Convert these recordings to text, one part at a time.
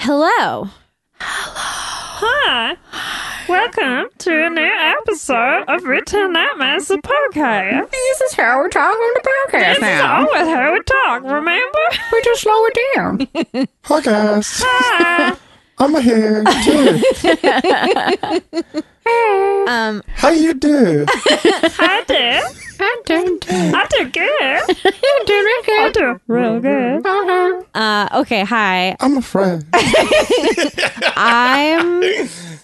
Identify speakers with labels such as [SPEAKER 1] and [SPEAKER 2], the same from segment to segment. [SPEAKER 1] Hello.
[SPEAKER 2] Hi. Welcome to a new episode of Return Nightmares, the podcast.
[SPEAKER 3] This is how we're talking to podcast
[SPEAKER 2] This is
[SPEAKER 3] now.
[SPEAKER 2] always how we talk, remember?
[SPEAKER 3] We just slow it down.
[SPEAKER 4] Hi guys,
[SPEAKER 2] Hi.
[SPEAKER 4] I'm here too.
[SPEAKER 1] Um,
[SPEAKER 4] How you do?
[SPEAKER 2] I did.
[SPEAKER 3] I'm doing good.
[SPEAKER 2] I did good.
[SPEAKER 3] I'm doing
[SPEAKER 2] I
[SPEAKER 3] good.
[SPEAKER 2] did real good.
[SPEAKER 3] Uh-huh.
[SPEAKER 1] uh, okay, hi.
[SPEAKER 4] I'm afraid.
[SPEAKER 1] I'm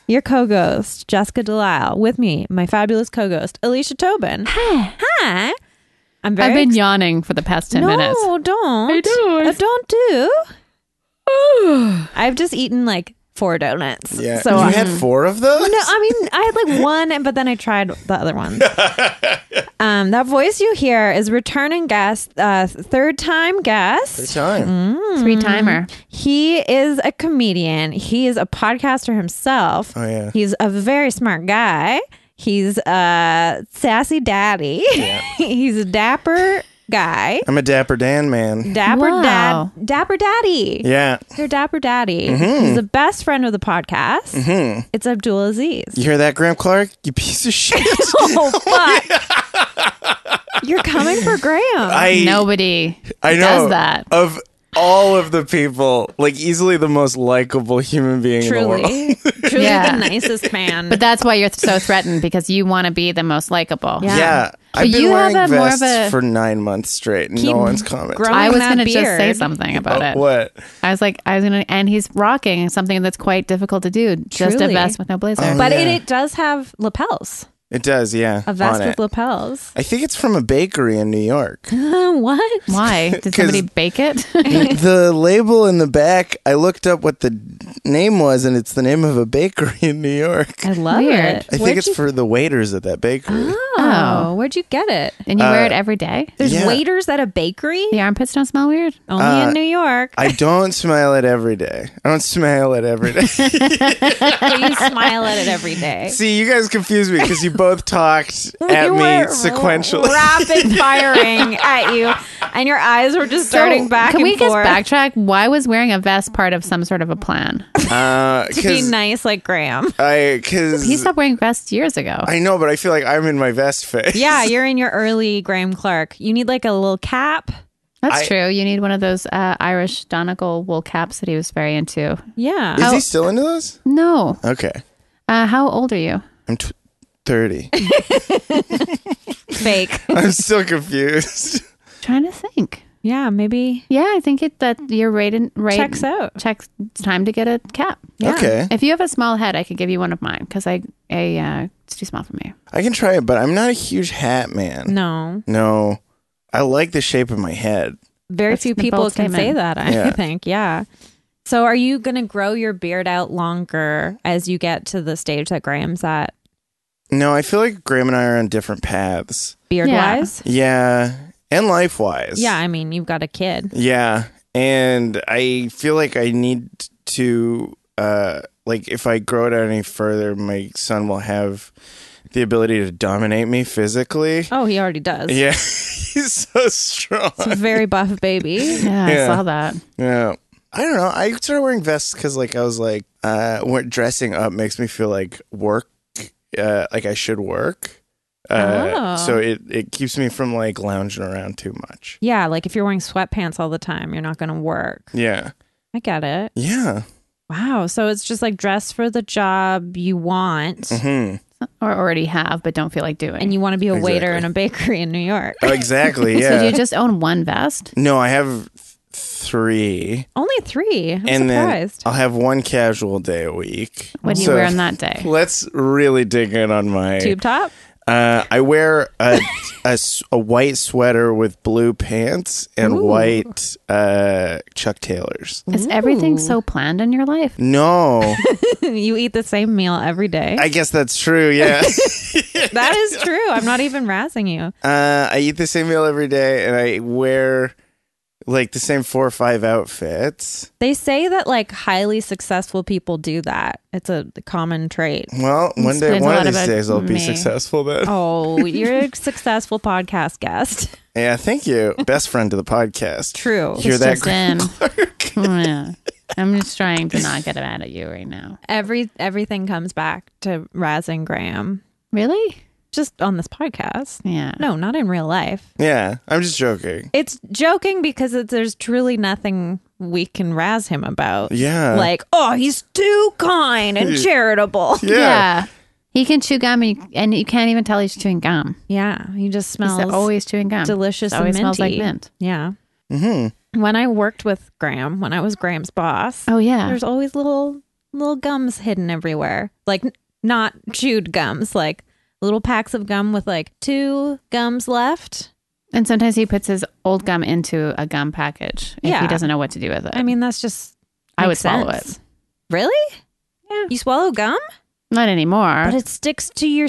[SPEAKER 1] your co-ghost, Jessica Delisle. With me, my fabulous co-ghost, Alicia Tobin. Hi. Hi. I'm very
[SPEAKER 5] I've been
[SPEAKER 1] ex-
[SPEAKER 5] yawning for the past 10
[SPEAKER 1] no,
[SPEAKER 5] minutes.
[SPEAKER 1] don't.
[SPEAKER 5] I do.
[SPEAKER 1] Uh, don't do. I've just eaten like four donuts. So
[SPEAKER 4] you
[SPEAKER 1] I-
[SPEAKER 4] had four of those.
[SPEAKER 1] No, I mean I had like one, but then I tried the other one. um, that voice you hear is returning guest, uh, third time
[SPEAKER 4] Good
[SPEAKER 1] guest.
[SPEAKER 4] time.
[SPEAKER 5] Three timer.
[SPEAKER 1] He is a comedian. He is a podcaster himself.
[SPEAKER 4] Oh, yeah.
[SPEAKER 1] he's a very smart guy. He's a sassy daddy. he's a dapper guy.
[SPEAKER 4] I'm a dapper Dan man.
[SPEAKER 1] Dapper
[SPEAKER 5] Wow.
[SPEAKER 1] dad, dapper daddy.
[SPEAKER 4] Yeah,
[SPEAKER 1] Your dapper daddy.
[SPEAKER 4] Mm-hmm.
[SPEAKER 1] He's the best friend of the podcast. It's Abdul Aziz.
[SPEAKER 4] you hear that, Graham Clark? You piece of shit.
[SPEAKER 1] Oh fuck! You're coming for Graham.
[SPEAKER 4] I
[SPEAKER 5] Nobody
[SPEAKER 4] I know
[SPEAKER 5] does that.
[SPEAKER 4] of all of the people, like easily the most likable human being in the world.
[SPEAKER 1] truly, truly
[SPEAKER 5] Yeah.
[SPEAKER 1] the nicest man.
[SPEAKER 5] But that's why you're so threatened because you want to be the most likable.
[SPEAKER 1] Yeah.
[SPEAKER 4] Yeah, I've been
[SPEAKER 5] you
[SPEAKER 4] wearing
[SPEAKER 5] have a more of
[SPEAKER 4] vests
[SPEAKER 5] a-
[SPEAKER 4] for nine months straight. and No
[SPEAKER 1] Keep
[SPEAKER 4] one's commented.
[SPEAKER 1] growing
[SPEAKER 5] I was
[SPEAKER 1] that
[SPEAKER 5] going to just say
[SPEAKER 1] beard.
[SPEAKER 5] something
[SPEAKER 4] Oh,
[SPEAKER 5] about it.
[SPEAKER 4] what?
[SPEAKER 5] I was like, I was going to, and he's rocking something that's quite difficult to do. Just a
[SPEAKER 1] Truly.
[SPEAKER 5] vest with no blazer.
[SPEAKER 4] Oh,
[SPEAKER 1] But it,
[SPEAKER 4] yeah.
[SPEAKER 1] it does have lapels.
[SPEAKER 4] It does, yeah.
[SPEAKER 1] A vest
[SPEAKER 4] on it.
[SPEAKER 1] with lapels.
[SPEAKER 4] I think it's from a bakery in New York.
[SPEAKER 1] Uh, what?
[SPEAKER 5] Why? Did
[SPEAKER 4] 'Cause-
[SPEAKER 5] somebody bake it?
[SPEAKER 4] the label in the back, I looked up what the name was, and it's the name of a bakery in New York.
[SPEAKER 1] I love
[SPEAKER 5] Weird.
[SPEAKER 1] it.
[SPEAKER 4] I
[SPEAKER 1] Where'd
[SPEAKER 4] think it's
[SPEAKER 1] you-
[SPEAKER 4] for the waiters at that bakery.
[SPEAKER 1] Oh, where'd you get it?
[SPEAKER 5] and you
[SPEAKER 4] Uh,
[SPEAKER 5] wear it every day?
[SPEAKER 1] There's
[SPEAKER 4] Yeah.
[SPEAKER 1] waiters at a bakery
[SPEAKER 5] The armpits don't smell weird?
[SPEAKER 1] only in New York.
[SPEAKER 4] I don't smile it every day. I don't smile it every day.
[SPEAKER 1] but you smile at it every day.
[SPEAKER 4] See, you guys confuse me because you both talked at
[SPEAKER 1] You
[SPEAKER 4] me
[SPEAKER 1] were
[SPEAKER 4] sequentially.
[SPEAKER 1] rapid firing at you, and your eyes were just darting back
[SPEAKER 5] Can
[SPEAKER 1] and
[SPEAKER 5] we
[SPEAKER 1] forth
[SPEAKER 5] just backtrack? Why was wearing a vest part of some sort of a plan?
[SPEAKER 4] Uh,
[SPEAKER 1] to be
[SPEAKER 4] cause
[SPEAKER 1] nice like Graham.
[SPEAKER 4] I,
[SPEAKER 5] He
[SPEAKER 4] cause
[SPEAKER 5] stopped wearing vests years ago.
[SPEAKER 4] I know, but I feel like I'm in my vest phase.
[SPEAKER 1] Yeah, you're in your early Graham Clark. You need like a little cap.
[SPEAKER 5] That's
[SPEAKER 4] I-
[SPEAKER 5] true. You need one of those uh, Irish Donegal wool caps that he was very into.
[SPEAKER 1] Yeah.
[SPEAKER 4] Is he still into those?
[SPEAKER 5] No.
[SPEAKER 4] Okay.
[SPEAKER 5] Uh, how old are you?
[SPEAKER 4] I'm t- 30.
[SPEAKER 1] fake.
[SPEAKER 4] I'm still confused.
[SPEAKER 5] trying to think.
[SPEAKER 1] yeah, maybe
[SPEAKER 5] Yeah, I think it, that you're right. In, right
[SPEAKER 1] checks out.
[SPEAKER 5] Checks. It's time to get a cap.
[SPEAKER 4] Okay.
[SPEAKER 5] If you have a small head, I could give you one of mine because I, I, uh, it's too small for me.
[SPEAKER 4] I can try it, but I'm not a huge hat man.
[SPEAKER 1] No.
[SPEAKER 4] No, I like the shape of my head.
[SPEAKER 1] Very
[SPEAKER 5] That's
[SPEAKER 1] few
[SPEAKER 5] a bold
[SPEAKER 1] people can say
[SPEAKER 5] statement.
[SPEAKER 1] that, I
[SPEAKER 4] Yeah.
[SPEAKER 1] think. Yeah. So are you going to grow your beard out longer as you get to the stage that Graham's at
[SPEAKER 4] No, I feel like Graham and I are on different paths.
[SPEAKER 1] beard
[SPEAKER 5] Yeah.
[SPEAKER 1] wise?
[SPEAKER 4] Yeah, and life wise.
[SPEAKER 1] Yeah, I mean, you've got a kid.
[SPEAKER 4] Yeah, and I feel like I need to, uh, like, if I grow it out any further, my son will have the ability to dominate me physically.
[SPEAKER 1] Oh, he already does.
[SPEAKER 4] Yeah, he's so strong.
[SPEAKER 1] It's a very buff baby.
[SPEAKER 5] Yeah,
[SPEAKER 4] Yeah.
[SPEAKER 5] I saw that.
[SPEAKER 4] Yeah. I don't know. I started wearing vests because, like, I was like, uh, wear- dressing up makes me feel like work, uh, like I should work. Uh,
[SPEAKER 1] Oh.
[SPEAKER 4] So it, it keeps me from like lounging around too much.
[SPEAKER 1] Yeah, like if you're wearing sweatpants all the time, you're not going to work.
[SPEAKER 4] Yeah.
[SPEAKER 1] I get it.
[SPEAKER 4] Yeah.
[SPEAKER 1] Wow. So it's just like dress for the job you want.
[SPEAKER 4] Hmm.
[SPEAKER 5] Or already have, but don't feel like doing.
[SPEAKER 1] and you want to be a waiter
[SPEAKER 4] Exactly.
[SPEAKER 1] in a bakery in New York.
[SPEAKER 4] Oh, exactly.
[SPEAKER 5] so do
[SPEAKER 4] Yeah.
[SPEAKER 5] you just own one vest?
[SPEAKER 4] no, I have th- three.
[SPEAKER 1] Only three. I'm
[SPEAKER 4] and
[SPEAKER 1] surprised.
[SPEAKER 4] then I'll have one casual day a week.
[SPEAKER 5] What do you
[SPEAKER 4] So
[SPEAKER 5] wear on that day?
[SPEAKER 4] Let's really dig in on my.
[SPEAKER 1] Tube top.
[SPEAKER 4] Uh, I wear a, a s- a white sweater with blue pants and white uh, Chuck Taylors.
[SPEAKER 5] Is everything so planned in your life?
[SPEAKER 4] No,
[SPEAKER 1] you eat the same meal every day.
[SPEAKER 4] I guess that's true. Yeah,
[SPEAKER 1] that is true. I'm not even razzing you.
[SPEAKER 4] uh, I eat the same meal every day, and I wear like the same four or five outfits.
[SPEAKER 1] They say that like highly successful people do that. It's a common trait.
[SPEAKER 4] Well, one day,
[SPEAKER 5] explains a
[SPEAKER 4] one of
[SPEAKER 5] lot
[SPEAKER 4] these
[SPEAKER 5] about
[SPEAKER 4] days, I'll be
[SPEAKER 5] me.
[SPEAKER 4] successful. Then,
[SPEAKER 1] Oh, you're a successful podcast guest.
[SPEAKER 4] yeah, thank you, best friend to the podcast.
[SPEAKER 1] True.
[SPEAKER 4] Hear
[SPEAKER 5] It's
[SPEAKER 4] that,
[SPEAKER 5] just in. Oh,
[SPEAKER 4] Clark?
[SPEAKER 5] Yeah. I'm just trying to not get mad at you right now.
[SPEAKER 1] Every everything comes back to Raz and Graham,
[SPEAKER 5] Really?
[SPEAKER 1] just on this podcast.
[SPEAKER 5] Yeah.
[SPEAKER 1] No, not in real life.
[SPEAKER 4] Yeah, I'm just joking.
[SPEAKER 1] It's joking because it, there's truly nothing we can razz him about.
[SPEAKER 4] Yeah.
[SPEAKER 1] Like, oh, he's too kind and charitable.
[SPEAKER 4] Yeah.
[SPEAKER 5] He can chew gum and you, and you can't even tell he's chewing gum.
[SPEAKER 1] Yeah, he just
[SPEAKER 5] He's
[SPEAKER 1] smells
[SPEAKER 5] always chewing gum.
[SPEAKER 1] delicious
[SPEAKER 5] It always
[SPEAKER 1] and
[SPEAKER 5] smells like
[SPEAKER 1] minty.
[SPEAKER 5] mint.
[SPEAKER 1] Yeah. Mm-hmm. When I worked with Graham, when I was Graham's boss,
[SPEAKER 5] Oh yeah.
[SPEAKER 1] there's always little little gums hidden everywhere. Like n- not chewed gums, like little packs of gum with like two gums left.
[SPEAKER 5] And sometimes he puts his old gum into a gum package if
[SPEAKER 1] Yeah.
[SPEAKER 5] he doesn't know what to do with it.
[SPEAKER 1] I mean, that's just
[SPEAKER 5] I would
[SPEAKER 1] makes
[SPEAKER 5] swallow
[SPEAKER 1] sense. Really? Yeah. You swallow gum,
[SPEAKER 5] not anymore.
[SPEAKER 1] but it sticks to your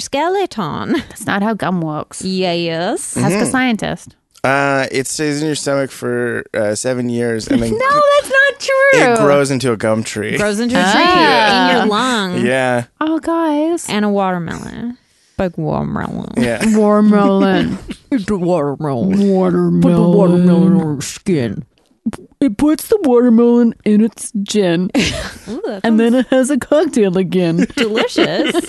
[SPEAKER 1] skeleton.
[SPEAKER 5] That's not how gum works.
[SPEAKER 1] yes.
[SPEAKER 4] Mm-hmm.
[SPEAKER 5] Ask a scientist.
[SPEAKER 4] Uh, it stays in your stomach for uh, seven years and then
[SPEAKER 1] No,
[SPEAKER 5] Oh,
[SPEAKER 1] that's not true.
[SPEAKER 4] it grows into a gum tree.
[SPEAKER 1] Grows into a tree
[SPEAKER 5] Ah.
[SPEAKER 1] in your lung
[SPEAKER 4] Yeah.
[SPEAKER 5] Oh guys.
[SPEAKER 1] and a watermelon. Big watermelon.
[SPEAKER 4] Yeah.
[SPEAKER 5] Watermelon.
[SPEAKER 6] the watermelon. Watermelon. Put the watermelon on her skin. It puts the watermelon in its gin,
[SPEAKER 1] Ooh, that
[SPEAKER 6] and then it has a cocktail again.
[SPEAKER 1] delicious.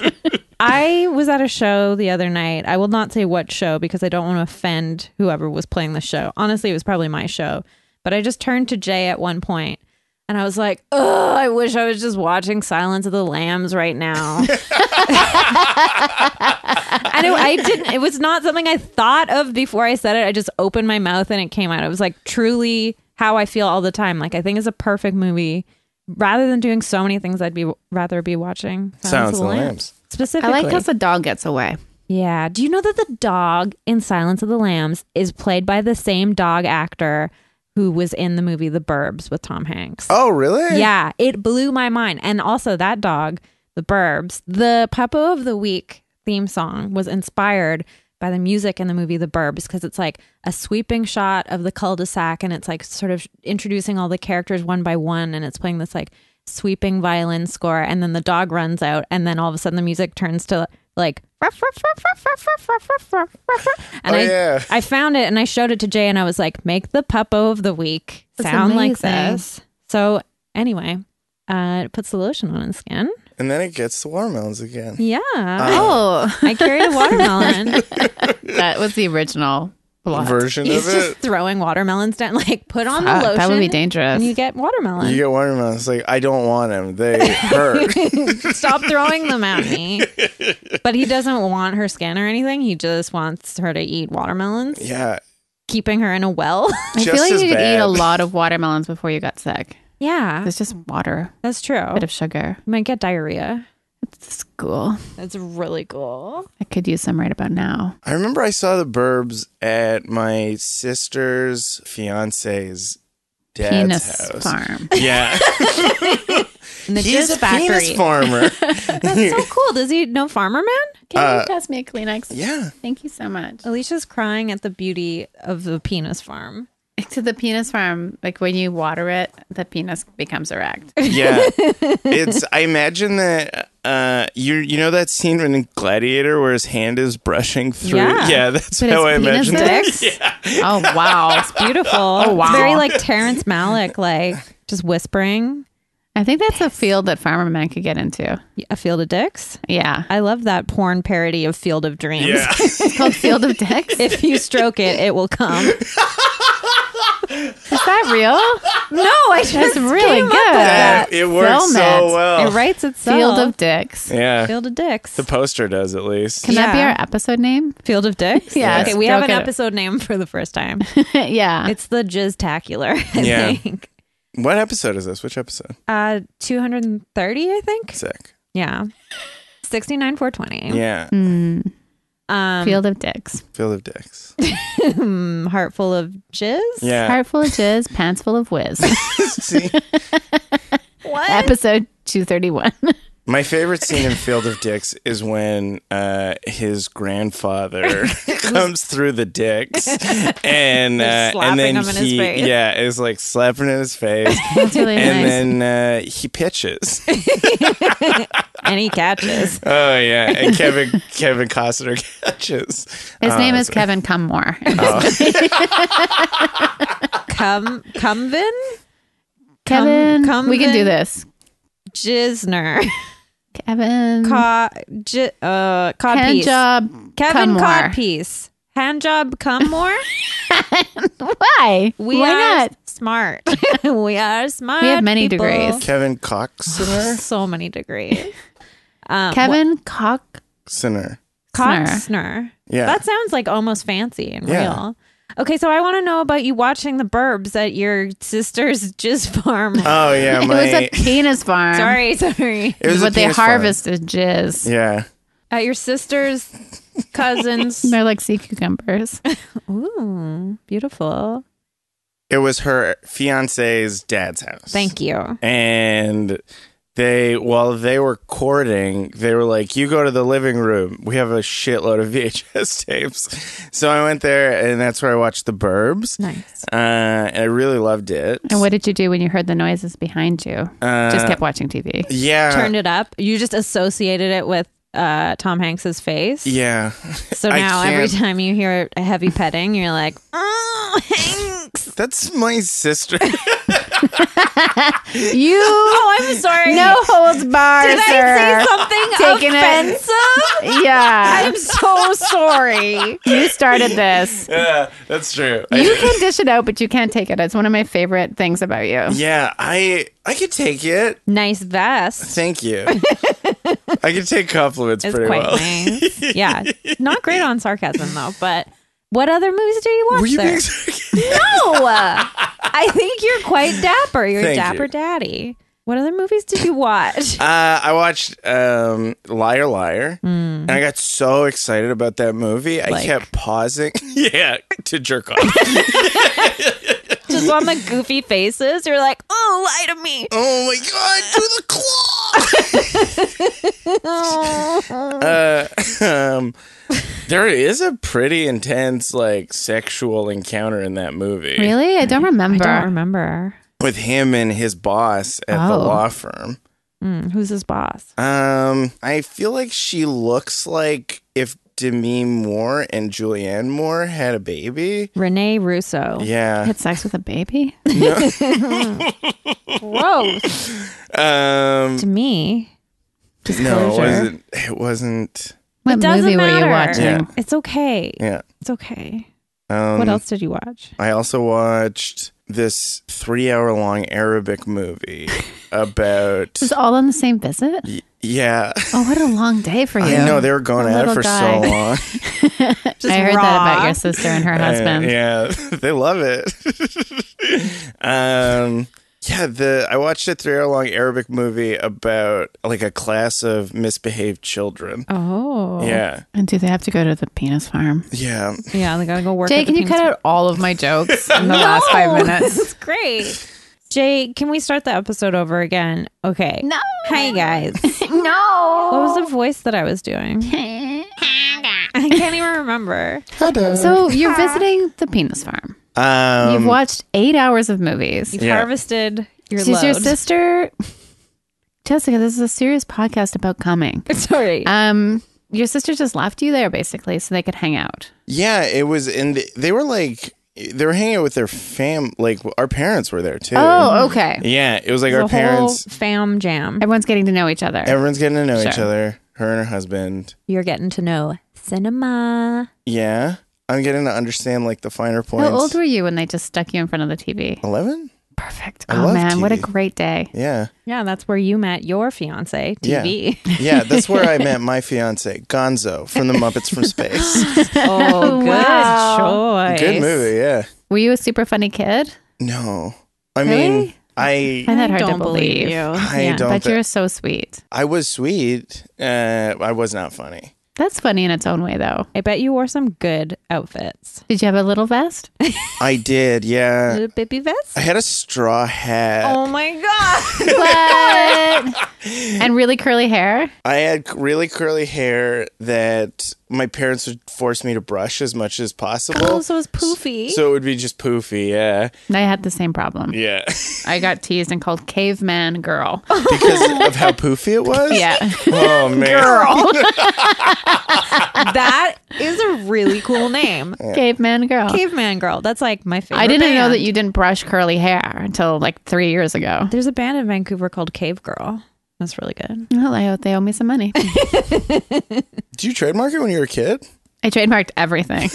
[SPEAKER 1] I was at a show the other night. I will not say what show because I don't want to offend whoever was playing the show. Honestly, it was probably my show. But I just turned to Jay at one point and I was like, oh, I wish I was just watching Silence of the Lambs right now. and it, I didn't, it was not something I thought of before I said it. I just opened my mouth and it came out. It was like truly how I feel all the time. Like, I think it's a perfect movie. Rather than doing so many things, I'd be rather be watching
[SPEAKER 4] Silence
[SPEAKER 1] Silence,
[SPEAKER 4] of the Lambs.
[SPEAKER 5] I
[SPEAKER 1] Specifically,
[SPEAKER 5] like how the dog gets away.
[SPEAKER 1] yeah. Do you know that the dog in Silence of the Lambs is played by the same dog actor who was in the movie The Burbs with Tom Hanks?
[SPEAKER 4] Oh, really?
[SPEAKER 1] Yeah, it blew my mind. And also that dog, The Burbs, the Puppo of the Week theme song was inspired by the music in the movie The Burbs because it's like a sweeping shot of the cul-de-sac and it's like sort of introducing all the characters one by one and it's playing this like sweeping violin score and then the dog runs out and then all of a sudden the music turns to like ruff, ruff, ruff, ruff, ruff, ruff, ruff, ruff, ruff, ruff, ruff. and
[SPEAKER 4] Oh,
[SPEAKER 1] I,
[SPEAKER 4] yeah.
[SPEAKER 1] I found it and I showed it to Jay and I was like, make the puppo of the week
[SPEAKER 5] That's
[SPEAKER 1] sound like
[SPEAKER 5] amazing.
[SPEAKER 1] this. So anyway, uh, it puts the lotion on his skin.
[SPEAKER 4] And then it gets the watermelons again.
[SPEAKER 1] Yeah.
[SPEAKER 4] Uh,
[SPEAKER 5] Oh,
[SPEAKER 1] I carry a watermelon.
[SPEAKER 5] that was the original plot.
[SPEAKER 4] Version
[SPEAKER 1] He's
[SPEAKER 4] of it.
[SPEAKER 1] just throwing watermelons down. Like, put on
[SPEAKER 5] Ah,
[SPEAKER 1] the lotion.
[SPEAKER 5] that would be dangerous.
[SPEAKER 1] And you get watermelon.
[SPEAKER 4] You get watermelons. It's Like I don't want them. They hurt.
[SPEAKER 1] Stop throwing them at me. but he doesn't want her skin or anything. He just wants her to eat watermelons,
[SPEAKER 4] yeah.
[SPEAKER 1] keeping her in a well.
[SPEAKER 5] I feel
[SPEAKER 4] just
[SPEAKER 5] like
[SPEAKER 4] as
[SPEAKER 5] you could eat a
[SPEAKER 4] bad.
[SPEAKER 5] lot of watermelons before you got sick.
[SPEAKER 1] yeah,
[SPEAKER 5] It's just water,
[SPEAKER 1] that's true.
[SPEAKER 5] a bit of sugar.
[SPEAKER 1] You might get diarrhea.
[SPEAKER 5] It's cool.
[SPEAKER 1] That's really cool.
[SPEAKER 5] I could use some right about now.
[SPEAKER 4] I remember I saw the Burbs at my sister's fiance's dad's
[SPEAKER 5] Penis
[SPEAKER 4] house.
[SPEAKER 5] farm.
[SPEAKER 4] Yeah,
[SPEAKER 1] And the
[SPEAKER 4] he's
[SPEAKER 1] jizz
[SPEAKER 4] a penis
[SPEAKER 1] factory.
[SPEAKER 4] farmer.
[SPEAKER 1] That's so cool. Does he know Farmer Man?
[SPEAKER 5] Can you pass me a Kleenex?
[SPEAKER 4] Uh, yeah,
[SPEAKER 5] Thank you so much.
[SPEAKER 1] Alicia's crying at the beauty of the penis farm.
[SPEAKER 5] To the penis farm, like when you water it, the penis becomes erect.
[SPEAKER 4] yeah. It's. I imagine that. Uh, you you know that scene in Gladiator where his hand is brushing through.
[SPEAKER 1] Yeah.
[SPEAKER 4] that's
[SPEAKER 5] But
[SPEAKER 4] how I
[SPEAKER 5] it's penis
[SPEAKER 4] imagine that.
[SPEAKER 5] dicks? Oh wow!
[SPEAKER 1] Beautiful. oh wow. Very like Terrence Malick, like just whispering
[SPEAKER 5] I think that's a field that farmer men could get into.
[SPEAKER 1] a field of dicks.
[SPEAKER 5] Yeah,
[SPEAKER 1] I love that porn parody of Field of Dreams.
[SPEAKER 4] Yeah,
[SPEAKER 5] it's called Field of Dicks. Is
[SPEAKER 1] if you stroke it, it will come.
[SPEAKER 5] that real?
[SPEAKER 1] No, I just
[SPEAKER 5] That's really
[SPEAKER 1] came
[SPEAKER 5] good.
[SPEAKER 1] up with that.
[SPEAKER 4] That- it works
[SPEAKER 5] Film
[SPEAKER 4] so
[SPEAKER 5] it.
[SPEAKER 4] well.
[SPEAKER 1] It writes itself.
[SPEAKER 5] Field of Dicks.
[SPEAKER 4] yeah,
[SPEAKER 1] Field of Dicks.
[SPEAKER 4] the poster does at least.
[SPEAKER 5] Can that be
[SPEAKER 1] Yeah.
[SPEAKER 5] our episode name?
[SPEAKER 1] Field of Dicks.
[SPEAKER 5] Yeah,
[SPEAKER 1] Okay, we have an
[SPEAKER 5] stroke it.
[SPEAKER 1] episode name for the first time.
[SPEAKER 5] yeah.
[SPEAKER 1] It's the Jizz Tacular. I
[SPEAKER 4] Yeah.
[SPEAKER 1] think.
[SPEAKER 4] What episode is this? Which episode?
[SPEAKER 1] Uh, two hundred and thirty. I think.
[SPEAKER 4] Sick.
[SPEAKER 1] Yeah. 69 420.
[SPEAKER 4] Yeah,
[SPEAKER 5] Mm.
[SPEAKER 1] Um
[SPEAKER 5] Field of Dicks.
[SPEAKER 4] Field of Dicks.
[SPEAKER 1] heart full of jizz.
[SPEAKER 4] Yeah.
[SPEAKER 5] Heart full of jizz, pants full of whiz.
[SPEAKER 4] See,
[SPEAKER 5] episode 231.
[SPEAKER 4] my favorite scene in Field of Dicks is when uh, his grandfather comes through the dicks and
[SPEAKER 1] They're
[SPEAKER 4] uh,
[SPEAKER 1] slapping
[SPEAKER 4] and then
[SPEAKER 1] him in his
[SPEAKER 4] he
[SPEAKER 1] face.
[SPEAKER 4] yeah is like slapping in his face
[SPEAKER 5] That's really nice.
[SPEAKER 4] and then uh, he pitches.
[SPEAKER 1] And he catches.
[SPEAKER 4] Oh yeah, and Kevin Kevin Costner catches.
[SPEAKER 5] His
[SPEAKER 4] Oh,
[SPEAKER 5] name
[SPEAKER 4] that's
[SPEAKER 5] is Kevin Cummore.
[SPEAKER 1] Cum Cumvin? Come-
[SPEAKER 5] Kevin,
[SPEAKER 1] come
[SPEAKER 5] we can do
[SPEAKER 1] in.
[SPEAKER 5] this.
[SPEAKER 1] Jisner.
[SPEAKER 5] Kevin,
[SPEAKER 1] Cod, j- uh, cod
[SPEAKER 5] hand
[SPEAKER 1] piece.
[SPEAKER 5] job, come
[SPEAKER 1] Kevin
[SPEAKER 5] more.
[SPEAKER 1] cod piece. Hand job come more?
[SPEAKER 5] Why?
[SPEAKER 1] We
[SPEAKER 5] Why
[SPEAKER 1] are
[SPEAKER 5] not?
[SPEAKER 1] smart. we are smart.
[SPEAKER 5] We have many
[SPEAKER 1] people.
[SPEAKER 5] degrees.
[SPEAKER 4] Kevin Coxner?
[SPEAKER 1] So many degrees. Um,
[SPEAKER 5] Kevin Cock.
[SPEAKER 4] Sinner.
[SPEAKER 5] Coxner.
[SPEAKER 1] Coxner.
[SPEAKER 4] Yeah.
[SPEAKER 1] That sounds like almost fancy and
[SPEAKER 4] Yeah.
[SPEAKER 1] real. Okay, so I want to know about you watching the burbs at your sister's jizz farm.
[SPEAKER 4] Oh, yeah.
[SPEAKER 5] It
[SPEAKER 4] My,
[SPEAKER 5] was a penis farm.
[SPEAKER 1] sorry, sorry.
[SPEAKER 4] it was a
[SPEAKER 5] but they
[SPEAKER 4] penis farm.
[SPEAKER 5] harvested jizz.
[SPEAKER 4] Yeah.
[SPEAKER 1] At your sister's cousins.
[SPEAKER 5] They're like sea cucumbers.
[SPEAKER 1] Ooh, beautiful.
[SPEAKER 4] It was her fiance's dad's house.
[SPEAKER 1] Thank you.
[SPEAKER 4] and they while they were courting they were like you go to the living room we have a shitload of vhs tapes so i went there and that's where i watched the burbs
[SPEAKER 1] Nice.
[SPEAKER 4] uh, and i really loved it
[SPEAKER 5] And what did you do when you heard the noises behind you?
[SPEAKER 4] uh,
[SPEAKER 5] Just kept watching TV.
[SPEAKER 4] yeah
[SPEAKER 1] Turned it up. You just associated it with uh, Tom Hanks's face.
[SPEAKER 4] yeah
[SPEAKER 1] So
[SPEAKER 4] I
[SPEAKER 1] now every
[SPEAKER 4] can't-
[SPEAKER 1] time you hear a heavy petting, you're like, oh, Hanks.
[SPEAKER 4] that's my sister
[SPEAKER 5] You
[SPEAKER 1] Oh, I'm sorry.
[SPEAKER 5] no holds barred,
[SPEAKER 1] Did
[SPEAKER 5] sir.
[SPEAKER 1] I say something
[SPEAKER 5] Taking it.
[SPEAKER 1] offensive?
[SPEAKER 5] yeah,
[SPEAKER 1] I'm so sorry.
[SPEAKER 5] you started this.
[SPEAKER 4] yeah that's true
[SPEAKER 5] You can dish it out, but you can't take it. It's one of my favorite things about you.
[SPEAKER 4] yeah i i could take it
[SPEAKER 1] Nice vest.
[SPEAKER 4] thank you i could take compliments
[SPEAKER 1] It's
[SPEAKER 4] pretty
[SPEAKER 1] quite
[SPEAKER 4] well
[SPEAKER 1] nice. Yeah. Not great on sarcasm though, but what other movies do you watch
[SPEAKER 4] were you
[SPEAKER 1] there?
[SPEAKER 4] being sarcastic?
[SPEAKER 1] no. I think you're quite dapper. You're a
[SPEAKER 4] Thank
[SPEAKER 1] dapper
[SPEAKER 4] you.
[SPEAKER 1] daddy. What other movies did you watch?
[SPEAKER 4] Uh, I watched um, Liar Liar,
[SPEAKER 5] Hmm.
[SPEAKER 4] and I got so excited about that movie. I
[SPEAKER 1] Like-
[SPEAKER 4] kept pausing, yeah, to jerk off.
[SPEAKER 1] Just on the goofy faces. You're like, oh, lie to me.
[SPEAKER 4] oh my god, to the claw! uh, um, there is a pretty intense like sexual encounter in that movie,
[SPEAKER 5] Really, I don't
[SPEAKER 1] I
[SPEAKER 5] remember.
[SPEAKER 1] don't remember.
[SPEAKER 4] with him and his boss at the
[SPEAKER 5] Oh.
[SPEAKER 4] law firm.
[SPEAKER 1] Mm, who's his boss?
[SPEAKER 4] Um, I feel like she looks like if Demi Moore and Julianne Moore had a baby.
[SPEAKER 1] Renee Russo.
[SPEAKER 4] Yeah.
[SPEAKER 5] Had sex with a baby?
[SPEAKER 1] Gross
[SPEAKER 4] Um,
[SPEAKER 1] to
[SPEAKER 4] no,
[SPEAKER 1] me.
[SPEAKER 4] it
[SPEAKER 5] Disclosure.
[SPEAKER 4] wasn't. It wasn't.
[SPEAKER 5] What
[SPEAKER 1] Doesn't
[SPEAKER 5] movie
[SPEAKER 1] matter.
[SPEAKER 5] were you watching?
[SPEAKER 4] Yeah.
[SPEAKER 1] It's okay.
[SPEAKER 4] Yeah.
[SPEAKER 1] It's okay.
[SPEAKER 4] Um,
[SPEAKER 1] what else did you watch?
[SPEAKER 4] I also watched this three-hour-long Arabic movie about.
[SPEAKER 5] This is all on the same visit.
[SPEAKER 4] yeah,
[SPEAKER 5] Oh, what a long day for you!
[SPEAKER 4] I know they were going
[SPEAKER 5] The
[SPEAKER 4] at it
[SPEAKER 5] little
[SPEAKER 4] for
[SPEAKER 5] guy.
[SPEAKER 4] so long.
[SPEAKER 5] I heard that about
[SPEAKER 1] raw.
[SPEAKER 5] your sister and her husband.
[SPEAKER 4] Uh, yeah, they love it. um, yeah, the I watched a three-hour-long Arabic movie about like a class of misbehaved children.
[SPEAKER 1] Oh.
[SPEAKER 4] Yeah,
[SPEAKER 5] And do they have to go to the penis farm?
[SPEAKER 4] yeah.
[SPEAKER 1] Yeah, they gotta go work.
[SPEAKER 5] Jay,
[SPEAKER 1] at the
[SPEAKER 5] can you
[SPEAKER 1] penis
[SPEAKER 5] cut out all of my jokes in the last five minutes?
[SPEAKER 1] It's great. Jay, can we start the episode over again? Okay. No. Hi guys. no. What was the voice that I was doing? I can't even remember.
[SPEAKER 5] So you're visiting the penis farm.
[SPEAKER 4] Um,
[SPEAKER 5] You've watched eight hours of movies.
[SPEAKER 1] You've
[SPEAKER 4] Yeah.
[SPEAKER 1] harvested your
[SPEAKER 5] She's your
[SPEAKER 1] load.
[SPEAKER 5] sister, Jessica. This is a serious podcast about coming.
[SPEAKER 1] Sorry.
[SPEAKER 5] Um, your sister just left you there basically so they could hang out.
[SPEAKER 4] Yeah, it was, and they were like, they were hanging out with their fam. Like our parents were there too.
[SPEAKER 5] Oh, okay.
[SPEAKER 4] yeah, it was like
[SPEAKER 1] the
[SPEAKER 4] our parents.
[SPEAKER 1] whole fam jam.
[SPEAKER 5] Everyone's getting to know each other.
[SPEAKER 4] Everyone's getting to know each
[SPEAKER 5] Sure.
[SPEAKER 4] other. Her and her husband.
[SPEAKER 1] You're getting to know cinema.
[SPEAKER 4] Yeah, I'm getting to understand like the finer points.
[SPEAKER 5] How old were you when they just stuck you in front of the TV?
[SPEAKER 4] Eleven.
[SPEAKER 5] Perfect.
[SPEAKER 4] I
[SPEAKER 5] Oh
[SPEAKER 4] love
[SPEAKER 5] man, what a
[SPEAKER 4] TV.
[SPEAKER 5] great day.
[SPEAKER 4] Yeah,
[SPEAKER 1] Yeah, that's where you met your fiance,
[SPEAKER 4] Yeah.
[SPEAKER 1] TV.
[SPEAKER 4] yeah. That's where I met my fiance Gonzo from the Muppets from Space.
[SPEAKER 1] Oh, good choice.
[SPEAKER 4] Good movie. Yeah.
[SPEAKER 5] Were you a super funny kid?
[SPEAKER 4] No, I mean, I.
[SPEAKER 5] find that hard
[SPEAKER 1] I don't
[SPEAKER 5] to believe.
[SPEAKER 1] believe you.
[SPEAKER 4] I don't.
[SPEAKER 5] But
[SPEAKER 4] thi-
[SPEAKER 5] you're so sweet.
[SPEAKER 4] I was sweet. Uh, I was not funny.
[SPEAKER 5] That's funny in its own way, though.
[SPEAKER 1] I bet you wore some good outfits.
[SPEAKER 5] Did you have a little vest?
[SPEAKER 4] I did. Yeah.
[SPEAKER 1] Little baby vest.
[SPEAKER 4] uh, I had a straw hat.
[SPEAKER 1] Oh my Oh god!
[SPEAKER 5] What? and really curly hair.
[SPEAKER 4] I had c- really curly hair that my parents would force me to brush as much as possible.
[SPEAKER 1] Oh, so it's poofy.
[SPEAKER 4] So it would be just poofy, yeah.
[SPEAKER 5] I had the same problem.
[SPEAKER 4] Yeah.
[SPEAKER 5] I got teased and called caveman girl.
[SPEAKER 4] because of how poofy it was?
[SPEAKER 5] Yeah.
[SPEAKER 4] Oh, man.
[SPEAKER 1] that is a really cool name.
[SPEAKER 5] caveman girl.
[SPEAKER 1] Caveman Girl. That's like my favorite.
[SPEAKER 5] I didn't know
[SPEAKER 1] band.
[SPEAKER 5] that you didn't brush curly hair until like three years ago.
[SPEAKER 1] There's a band in Vancouver called Cave Girl. That's really good.
[SPEAKER 5] Well, I hope they owe me some money.
[SPEAKER 4] Did you trademark it when you were a kid?
[SPEAKER 5] I trademarked everything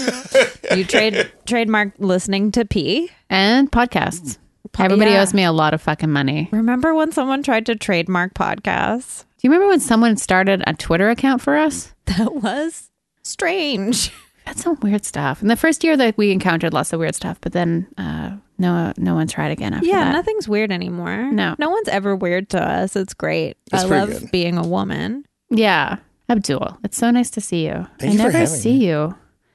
[SPEAKER 1] You trade trademark listening to pee.
[SPEAKER 5] and podcasts. Everybody
[SPEAKER 1] yeah.
[SPEAKER 5] owes me a lot of fucking money.
[SPEAKER 1] Remember when someone tried to trademark podcasts?
[SPEAKER 5] Do you remember when someone started a Twitter account for us?
[SPEAKER 1] That was strange.
[SPEAKER 5] That's some weird stuff. In the first year that we encountered lots of weird stuff, but then uh, no, no one tried again after
[SPEAKER 1] Yeah,
[SPEAKER 5] that.
[SPEAKER 1] nothing's weird anymore.
[SPEAKER 5] No.
[SPEAKER 1] no one's ever weird to us. It's great.
[SPEAKER 4] That's
[SPEAKER 1] I
[SPEAKER 4] pretty
[SPEAKER 1] love
[SPEAKER 4] good.
[SPEAKER 1] being a woman.
[SPEAKER 5] Yeah, Abdul, it's so nice to see you.
[SPEAKER 4] Thank
[SPEAKER 5] I
[SPEAKER 4] you for
[SPEAKER 5] never
[SPEAKER 4] having
[SPEAKER 5] see
[SPEAKER 4] me.
[SPEAKER 5] you.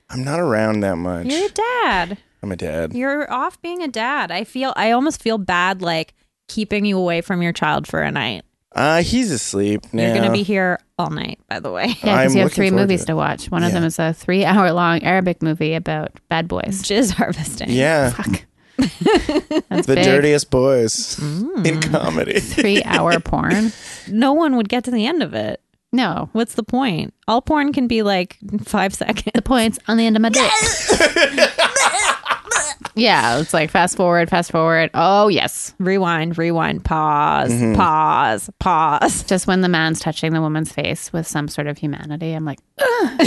[SPEAKER 4] I'm not around that much.
[SPEAKER 1] You're a dad.
[SPEAKER 4] I'm a dad.
[SPEAKER 1] You're off being a dad. I feel. I almost feel bad, like keeping you away from your child for a night.
[SPEAKER 4] Uh, he's asleep now.
[SPEAKER 1] You're gonna be here all night. By the way,
[SPEAKER 5] Yeah,
[SPEAKER 4] I'm
[SPEAKER 5] because you have
[SPEAKER 4] looking
[SPEAKER 5] three
[SPEAKER 4] forward to
[SPEAKER 5] movies
[SPEAKER 4] it.
[SPEAKER 5] to, watch. One of
[SPEAKER 4] Yeah.
[SPEAKER 5] them is a three-hour-long Arabic movie about bad boys.
[SPEAKER 1] jizz harvesting.
[SPEAKER 4] Yeah.
[SPEAKER 5] Fuck. That's
[SPEAKER 4] The
[SPEAKER 5] big.
[SPEAKER 4] dirtiest boys
[SPEAKER 1] Mm.
[SPEAKER 4] in comedy.
[SPEAKER 5] Three-hour porn.
[SPEAKER 1] no one would get to the end of it.
[SPEAKER 5] No,
[SPEAKER 1] What's the point? All porn can be like five
[SPEAKER 5] the
[SPEAKER 1] seconds.
[SPEAKER 5] points on the end of my dick. yeah, it's like fast forward, fast forward. Oh yes,
[SPEAKER 1] Rewind, rewind, pause,
[SPEAKER 5] Mm-hmm.
[SPEAKER 1] pause, pause.
[SPEAKER 5] just when the man's touching the woman's face with some sort of humanity, I'm like,
[SPEAKER 1] You're like,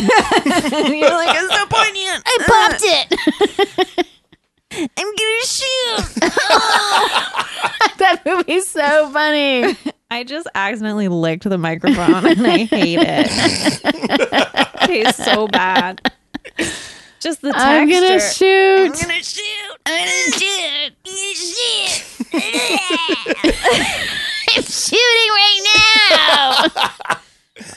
[SPEAKER 1] it's so poignant. I popped it. I'm gonna shoot.
[SPEAKER 5] that movie's so funny.
[SPEAKER 1] I just accidentally licked the microphone and I hate it. it tastes so bad. Just the texture.
[SPEAKER 5] I'm gonna shoot.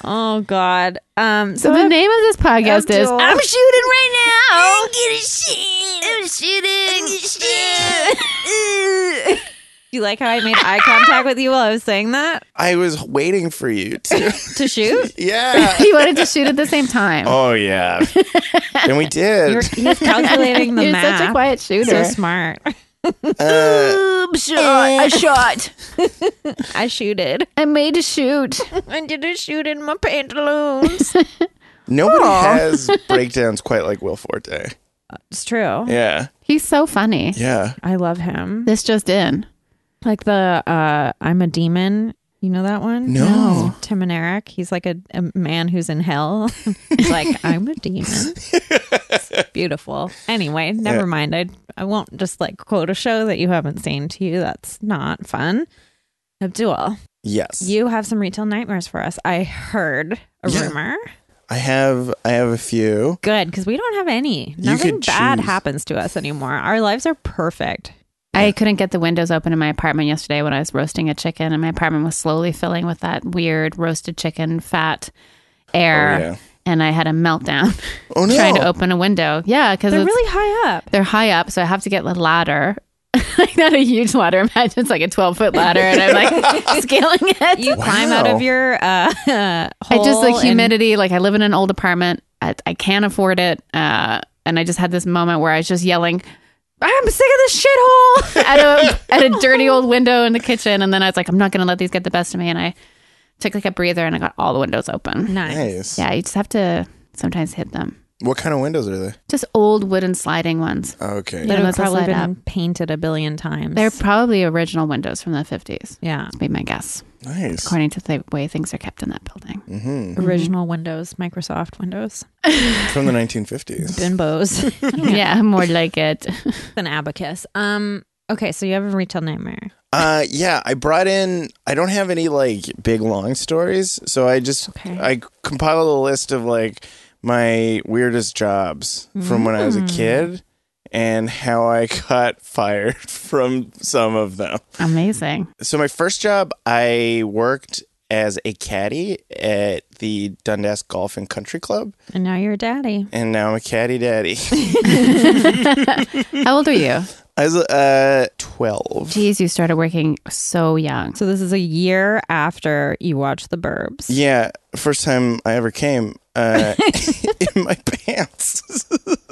[SPEAKER 1] oh God. Um.
[SPEAKER 5] So
[SPEAKER 1] So
[SPEAKER 5] the name of this podcast is
[SPEAKER 1] Abdul.
[SPEAKER 5] I'm shooting right now.
[SPEAKER 1] you like how I made eye contact with you while I was saying that
[SPEAKER 4] I was waiting for you to.
[SPEAKER 1] to shoot?
[SPEAKER 4] yeah.
[SPEAKER 5] He wanted to shoot at the same time.
[SPEAKER 4] Oh, yeah. and we did.
[SPEAKER 1] You're, he's calculating the
[SPEAKER 5] You're
[SPEAKER 1] math.
[SPEAKER 5] such a quiet shooter.
[SPEAKER 1] so smart.
[SPEAKER 4] Uh,
[SPEAKER 5] I shot.
[SPEAKER 1] I shooted.
[SPEAKER 5] I made a shoot.
[SPEAKER 1] I did a shoot in my pantaloons.
[SPEAKER 4] nobody has breakdowns quite like Will Forte.
[SPEAKER 1] it's true.
[SPEAKER 4] Yeah.
[SPEAKER 5] He's so funny.
[SPEAKER 4] Yeah.
[SPEAKER 1] I love him.
[SPEAKER 5] This just in.
[SPEAKER 1] Like the uh I'm a demon. You know that one?
[SPEAKER 4] No. No.
[SPEAKER 1] Tim and Eric. He's like a, a man who's in hell. he's like, I'm a demon. It's beautiful. Anyway, never
[SPEAKER 4] Yeah.
[SPEAKER 1] mind. I I won't just like quote a show that you haven't seen to you. That's not fun. Abdul,
[SPEAKER 4] Yes.
[SPEAKER 1] you have some retail nightmares for us. I heard a rumor.
[SPEAKER 4] I have I have a few.
[SPEAKER 1] Good, because we don't have any. Nothing
[SPEAKER 4] could
[SPEAKER 1] bad
[SPEAKER 4] choose.
[SPEAKER 1] happens to us anymore. Our lives are perfect.
[SPEAKER 5] I couldn't get the windows open in my apartment yesterday when I was roasting a chicken, and my apartment was slowly filling with that weird roasted chicken fat air.
[SPEAKER 4] Oh, yeah.
[SPEAKER 5] And I had a meltdown
[SPEAKER 4] Oh no.
[SPEAKER 5] trying to open a window. Yeah, because
[SPEAKER 1] They're
[SPEAKER 5] it's
[SPEAKER 1] really high up.
[SPEAKER 5] they're high up, so I have to get the ladder. like not a huge ladder. Imagine it's like a twelve foot ladder, and I'm like scaling it.
[SPEAKER 1] You climb out
[SPEAKER 4] Wow.
[SPEAKER 1] of your uh,
[SPEAKER 5] I
[SPEAKER 1] hole
[SPEAKER 5] just like
[SPEAKER 1] and-
[SPEAKER 5] humidity. Like I live in an old apartment. I, I can't afford it. Uh, and I just had this moment where I was just yelling, "I'm sick of this shithole!" at a at a dirty old window in the kitchen. And then I was like, "I'm not going to let these get the best of me." And I took like a breather and I got all the windows open.
[SPEAKER 1] nice.
[SPEAKER 4] nice.
[SPEAKER 5] Yeah, you just have to sometimes hit them.
[SPEAKER 4] What kind of windows are they?
[SPEAKER 5] Just old wooden sliding ones.
[SPEAKER 4] Okay.
[SPEAKER 5] Yeah.
[SPEAKER 1] That have
[SPEAKER 5] windows that
[SPEAKER 1] probably
[SPEAKER 5] slide
[SPEAKER 1] been
[SPEAKER 5] up.
[SPEAKER 1] painted a billion times.
[SPEAKER 5] They're probably original windows from the 50s.
[SPEAKER 1] yeah,
[SPEAKER 5] Would be my guess,
[SPEAKER 4] Nice.
[SPEAKER 5] according to the way things are kept in that building.
[SPEAKER 4] hmm
[SPEAKER 1] original Windows, Microsoft Windows,
[SPEAKER 4] From the 1950s.
[SPEAKER 1] bimbos,
[SPEAKER 5] yeah, more like it.
[SPEAKER 1] an abacus. Um. Okay, so you have a retail nightmare.
[SPEAKER 4] Uh, yeah, I brought in. I don't have any like big long stories, so I just
[SPEAKER 1] Okay.
[SPEAKER 4] I compiled a list of like my weirdest jobs from when I
[SPEAKER 5] Hmm.
[SPEAKER 4] was a kid and how I got fired from some of them.
[SPEAKER 5] Amazing.
[SPEAKER 4] So my first job, I worked as a caddy at the Dundas Golf and Country Club,
[SPEAKER 1] And now you're a daddy.
[SPEAKER 4] and now I'm a caddy daddy.
[SPEAKER 5] How old are you?
[SPEAKER 4] Uh, I was uh twelve.
[SPEAKER 5] Jeez, you started working so young.
[SPEAKER 1] So this is a year after you watch The Burbs.
[SPEAKER 4] Yeah, first time I ever came uh, in my pants.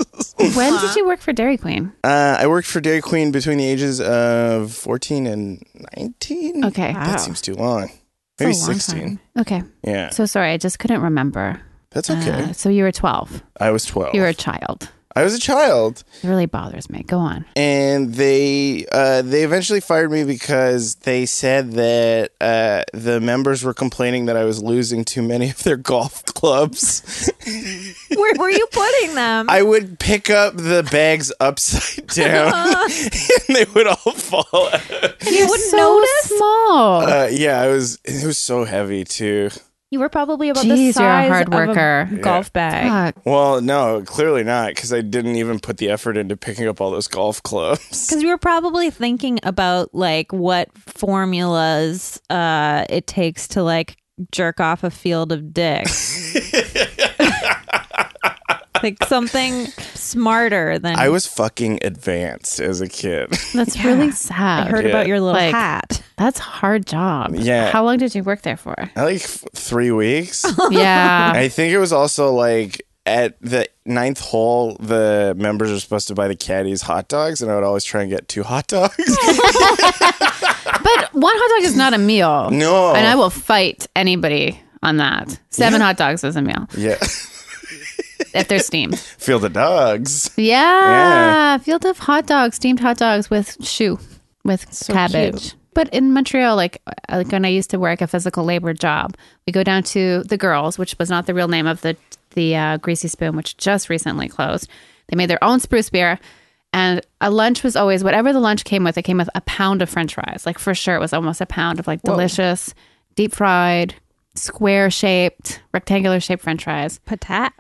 [SPEAKER 5] When did you work for Dairy Queen?
[SPEAKER 4] Uh, I worked for Dairy Queen between the ages of fourteen and nineteen.
[SPEAKER 5] Okay.
[SPEAKER 1] Wow.
[SPEAKER 4] that seems too long. Maybe
[SPEAKER 1] That's a long
[SPEAKER 4] sixteen.
[SPEAKER 1] time.
[SPEAKER 5] Okay.
[SPEAKER 4] Yeah,
[SPEAKER 5] So sorry, I just couldn't remember.
[SPEAKER 4] that's okay.
[SPEAKER 5] Uh, so you were 12.
[SPEAKER 4] I was twelve.
[SPEAKER 5] You were a
[SPEAKER 1] Oh.
[SPEAKER 5] child.
[SPEAKER 4] I was a child,
[SPEAKER 5] It really bothers me. Go on.
[SPEAKER 4] and they uh, they eventually fired me because they said that uh, the members were complaining that I was losing too many of their golf clubs.
[SPEAKER 1] Where were you putting them?
[SPEAKER 4] I would pick up the bags upside down, and they would all fall. Out.
[SPEAKER 1] you wouldn't
[SPEAKER 5] so
[SPEAKER 1] notice. Oh,
[SPEAKER 5] small.
[SPEAKER 4] Uh, yeah, I was. It was so heavy too.
[SPEAKER 1] You were probably about the
[SPEAKER 5] Jeez,
[SPEAKER 1] size
[SPEAKER 5] you're a hard
[SPEAKER 1] of a
[SPEAKER 5] worker.
[SPEAKER 1] golf bag.
[SPEAKER 5] Fuck.
[SPEAKER 4] Well, no, clearly not, because I didn't even put the effort into picking up all those golf clubs.
[SPEAKER 1] Because you were probably thinking about like what formulas uh, it takes to like jerk off a field of dicks. like something smarter than
[SPEAKER 4] I was fucking advanced as a kid.
[SPEAKER 5] That's really
[SPEAKER 1] I
[SPEAKER 5] sad.
[SPEAKER 1] heard
[SPEAKER 4] Yeah.
[SPEAKER 1] about your little
[SPEAKER 5] Like-
[SPEAKER 1] hat.
[SPEAKER 5] That's a hard job.
[SPEAKER 4] Yeah.
[SPEAKER 5] How long did you work there for?
[SPEAKER 4] I like f- three weeks.
[SPEAKER 5] yeah.
[SPEAKER 4] I think it was also like at the ninth hole, the members are supposed to buy the caddies hot dogs, and I would always try and get two hot dogs.
[SPEAKER 5] But one hot dog is not a meal.
[SPEAKER 4] No.
[SPEAKER 5] And I will fight anybody on that. Seven hot dogs is a meal
[SPEAKER 4] yeah,
[SPEAKER 5] if they're steamed.
[SPEAKER 4] field of dogs.
[SPEAKER 5] Yeah.
[SPEAKER 4] Yeah.
[SPEAKER 5] Field of hot dogs, steamed hot dogs with shoe, with cabbage. But in Montreal, like uh, like when I used to work a physical labor job, we go down to the girls, which was not the real name of the the uh, Greasy Spoon, which just recently closed. They made their own spruce beer, and a lunch was always whatever the lunch came with. It came with a pound of French fries, like for sure, it was almost a pound of like delicious, deep fried, square shaped, rectangular shaped French fries
[SPEAKER 1] Patat.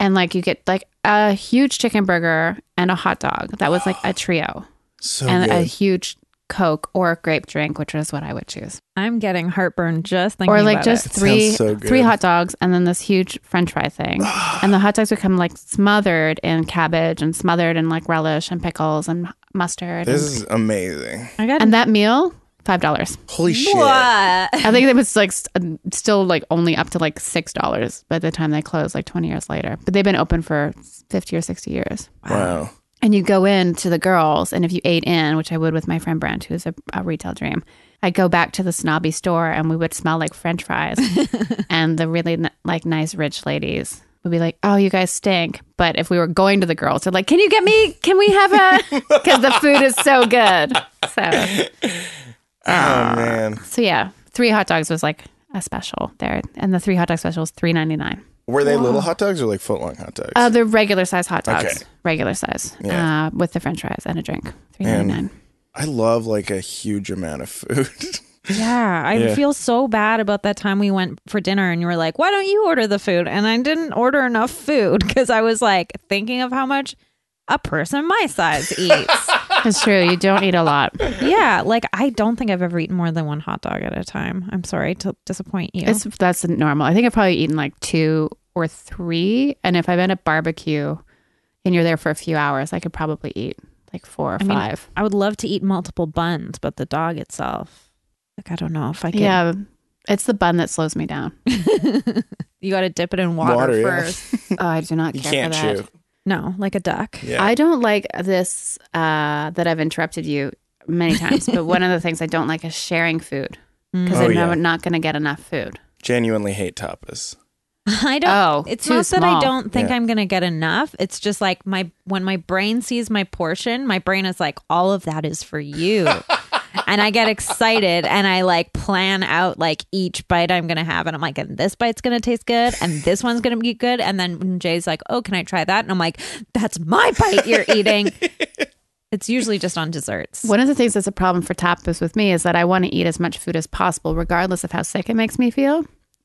[SPEAKER 5] and like you get like a huge chicken burger and a hot dog. That was like a trio,
[SPEAKER 4] So
[SPEAKER 5] and a
[SPEAKER 4] good.
[SPEAKER 5] huge Coke or grape drink, which is what I would choose,
[SPEAKER 1] I'm getting heartburn just thinking
[SPEAKER 5] or like
[SPEAKER 1] about
[SPEAKER 5] just
[SPEAKER 1] it.
[SPEAKER 5] three
[SPEAKER 4] sounds so good.
[SPEAKER 5] three hot dogs and then this huge French fry thing, and the hot dogs would come like smothered in cabbage and smothered in like relish and pickles and mustard,
[SPEAKER 4] this
[SPEAKER 5] and,
[SPEAKER 4] is amazing.
[SPEAKER 1] I got
[SPEAKER 5] and that meal. Five dollars.
[SPEAKER 4] Holy shit!
[SPEAKER 1] what?
[SPEAKER 5] I think it was like st- still like only up to like six dollars by the time they closed, like twenty years later. But they've been open for fifty or sixty years.
[SPEAKER 4] Wow.
[SPEAKER 5] and you go in to the girls and if you ate in which i would with my friend brent who's a, a retail dream i'd go back to the snobby store and we would smell like french fries and the really n- like nice rich ladies would be like oh you guys stink but if we were going to the girls they're like can you get me can we have a because the food is so good so
[SPEAKER 4] Oh man,
[SPEAKER 5] so yeah three hot dogs was like a special there and the three hot dog special was 3.99
[SPEAKER 4] were they little hot dogs or like foot long hot dogs?
[SPEAKER 5] uh, the regular size hot dogs
[SPEAKER 4] Okay.
[SPEAKER 5] regular size
[SPEAKER 4] Yeah.
[SPEAKER 5] uh, with the french fries and a drink
[SPEAKER 4] And-
[SPEAKER 5] 3.99
[SPEAKER 4] I love like a huge amount of food.
[SPEAKER 1] Yeah, I
[SPEAKER 4] Yeah.
[SPEAKER 1] feel so bad about that time we went for dinner and you were like, "Why don't you order the food?" And I didn't order enough food because I was like thinking of how much a person my size eats.
[SPEAKER 5] It's true. You don't eat a lot.
[SPEAKER 1] yeah, like I don't think I've ever eaten more than one hot dog at a time. I'm sorry to disappoint you.
[SPEAKER 5] It's that's normal. I think I've probably eaten like two or three. And if I'm at a barbecue and you're there for a few hours, I could probably eat like four or
[SPEAKER 1] I mean,
[SPEAKER 5] five.
[SPEAKER 1] I would love to eat multiple buns, but the dog itself, like I don't know if I can.
[SPEAKER 5] yeah. It's the bun that slows me down.
[SPEAKER 1] you got to dip it in water,
[SPEAKER 4] Water, yeah.
[SPEAKER 1] first.
[SPEAKER 5] Oh, I do not
[SPEAKER 4] You
[SPEAKER 5] care
[SPEAKER 4] can't
[SPEAKER 5] for that.
[SPEAKER 4] chew.
[SPEAKER 1] No, like a duck.
[SPEAKER 4] Yeah.
[SPEAKER 5] I don't like this uh, that I've interrupted you many times, but one of the things I don't like is sharing food because
[SPEAKER 4] Oh,
[SPEAKER 5] I'm
[SPEAKER 4] yeah.
[SPEAKER 5] never- not going to get enough food.
[SPEAKER 4] Genuinely hate tapas.
[SPEAKER 1] I don't.
[SPEAKER 5] Oh,
[SPEAKER 1] it's
[SPEAKER 5] too
[SPEAKER 1] not that I
[SPEAKER 5] small.
[SPEAKER 1] don't think
[SPEAKER 4] Yeah.
[SPEAKER 1] I'm gonna get enough. It's just like my when my brain sees my portion, my brain is like, all of that is for you, and I get excited and I like plan out like each bite I'm gonna have, and I'm like, and this bite's gonna taste good, and this one's gonna be good, and then when Jay's like, oh, can I try that? And I'm like, that's my bite you're eating. it's usually just on desserts.
[SPEAKER 5] One of the things that's a problem for tapas with me is that I want to eat as much food as possible, regardless of how sick it makes me feel.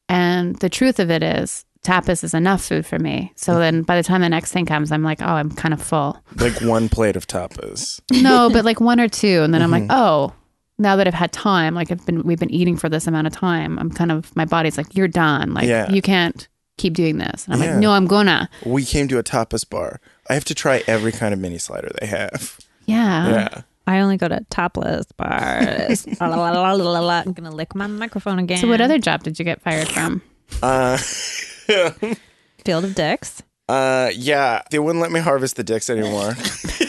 [SPEAKER 5] And the truth of it is, tapas is enough food for me. So then by the time the next thing comes, I'm like, oh, I'm kind of full.
[SPEAKER 4] Like one plate of tapas.
[SPEAKER 5] No, but like one or two. And then I'm
[SPEAKER 4] Mm-hmm.
[SPEAKER 5] like, oh, now that I've had time, like I've been, we've been eating for this amount of time, I'm kind of, my body's like, you're done. Like,
[SPEAKER 4] Yeah.
[SPEAKER 5] you can't keep doing this. And I'm
[SPEAKER 4] Yeah.
[SPEAKER 5] like, no, I'm gonna.
[SPEAKER 4] We came to a tapas bar. I have to try every kind of mini slider they have.
[SPEAKER 5] Yeah.
[SPEAKER 4] Yeah.
[SPEAKER 1] I only go to topless bars. La, la, la, la, la, la. I'm gonna lick my microphone again.
[SPEAKER 5] So what other job did you get fired from?
[SPEAKER 4] Uh,
[SPEAKER 1] field of dicks?
[SPEAKER 4] uh, yeah. They wouldn't let me harvest the dicks anymore.
[SPEAKER 5] It's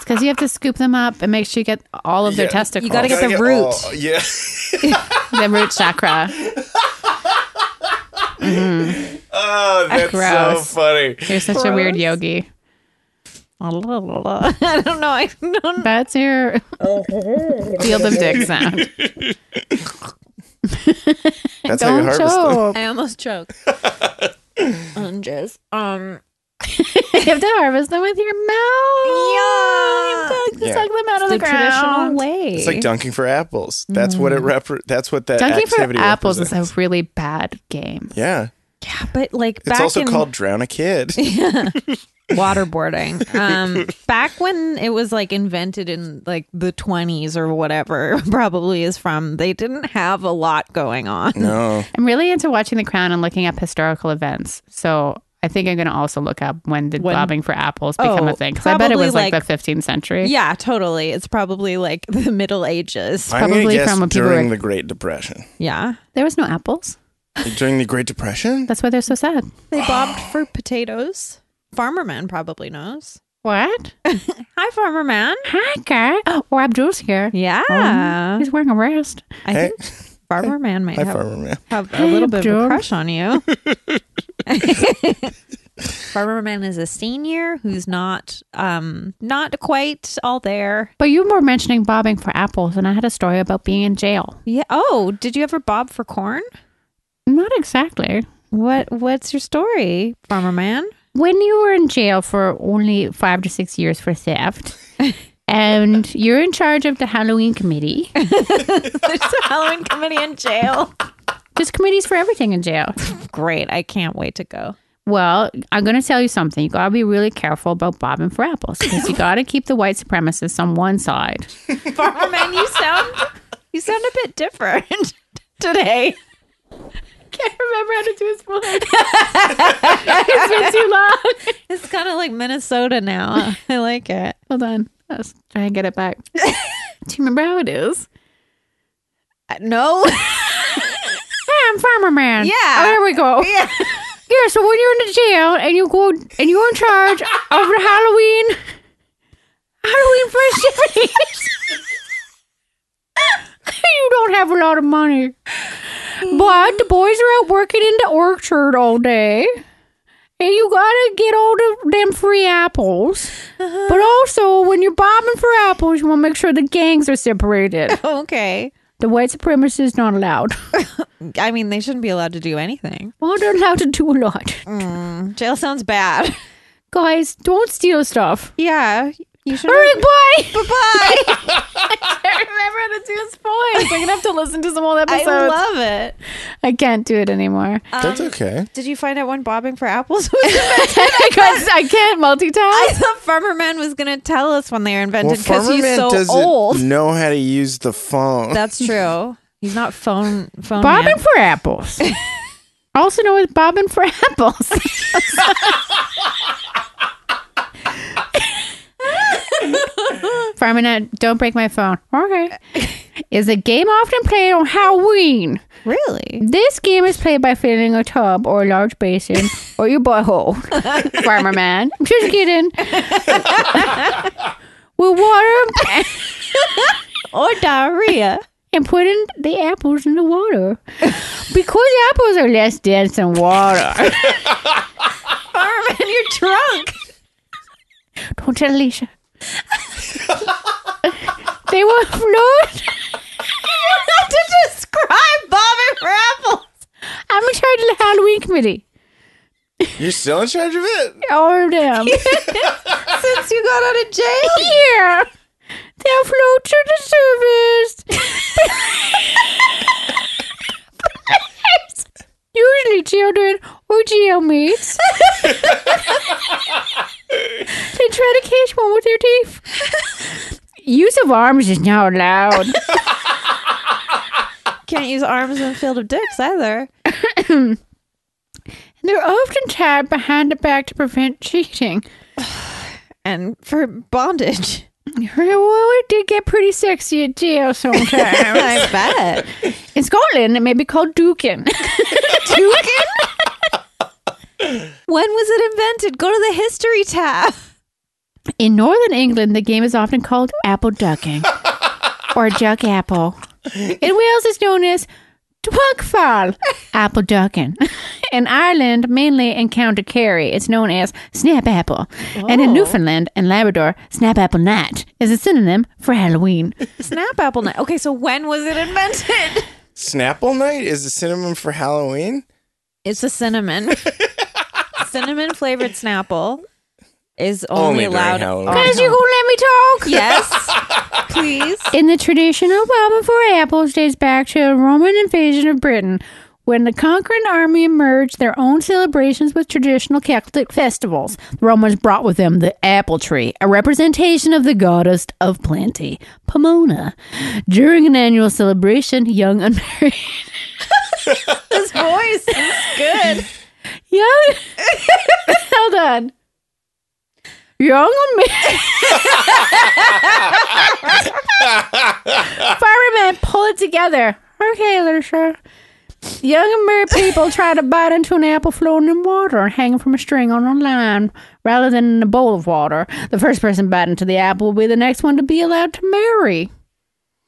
[SPEAKER 5] because you have to scoop them up and make sure you get all of their
[SPEAKER 4] Oh, Yeah.
[SPEAKER 5] testicles.
[SPEAKER 1] You gotta get
[SPEAKER 4] Gotta
[SPEAKER 1] the root.
[SPEAKER 4] all- yeah.
[SPEAKER 5] the root chakra.
[SPEAKER 4] Oh, that's
[SPEAKER 5] Gross.
[SPEAKER 4] so funny.
[SPEAKER 5] You're such a weird yogi.
[SPEAKER 1] I don't know. I don't know.
[SPEAKER 5] That's your
[SPEAKER 4] Uh-huh.
[SPEAKER 5] field of dick sound.
[SPEAKER 4] That's how you
[SPEAKER 5] Don't
[SPEAKER 4] harvest them.
[SPEAKER 5] choke.
[SPEAKER 1] I almost choked. On jizz. Um.
[SPEAKER 5] you have to harvest them with your mouth.
[SPEAKER 1] Yeah.
[SPEAKER 5] You
[SPEAKER 4] Yeah.
[SPEAKER 5] suck them out of the,
[SPEAKER 1] The traditional
[SPEAKER 5] ground.
[SPEAKER 1] way.
[SPEAKER 4] It's like dunking for apples. That's what it repre- That's what that
[SPEAKER 5] Dunking for
[SPEAKER 4] activity
[SPEAKER 5] apples is a
[SPEAKER 4] represents.
[SPEAKER 5] really bad game.
[SPEAKER 4] yeah.
[SPEAKER 1] but like
[SPEAKER 4] It's
[SPEAKER 1] back
[SPEAKER 4] also
[SPEAKER 1] in
[SPEAKER 4] called drown a kid.
[SPEAKER 1] waterboarding. Um, back when it was like invented in like the 20s or whatever, probably is from. They didn't have a lot going on.
[SPEAKER 4] no.
[SPEAKER 5] I'm really into watching The Crown and looking up historical events. So I think I'm going to also look up when did
[SPEAKER 1] When-
[SPEAKER 5] bobbing for apples become
[SPEAKER 1] Oh,
[SPEAKER 5] a thing? Because I bet it
[SPEAKER 1] probably
[SPEAKER 5] was like,
[SPEAKER 1] like-
[SPEAKER 5] the 15th century.
[SPEAKER 1] Yeah, totally. It's probably like the Middle Ages.
[SPEAKER 4] I'm gonna
[SPEAKER 5] probably
[SPEAKER 4] guess
[SPEAKER 5] from when people
[SPEAKER 4] during
[SPEAKER 5] were-
[SPEAKER 4] the Great Depression.
[SPEAKER 1] Yeah.
[SPEAKER 5] There was no apples.
[SPEAKER 4] during the Great Depression?
[SPEAKER 5] That's why they're so sad.
[SPEAKER 1] They bobbed for potatoes. Farmer Man probably knows.
[SPEAKER 5] What?
[SPEAKER 1] Hi, Farmer Man.
[SPEAKER 5] Hi, guy. Oh, or Abdul's here.
[SPEAKER 1] Yeah.
[SPEAKER 5] Um, he's wearing a vest.
[SPEAKER 1] I
[SPEAKER 4] Hey.
[SPEAKER 1] think Farmer Man might
[SPEAKER 4] Hi,
[SPEAKER 1] have,
[SPEAKER 4] farmer man.
[SPEAKER 1] have a little bit of a
[SPEAKER 5] Abdul.
[SPEAKER 1] crush on you. Farmer Man is a senior who's not um not quite all there.
[SPEAKER 5] But you were mentioning bobbing for apples, and I had a story about being in jail.
[SPEAKER 1] Yeah. Oh, did you ever bob for corn?
[SPEAKER 5] Not exactly.
[SPEAKER 1] What what's your story, Farmer Man?
[SPEAKER 5] When you were in jail for only five to six years for theft, and you're in charge of the Halloween committee,
[SPEAKER 1] There's a Halloween committee in jail.
[SPEAKER 5] there's committees for everything in jail.
[SPEAKER 1] Great. I can't wait to go.
[SPEAKER 5] Well, I'm going to tell you something. You got to be really careful about bobbing for apples because you got to keep the white supremacists on one side.
[SPEAKER 1] Farmer Man, you sound you sound a bit different today.
[SPEAKER 5] Can't remember how to do his voice. it's been too long.
[SPEAKER 1] It's kind of like Minnesota now. I like it.
[SPEAKER 5] Hold on. Let's try and get it back. Do you remember how it is?
[SPEAKER 1] No.
[SPEAKER 5] I'm Farmer Man.
[SPEAKER 1] Yeah.
[SPEAKER 5] Oh, there we go.
[SPEAKER 1] Yeah.
[SPEAKER 5] Yeah, so when you're in the jail and you go and you're in charge of the Halloween Halloween festivities, you don't have a lot of money. But the boys are out working in the orchard all day. And you gotta get all the, them free apples.
[SPEAKER 6] Uh-huh.
[SPEAKER 5] But also, when you're bobbing for apples, you wanna make sure the gangs are separated.
[SPEAKER 1] Okay.
[SPEAKER 5] The white supremacists is not allowed.
[SPEAKER 1] I mean, they shouldn't be allowed to do anything.
[SPEAKER 5] Well, they're allowed to do a lot.
[SPEAKER 1] Jail sounds bad.
[SPEAKER 5] Guys, don't steal stuff.
[SPEAKER 1] Yeah. You should.
[SPEAKER 5] All right, bye.
[SPEAKER 1] Bye.
[SPEAKER 5] I remember how to do his voice. I'm gonna have to listen to some old
[SPEAKER 1] I
[SPEAKER 5] episodes. I,
[SPEAKER 1] love it.
[SPEAKER 5] can't do it anymore.
[SPEAKER 4] That's okay.
[SPEAKER 1] Did you find out when bobbing for apples was invented?
[SPEAKER 5] I, can't, I can't
[SPEAKER 1] I
[SPEAKER 5] multitask.
[SPEAKER 1] thought Farmer Man was going to tell us when they were
[SPEAKER 4] Well,
[SPEAKER 1] invented because
[SPEAKER 4] farmer
[SPEAKER 1] he's
[SPEAKER 4] man
[SPEAKER 1] so
[SPEAKER 4] doesn't
[SPEAKER 1] old.
[SPEAKER 4] know how to use the phone.
[SPEAKER 1] That's true. He's not phone phone.
[SPEAKER 5] Bobbing
[SPEAKER 1] man.
[SPEAKER 5] for apples. also known as bobbing for apples. Farmina, uh, don't break my phone. Okay. Is a game often played on Halloween.
[SPEAKER 1] Really?
[SPEAKER 5] This game is played by filling a tub or a large basin or your butthole, Farmer Man. Just kidding. With water
[SPEAKER 1] Or diarrhea?
[SPEAKER 5] and putting the apples in the water because apples are less dense than water.
[SPEAKER 1] Farmer Man, you're drunk.
[SPEAKER 5] Don't tell Alicia. they will float.
[SPEAKER 1] You have to describe bobbing for apples.
[SPEAKER 5] I'm in charge of the Halloween committee.
[SPEAKER 4] You're still in charge of it.
[SPEAKER 5] All of them.
[SPEAKER 1] Since you got out of jail.
[SPEAKER 5] Yeah. They'll float to the surface. Usually children or jailmates. they try to catch one with their teeth. Use of arms is not allowed.
[SPEAKER 1] Can't use arms in a field of dicks either.
[SPEAKER 5] They're often tied behind the back to prevent cheating.
[SPEAKER 1] and for bondage.
[SPEAKER 3] Well, it did get pretty sexy at jail sometimes.
[SPEAKER 1] I bet.
[SPEAKER 3] In Scotland, it may be called duking.
[SPEAKER 1] When was it invented? Go to the history tab.
[SPEAKER 5] In northern England, the game is often called apple ducking or duck apple. In Wales, it's known as twugfall, apple ducking. In Ireland, mainly in County Kerry, it's known as snap apple. And in Newfoundland and Labrador, snap apple night is a synonym for Halloween.
[SPEAKER 1] Snap apple night. Okay, so when was it invented?
[SPEAKER 4] Snapple night is the cinnamon for Halloween.
[SPEAKER 1] It's a cinnamon. cinnamon flavored Snapple is
[SPEAKER 4] Only
[SPEAKER 1] only,
[SPEAKER 4] during
[SPEAKER 1] allowed.
[SPEAKER 4] Halloween.
[SPEAKER 1] on
[SPEAKER 4] Guys,
[SPEAKER 3] Is you
[SPEAKER 1] Halloween.
[SPEAKER 3] gonna let me talk?
[SPEAKER 1] Yes. Please.
[SPEAKER 5] In the tradition of Baba for apples dates back to the Roman invasion of Britain, when the conquering army merged their own celebrations with traditional Celtic festivals. The Romans brought with them the apple tree, a representation of the goddess of plenty, Pomona. During an annual celebration, young unmarried
[SPEAKER 1] His voice is good.
[SPEAKER 5] young Hold on. Young unmarried firemen pull it together. Okay, Alicia. Young unmarried people try to bite into an apple floating in water and hanging from a string on a line rather than in a bowl of water. The first person biting into the apple will be the next one to be allowed to marry.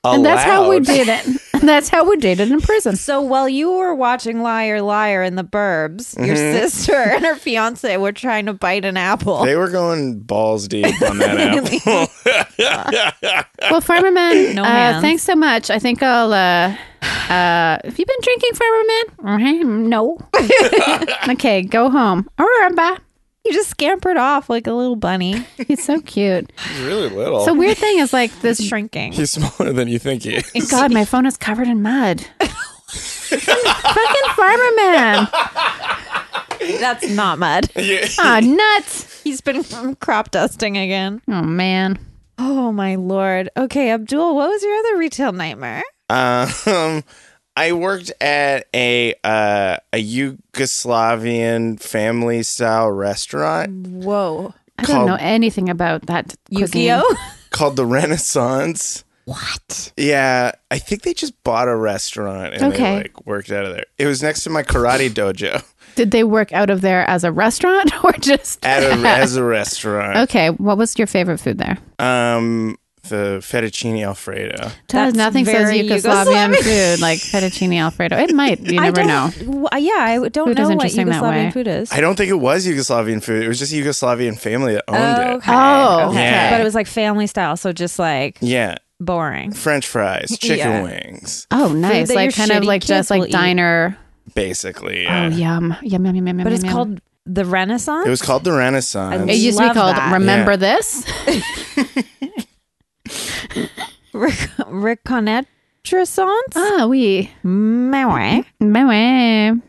[SPEAKER 4] Oh,
[SPEAKER 5] And that's how we
[SPEAKER 4] Allowed.
[SPEAKER 5] did it. And that's how we did it in prison.
[SPEAKER 1] So while you were watching Liar Liar in the Burbs, your
[SPEAKER 4] Mm-hmm.
[SPEAKER 1] sister and her fiance were trying to bite an apple.
[SPEAKER 4] They were going balls deep on that apple.
[SPEAKER 5] Well, Farmerman,
[SPEAKER 1] No
[SPEAKER 5] uh,
[SPEAKER 1] hands.
[SPEAKER 5] thanks so much. I think I'll. Uh, uh, have you been drinking, Farmerman? Mhm, No. okay, go home. All right, bye.
[SPEAKER 1] You just scampered off like a little bunny.
[SPEAKER 5] He's so cute.
[SPEAKER 4] He's really little.
[SPEAKER 5] So weird thing is like
[SPEAKER 1] It's
[SPEAKER 5] this.
[SPEAKER 1] shrinking.
[SPEAKER 4] He's smaller than you think he is.
[SPEAKER 5] God, my phone is covered in mud. Fucking Farmerman.
[SPEAKER 1] That's not mud.
[SPEAKER 5] Oh, nuts.
[SPEAKER 1] He's been crop dusting again.
[SPEAKER 5] Oh man.
[SPEAKER 1] Oh my lord. Okay, Abdul, what was your other retail nightmare?
[SPEAKER 4] Um, I worked at a uh, a Yugoslavian family style restaurant
[SPEAKER 1] Whoa.
[SPEAKER 5] I don't know
[SPEAKER 4] Called-
[SPEAKER 5] anything about that. cuisine.
[SPEAKER 1] Yu-Gi-Oh?
[SPEAKER 4] called the Renaissance. What? Yeah, I think they just bought a restaurant and
[SPEAKER 5] Okay.
[SPEAKER 4] they like worked out of there. It was next to my karate dojo
[SPEAKER 5] Did they work out of there as a restaurant or just?
[SPEAKER 4] at a, as a restaurant.
[SPEAKER 5] Okay, what was your favorite food there?
[SPEAKER 4] Um, the fettuccine alfredo.
[SPEAKER 5] Does
[SPEAKER 1] That's
[SPEAKER 5] nothing says
[SPEAKER 1] very
[SPEAKER 5] Yugoslavian
[SPEAKER 1] Yugoslav.
[SPEAKER 5] food like fettuccine alfredo. It might. You never know.
[SPEAKER 1] know. yeah, I don't
[SPEAKER 5] Food is
[SPEAKER 1] know what
[SPEAKER 5] interesting that way.
[SPEAKER 1] Yugoslavian food is.
[SPEAKER 4] I don't think it was Yugoslavian food. It was just a Yugoslavian family that owned it.
[SPEAKER 5] Oh, okay.
[SPEAKER 4] Yeah.
[SPEAKER 1] But it was like family style, so just like
[SPEAKER 4] Yeah,
[SPEAKER 1] boring.
[SPEAKER 4] French fries, chicken
[SPEAKER 1] Yeah.
[SPEAKER 4] wings,
[SPEAKER 5] Oh, nice.
[SPEAKER 1] that
[SPEAKER 5] Like
[SPEAKER 1] your
[SPEAKER 5] kind of
[SPEAKER 1] shitty
[SPEAKER 5] like
[SPEAKER 1] kids
[SPEAKER 5] just like
[SPEAKER 1] will eat.
[SPEAKER 5] diner.
[SPEAKER 4] basically.
[SPEAKER 5] Oh,
[SPEAKER 4] Yeah.
[SPEAKER 5] yum. Yum, yum, yum, yum.
[SPEAKER 1] But it's
[SPEAKER 5] yum, yum.
[SPEAKER 1] called the Renaissance.
[SPEAKER 4] It was called the Renaissance.
[SPEAKER 5] It used to
[SPEAKER 1] Love
[SPEAKER 5] be called
[SPEAKER 1] that.
[SPEAKER 5] Remember
[SPEAKER 4] Yeah.
[SPEAKER 5] This?
[SPEAKER 1] Reconnaissance.
[SPEAKER 5] Ah, we.
[SPEAKER 1] Maui.
[SPEAKER 5] Mwah.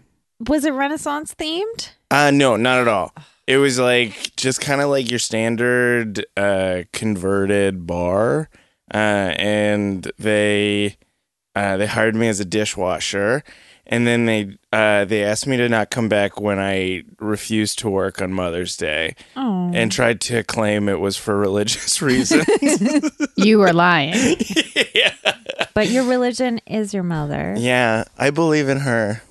[SPEAKER 1] Was it Renaissance themed?
[SPEAKER 4] Uh no, not at all. It was like just kind of like your standard uh converted bar. Uh and they uh they hired me as a dishwasher and then they uh they asked me to not come back when I refused to work on Mother's Day
[SPEAKER 1] Oh.
[SPEAKER 4] and tried to claim it was for religious reasons.
[SPEAKER 5] You were lying.
[SPEAKER 1] But your religion is your mother.
[SPEAKER 4] yeah, I believe in her.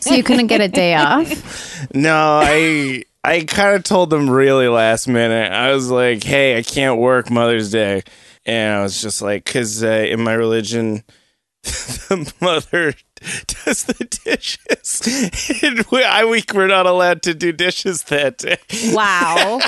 [SPEAKER 5] So you couldn't get a day off.
[SPEAKER 4] No, I I kind of told them really last minute. I was like, "Hey, I can't work Mother's Day," and I was just like, "Cause uh, in my religion, the mother does the dishes, and we, I we were not allowed to do dishes that day."
[SPEAKER 1] Wow.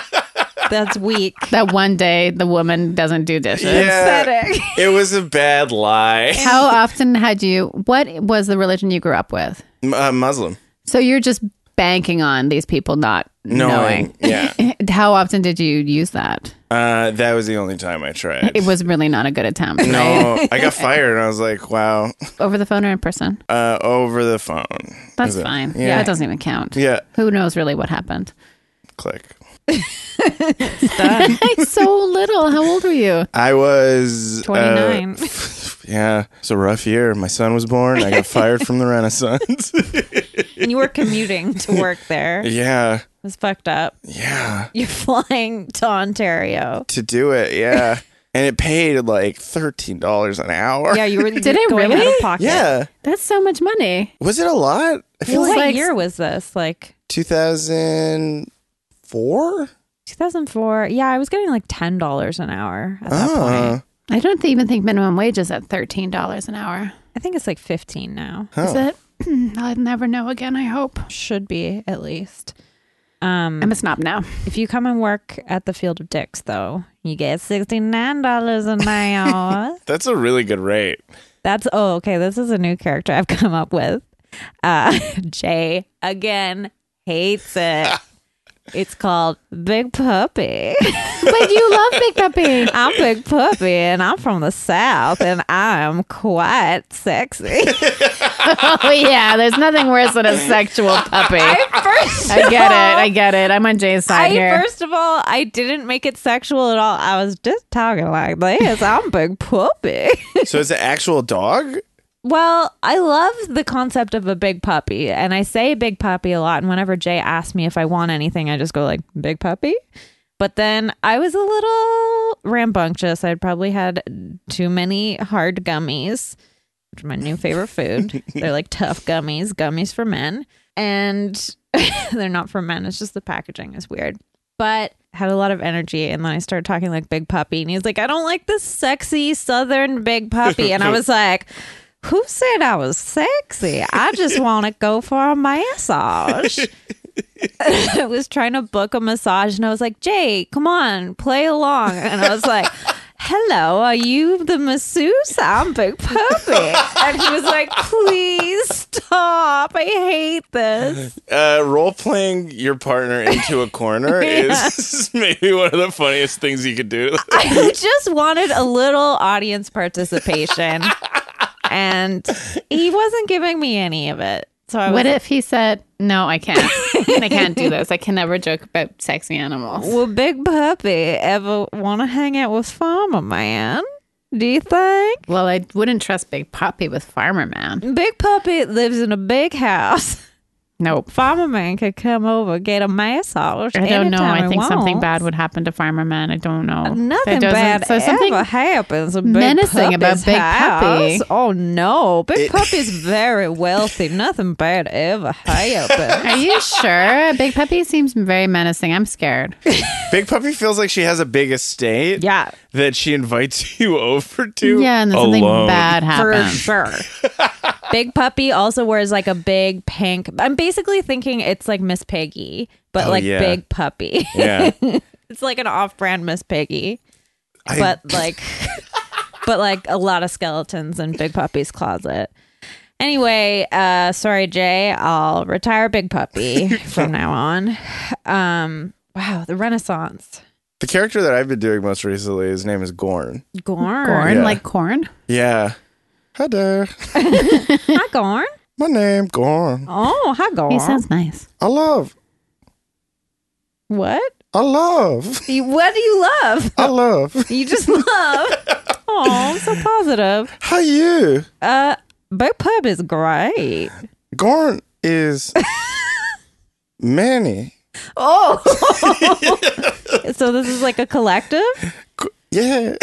[SPEAKER 1] That's weak.
[SPEAKER 5] That one day the woman doesn't do dishes. uh,
[SPEAKER 4] Yeah, it was a bad lie.
[SPEAKER 5] How often had you, what was the religion you grew up with?
[SPEAKER 4] M- Uh, Muslim,
[SPEAKER 5] So you're just banking on these people not knowing.
[SPEAKER 4] knowing, yeah,
[SPEAKER 5] How often did you use that?
[SPEAKER 4] uh, that was the only time I tried.
[SPEAKER 5] It was really not a good attempt. right?
[SPEAKER 4] no, I got fired, and I was like, "Wow!"
[SPEAKER 5] Over the phone or in person?
[SPEAKER 4] Uh, over the phone.
[SPEAKER 5] That's
[SPEAKER 4] Is it-
[SPEAKER 5] fine.
[SPEAKER 4] Yeah.
[SPEAKER 5] Yeah. that doesn't even count.
[SPEAKER 4] Yeah,
[SPEAKER 5] Who knows really what happened?
[SPEAKER 4] click.
[SPEAKER 5] I'm so little. How old were you?
[SPEAKER 4] I was uh,
[SPEAKER 1] 29.
[SPEAKER 4] yeah, it's a rough year. My son was born. I got fired from the Renaissance.
[SPEAKER 1] and you were commuting to work there. It
[SPEAKER 4] Yeah.
[SPEAKER 1] was fucked up.
[SPEAKER 4] Yeah.
[SPEAKER 1] You're flying to Ontario.
[SPEAKER 4] To do it. Yeah. and it paid like $13 an hour.
[SPEAKER 1] Yeah, you were. Did
[SPEAKER 5] it
[SPEAKER 1] going Out
[SPEAKER 5] really?
[SPEAKER 1] of pocket.
[SPEAKER 4] Yeah.
[SPEAKER 5] That's so much money.
[SPEAKER 4] Was it a lot? I feel
[SPEAKER 1] What
[SPEAKER 4] like
[SPEAKER 5] like-
[SPEAKER 1] year was this? Like
[SPEAKER 4] 2004?
[SPEAKER 1] 2004. Yeah, I was getting like ten dollars an hour at that
[SPEAKER 4] Oh.
[SPEAKER 1] point.
[SPEAKER 5] I don't even think minimum wage is at thirteen dollars an hour.
[SPEAKER 1] I think it's like fifteen now.
[SPEAKER 5] Is it? I'll never know again. I hope.
[SPEAKER 1] Should be at least. Um,
[SPEAKER 5] I'm a snob now.
[SPEAKER 1] If you come and work at the Field of Dicks, though, you get $69 an hour.
[SPEAKER 4] That's a really good rate.
[SPEAKER 1] That's, oh, okay. This is a new character I've come up with. Uh, Jay, again, hates it. It's called Big Puppy.
[SPEAKER 5] But you love Big Puppy.
[SPEAKER 1] I'm Big Puppy and I'm from the South and I'm quite sexy.
[SPEAKER 5] Oh yeah, there's nothing worse than a sexual puppy. I,
[SPEAKER 1] First
[SPEAKER 5] get it. I get it. I'm on Jay's side
[SPEAKER 1] I,
[SPEAKER 5] here.
[SPEAKER 1] first of all, I didn't make it sexual at all. I was just talking like this. I'm Big Puppy.
[SPEAKER 4] So it's an actual dog?
[SPEAKER 1] Well, I love the concept of a big puppy, and I say big puppy a lot. And whenever Jay asks me if I want anything, I just go like big puppy. But then I was a little rambunctious. I'd probably had too many hard gummies, which are my new favorite food. they're like tough gummies, gummies for men, and they're not for men. It's just the packaging is weird. But had a lot of energy, and then I started talking like big puppy, and he's like, "I don't like this sexy southern big puppy," and I was like. Who said I was sexy? I just want to go for a massage. I was trying to book a massage and I was like, Jay, come on, play along. And I was like, Hello, are you the masseuse? I'm Big Puppy. And he was like, Please stop. I hate this.
[SPEAKER 4] Uh, role playing your partner into a corner is maybe one of the funniest things you could do.
[SPEAKER 1] I just wanted a little audience participation. And he wasn't giving me any of it. So I was
[SPEAKER 5] What if he said, "No, I can't. I can't do this. I can never joke about sexy animals."
[SPEAKER 1] Will Big Puppy ever want to hang out with Farmer Man? Do you think?
[SPEAKER 5] Well, I wouldn't trust Big Puppy with Farmer Man.
[SPEAKER 1] Big Puppy lives in a big house.
[SPEAKER 5] Nope.
[SPEAKER 1] Farmer Man could come over, get a massage.
[SPEAKER 5] I don't know.
[SPEAKER 1] anytime
[SPEAKER 5] I
[SPEAKER 1] he
[SPEAKER 5] think something
[SPEAKER 1] wants.
[SPEAKER 5] bad would happen to Farmer Man. I don't know. That doesn't-
[SPEAKER 1] Nothing bad
[SPEAKER 5] So something
[SPEAKER 1] ever happens. in Big
[SPEAKER 5] menacing about
[SPEAKER 1] Puppy's
[SPEAKER 5] Big
[SPEAKER 1] house.
[SPEAKER 5] Puppy.
[SPEAKER 1] Oh no, Big Puppy's very wealthy. Nothing bad ever happens.
[SPEAKER 5] Are you sure? Big Puppy seems very menacing. I'm scared.
[SPEAKER 4] Big Puppy feels like she has a big estate
[SPEAKER 1] yeah,
[SPEAKER 4] that she invites you over to.
[SPEAKER 5] Yeah, and then something
[SPEAKER 4] alone.
[SPEAKER 5] bad
[SPEAKER 1] for
[SPEAKER 5] happens.
[SPEAKER 1] sure. Big Puppy also wears like a big pink. I'm basically thinking it's like Miss Piggy, but
[SPEAKER 4] Oh,
[SPEAKER 1] like
[SPEAKER 4] yeah.
[SPEAKER 1] Big Puppy.
[SPEAKER 4] Yeah.
[SPEAKER 1] it's like an off-brand Miss Piggy,
[SPEAKER 4] I-
[SPEAKER 1] but like, but like a lot of skeletons in Big Puppy's closet. Anyway, uh, sorry Jay, I'll retire Big Puppy from now on. Um, wow, the Renaissance.
[SPEAKER 4] The character that I've been doing most recently, his name is Gorn.
[SPEAKER 1] Gorn,
[SPEAKER 5] Corn,
[SPEAKER 4] Yeah.
[SPEAKER 5] like corn.
[SPEAKER 4] Yeah. Hi there.
[SPEAKER 1] hi Gorn.
[SPEAKER 4] My name Gorn.
[SPEAKER 1] Oh, hi Gorn.
[SPEAKER 5] He sounds nice.
[SPEAKER 4] I love.
[SPEAKER 1] what?
[SPEAKER 4] I love.
[SPEAKER 1] You- What do you love?
[SPEAKER 5] Oh.
[SPEAKER 4] I love.
[SPEAKER 1] You just love. Oh, I'm so positive.
[SPEAKER 4] How you?
[SPEAKER 1] Uh, Big Pub is great.
[SPEAKER 4] Gorn is many.
[SPEAKER 1] Oh, so this is like a collective.
[SPEAKER 4] Yeah.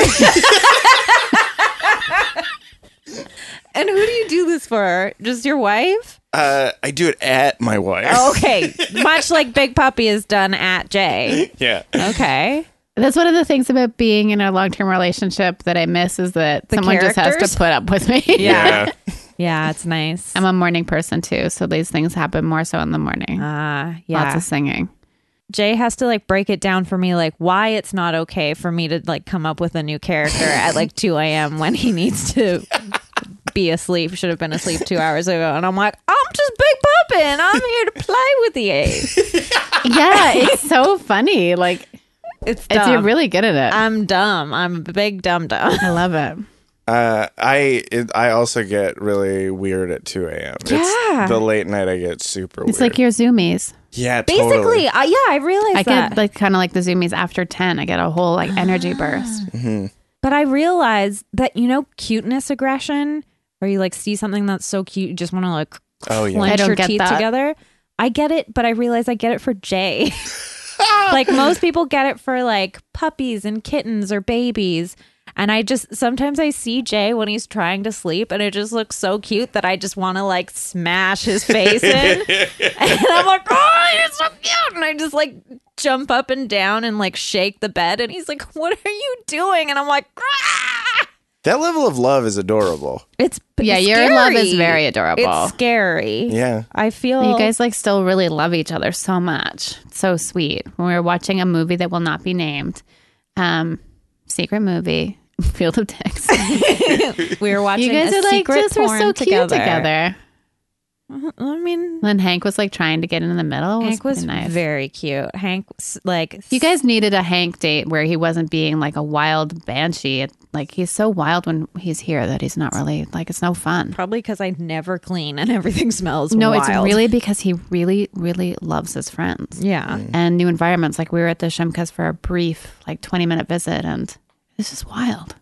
[SPEAKER 1] And who do you do this for? Just your wife?
[SPEAKER 4] Uh, I do it at my wife.
[SPEAKER 1] Oh, Okay, much like Big Puppy is done at Jay.
[SPEAKER 4] Yeah.
[SPEAKER 1] Okay,
[SPEAKER 5] That's one of the things about being in a long term relationship that I miss is that someone just has
[SPEAKER 1] characters?
[SPEAKER 5] to put up with me.
[SPEAKER 4] Yeah.
[SPEAKER 1] yeah, it's nice.
[SPEAKER 5] I'm a morning person too, so these things happen more so in the morning.
[SPEAKER 1] Ah,
[SPEAKER 5] Lots
[SPEAKER 1] yeah.
[SPEAKER 5] of singing.
[SPEAKER 1] Jay has to like break it down for me, like why it's not okay for me to like come up with a new character at like 2 a.m. when he needs to be asleep. Should have been asleep two hours ago. And I'm like, I'm just Big Puppy and I'm here to play with you.
[SPEAKER 5] yeah, it's so funny. Like,
[SPEAKER 1] It's
[SPEAKER 5] it's,
[SPEAKER 1] dumb.
[SPEAKER 5] you're really good at it.
[SPEAKER 1] I'm dumb. I'm a big dumb dumb.
[SPEAKER 5] I love it.
[SPEAKER 4] Uh, I it, I also get really weird at 2 a.m.
[SPEAKER 1] Yeah.
[SPEAKER 4] It's the late night I get super weird.
[SPEAKER 5] It's like your zoomies.
[SPEAKER 4] yeah,
[SPEAKER 1] Basically,
[SPEAKER 4] totally.
[SPEAKER 1] I, yeah, I realized
[SPEAKER 5] I
[SPEAKER 1] that.
[SPEAKER 5] get like kind of like the zoomies after ten. I get a whole like energy burst.
[SPEAKER 1] But I realized that you know cuteness aggression, where you like see something that's so cute, you just want to like
[SPEAKER 4] Oh yeah.
[SPEAKER 5] Like- I
[SPEAKER 1] clench
[SPEAKER 5] don't
[SPEAKER 1] your
[SPEAKER 5] get
[SPEAKER 1] teeth
[SPEAKER 5] that.
[SPEAKER 1] together. I get it, but I realize I get it for Jay. like most people get it for like puppies and kittens or babies. And I just sometimes I see Jay when he's trying to sleep and it just looks so cute that I just want to like smash his face in. and I'm like, oh, you're so cute. And I just like jump up and down and like shake the bed. And he's like, what are you doing? And I'm like, "Ah!"
[SPEAKER 4] that level of love is adorable.
[SPEAKER 1] it's
[SPEAKER 5] yeah,
[SPEAKER 1] it's
[SPEAKER 5] your love is
[SPEAKER 1] scary.
[SPEAKER 5] very adorable.
[SPEAKER 1] It's scary.
[SPEAKER 4] Yeah.
[SPEAKER 1] I feel
[SPEAKER 5] You guys like still really love each other so much. It's So sweet. When we were watching a movie that will not be named, um, secret movie, Field of Dicks.
[SPEAKER 1] we were watching
[SPEAKER 5] you guys
[SPEAKER 1] a
[SPEAKER 5] are like
[SPEAKER 1] secret
[SPEAKER 5] just were
[SPEAKER 1] porn
[SPEAKER 5] so cute together.
[SPEAKER 1] I mean,
[SPEAKER 5] And Hank was like trying to get in the middle. It
[SPEAKER 1] Hank was
[SPEAKER 5] pretty nice.
[SPEAKER 1] very cute. Hank, s- like
[SPEAKER 5] you guys needed a Hank date where he wasn't being like a wild banshee. Like he's so wild when he's here that he's not really like it's no fun.
[SPEAKER 1] probably because I never clean and everything smells.
[SPEAKER 5] No, it's
[SPEAKER 1] wild.
[SPEAKER 5] really because he really, really loves his friends.
[SPEAKER 1] yeah.
[SPEAKER 4] Mm.
[SPEAKER 5] and new environments. Like we were at the Shemkas for a brief, like 20 minute visit, and it's just wild.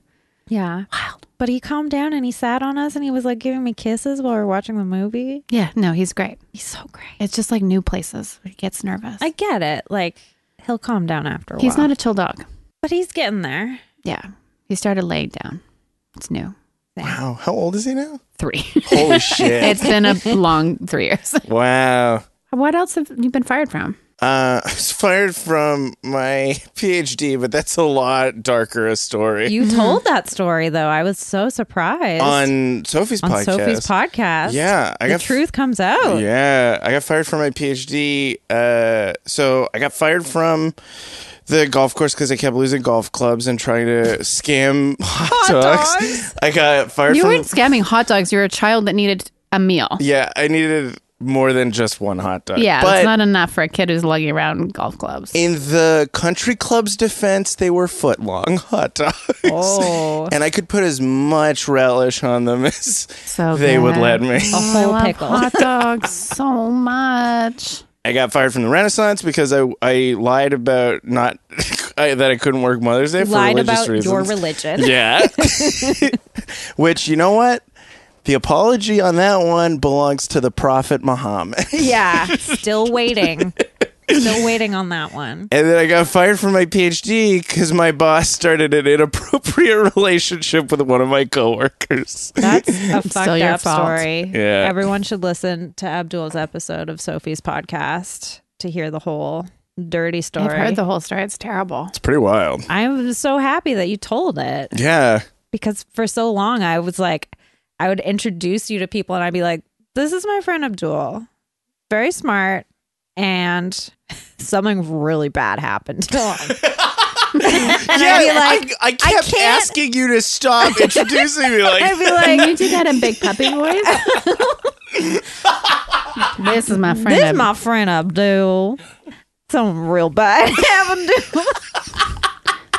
[SPEAKER 1] Yeah. Wow. But he calmed down and he sat on us and he was like giving me kisses while we were watching the movie.
[SPEAKER 5] Yeah, no, he's great.
[SPEAKER 1] He's so great.
[SPEAKER 5] It's just like new places. He gets nervous.
[SPEAKER 1] I get it. Like he'll calm down after a
[SPEAKER 5] he's
[SPEAKER 1] while.
[SPEAKER 5] not a chill dog.
[SPEAKER 1] but he's getting there.
[SPEAKER 5] Yeah, he started laying down. It's new.
[SPEAKER 4] Wow. How old is he now?
[SPEAKER 5] Three.
[SPEAKER 4] Holy shit.
[SPEAKER 5] it's been a long three years.
[SPEAKER 4] wow.
[SPEAKER 5] What else have you been fired from?
[SPEAKER 4] Uh, I was fired from my PhD, but that's a lot darker a story.
[SPEAKER 1] You told that story though. I was so surprised
[SPEAKER 4] Mm-hmm. on Sophie's
[SPEAKER 1] On
[SPEAKER 4] podcast.
[SPEAKER 1] Sophie's podcast.
[SPEAKER 4] Yeah, I
[SPEAKER 1] the
[SPEAKER 4] got f-
[SPEAKER 1] truth comes out.
[SPEAKER 4] Yeah, I got fired from my PhD. Uh, so I got fired from the golf course because I kept losing golf clubs and trying to scam hot, dogs. I got fired
[SPEAKER 5] You
[SPEAKER 4] from.
[SPEAKER 5] weren't scamming hot dogs. You're a child that needed a meal.
[SPEAKER 4] yeah, I needed more than just one hot dog.
[SPEAKER 5] Yeah,
[SPEAKER 4] but
[SPEAKER 5] it's not enough for a kid who's lugging around golf clubs.
[SPEAKER 4] in the country club's defense, they were foot long hot dogs.
[SPEAKER 1] Oh,
[SPEAKER 4] And I could put as much relish on them as
[SPEAKER 5] so
[SPEAKER 4] they would
[SPEAKER 5] good. Oh,
[SPEAKER 4] let me.
[SPEAKER 1] a
[SPEAKER 5] I
[SPEAKER 1] whole
[SPEAKER 5] love
[SPEAKER 1] pickle.
[SPEAKER 5] hot dogs so much.
[SPEAKER 4] I got fired from the Renaissance because I I lied about not I, that I couldn't work Mother's Day for
[SPEAKER 1] Lied
[SPEAKER 4] religious
[SPEAKER 1] about
[SPEAKER 4] reasons.
[SPEAKER 1] your religion.
[SPEAKER 4] yeah. Which you know what? The apology on that one belongs to the Prophet Muhammad.
[SPEAKER 1] Yeah, still waiting. Still waiting on that one.
[SPEAKER 4] And then I got fired from my PhD because my boss started an inappropriate relationship with one of my coworkers.
[SPEAKER 1] That's a fucked
[SPEAKER 5] your
[SPEAKER 1] up
[SPEAKER 5] fault.
[SPEAKER 1] story.
[SPEAKER 4] Yeah.
[SPEAKER 1] Everyone should listen to Abdul's episode of Sophie's podcast to hear the whole dirty story.
[SPEAKER 5] I've heard the whole story. It's terrible.
[SPEAKER 4] It's pretty wild.
[SPEAKER 1] I'm so happy that you told it
[SPEAKER 4] Yeah.
[SPEAKER 1] because for so long I was like, I would introduce you to people and I'd be like, this is my friend Abdul, very smart, and something really bad happened to him. and I'd be like,
[SPEAKER 4] I, I kept
[SPEAKER 1] can't-
[SPEAKER 4] asking you to stop introducing me. Like,
[SPEAKER 1] I'd be like,
[SPEAKER 5] Can you do that in big puppy voice? this is my friend.
[SPEAKER 1] This is my friend Abdul. Something real bad happened to him.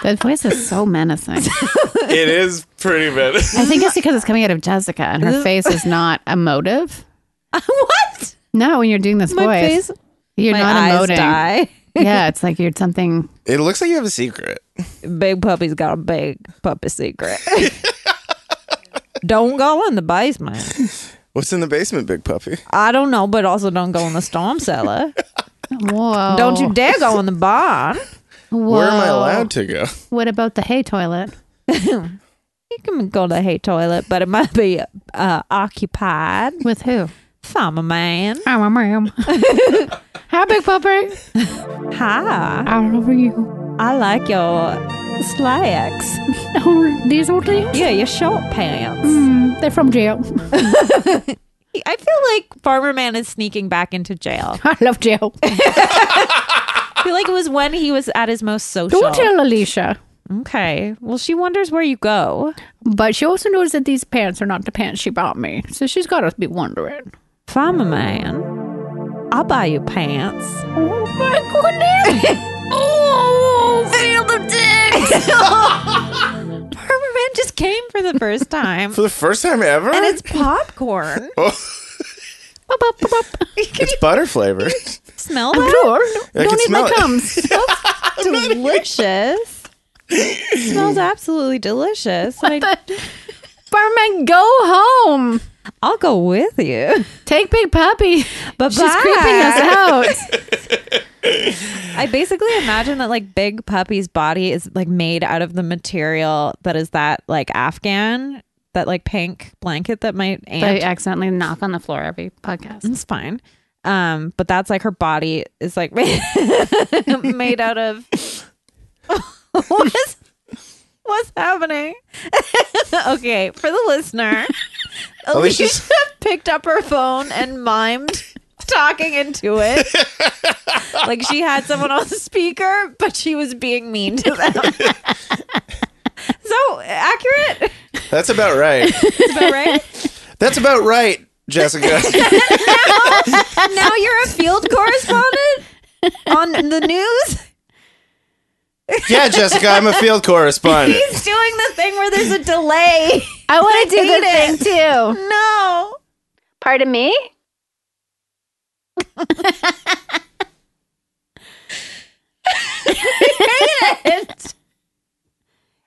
[SPEAKER 5] that voice is so menacing.
[SPEAKER 4] it is pretty bad.
[SPEAKER 5] I think it's because it's coming out of Jessica and her face is not emotive.
[SPEAKER 1] what?
[SPEAKER 5] No, when you're doing this
[SPEAKER 1] My
[SPEAKER 5] voice,
[SPEAKER 1] face,
[SPEAKER 5] you're
[SPEAKER 1] my
[SPEAKER 5] not
[SPEAKER 1] eyes
[SPEAKER 5] emoting.
[SPEAKER 1] die.
[SPEAKER 5] Yeah, it's like you're something.
[SPEAKER 4] It looks like you have a secret.
[SPEAKER 1] Big puppy's got a big puppy secret. don't go in the basement.
[SPEAKER 4] What's in the basement, big puppy?
[SPEAKER 1] I don't know, but also don't go in the storm cellar.
[SPEAKER 5] Whoa!
[SPEAKER 1] Don't you dare go in the barn.
[SPEAKER 5] Whoa.
[SPEAKER 4] Where am I allowed to go?
[SPEAKER 5] What about the hay toilet?
[SPEAKER 1] You can go to the hay toilet, but it might be uh, occupied.
[SPEAKER 5] With who?
[SPEAKER 1] Farmer man.
[SPEAKER 5] Oh, I'm room. Hi, big puppy.
[SPEAKER 1] Hi.
[SPEAKER 5] I love you.
[SPEAKER 1] I like your slacks.
[SPEAKER 3] Oh, these old things?
[SPEAKER 1] Yeah, your short pants.
[SPEAKER 3] Mm, they're from jail.
[SPEAKER 1] I feel like Farmer Man is sneaking back into jail.
[SPEAKER 3] I love jail.
[SPEAKER 1] I feel like it was when he was at his most social.
[SPEAKER 3] Don't tell Alicia.
[SPEAKER 1] Okay. Well, she wonders where you go.
[SPEAKER 3] But she also knows that these pants are not the pants she bought me. So she's got to be wondering.
[SPEAKER 1] Farmer Man, I'll buy you pants.
[SPEAKER 3] Oh my goodness! oh, feel the dicks!
[SPEAKER 1] Farmer Man just came for the first time.
[SPEAKER 4] For the first time ever?
[SPEAKER 1] and it's popcorn.
[SPEAKER 3] Bop, bop, bop, bop.
[SPEAKER 4] It's butter flavored.
[SPEAKER 1] Smell that?
[SPEAKER 3] Sure.
[SPEAKER 4] I can
[SPEAKER 3] Don't eat
[SPEAKER 4] smell
[SPEAKER 3] my
[SPEAKER 4] it.
[SPEAKER 3] gums.
[SPEAKER 1] Delicious. It smells absolutely delicious. And I,
[SPEAKER 3] Barman, go home.
[SPEAKER 1] I'll go with you.
[SPEAKER 5] Take Big Puppy.
[SPEAKER 1] But
[SPEAKER 5] She's creeping us out.
[SPEAKER 1] I basically imagine that like Big Puppy's body is like made out of the material that is that like Afghan, that like pink blanket that my
[SPEAKER 5] I
[SPEAKER 1] aunt
[SPEAKER 5] accidentally knock on the floor every podcast.
[SPEAKER 1] it's fine. Um, but that's like her body is like made, made out of what's what's happening? okay, for the listener,
[SPEAKER 4] Oh,
[SPEAKER 1] Alicia
[SPEAKER 4] Alicia's-
[SPEAKER 1] picked up her phone and mimed talking into it. like she had someone on the speaker, but she was being mean to them. so accurate.
[SPEAKER 4] That's about right.
[SPEAKER 1] Is that right?
[SPEAKER 4] That's about right, Jessica.
[SPEAKER 1] now you're a field correspondent on the news.
[SPEAKER 4] yeah, Jessica, I'm a field correspondent.
[SPEAKER 1] He's doing the thing where there's a delay.
[SPEAKER 5] I want to do
[SPEAKER 1] hate
[SPEAKER 5] the thing too.
[SPEAKER 1] No.
[SPEAKER 5] Pardon me?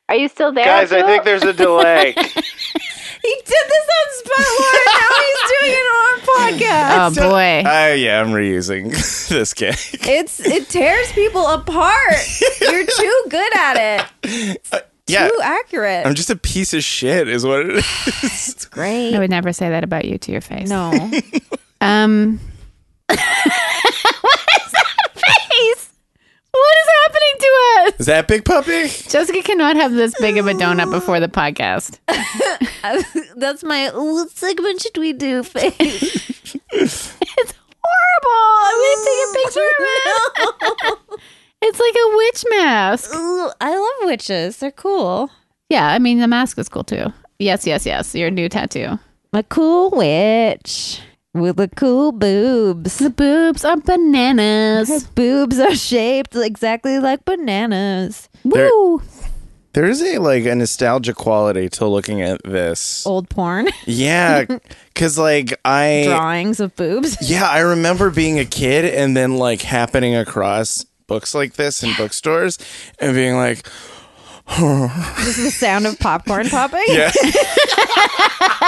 [SPEAKER 5] Are you still there?
[SPEAKER 4] there's a delay.
[SPEAKER 1] He did this on Spotlight. now he's doing it on podcast.
[SPEAKER 5] Oh boy.
[SPEAKER 4] Uh, yeah, I'm reusing this gag.
[SPEAKER 1] It's it tears people apart. You're too good at it.
[SPEAKER 4] Yeah,
[SPEAKER 1] Too accurate.
[SPEAKER 4] I'm just a piece of shit, is what it is.
[SPEAKER 1] it's great.
[SPEAKER 5] I would never say that about you to your face.
[SPEAKER 1] No.
[SPEAKER 5] Um. what is that face? What is happening to us?
[SPEAKER 4] Is that Big Puppy?
[SPEAKER 5] Jessica cannot have this big of a donut before the podcast.
[SPEAKER 1] That's my what segment should we do face.
[SPEAKER 5] It's horrible. I'm gonna take a picture of it. it's like a witch mask.
[SPEAKER 1] Ooh, I love witches. They're cool.
[SPEAKER 5] Yeah, I mean the mask is cool too. Yes, yes, yes. Your new tattoo.
[SPEAKER 1] A cool witch with the cool boobs.
[SPEAKER 5] The boobs are
[SPEAKER 1] Her
[SPEAKER 5] bananas.
[SPEAKER 1] boobs are shaped exactly like bananas.
[SPEAKER 4] They're-
[SPEAKER 5] Woo!
[SPEAKER 4] There is a like a nostalgia quality to looking at this.
[SPEAKER 1] Old porn
[SPEAKER 4] Yeah, because like I
[SPEAKER 1] drawings of boobs.
[SPEAKER 4] Yeah, I remember being a kid and then like happening across books like this in bookstores and being like,
[SPEAKER 1] This is the sound of popcorn popping.
[SPEAKER 4] yeah,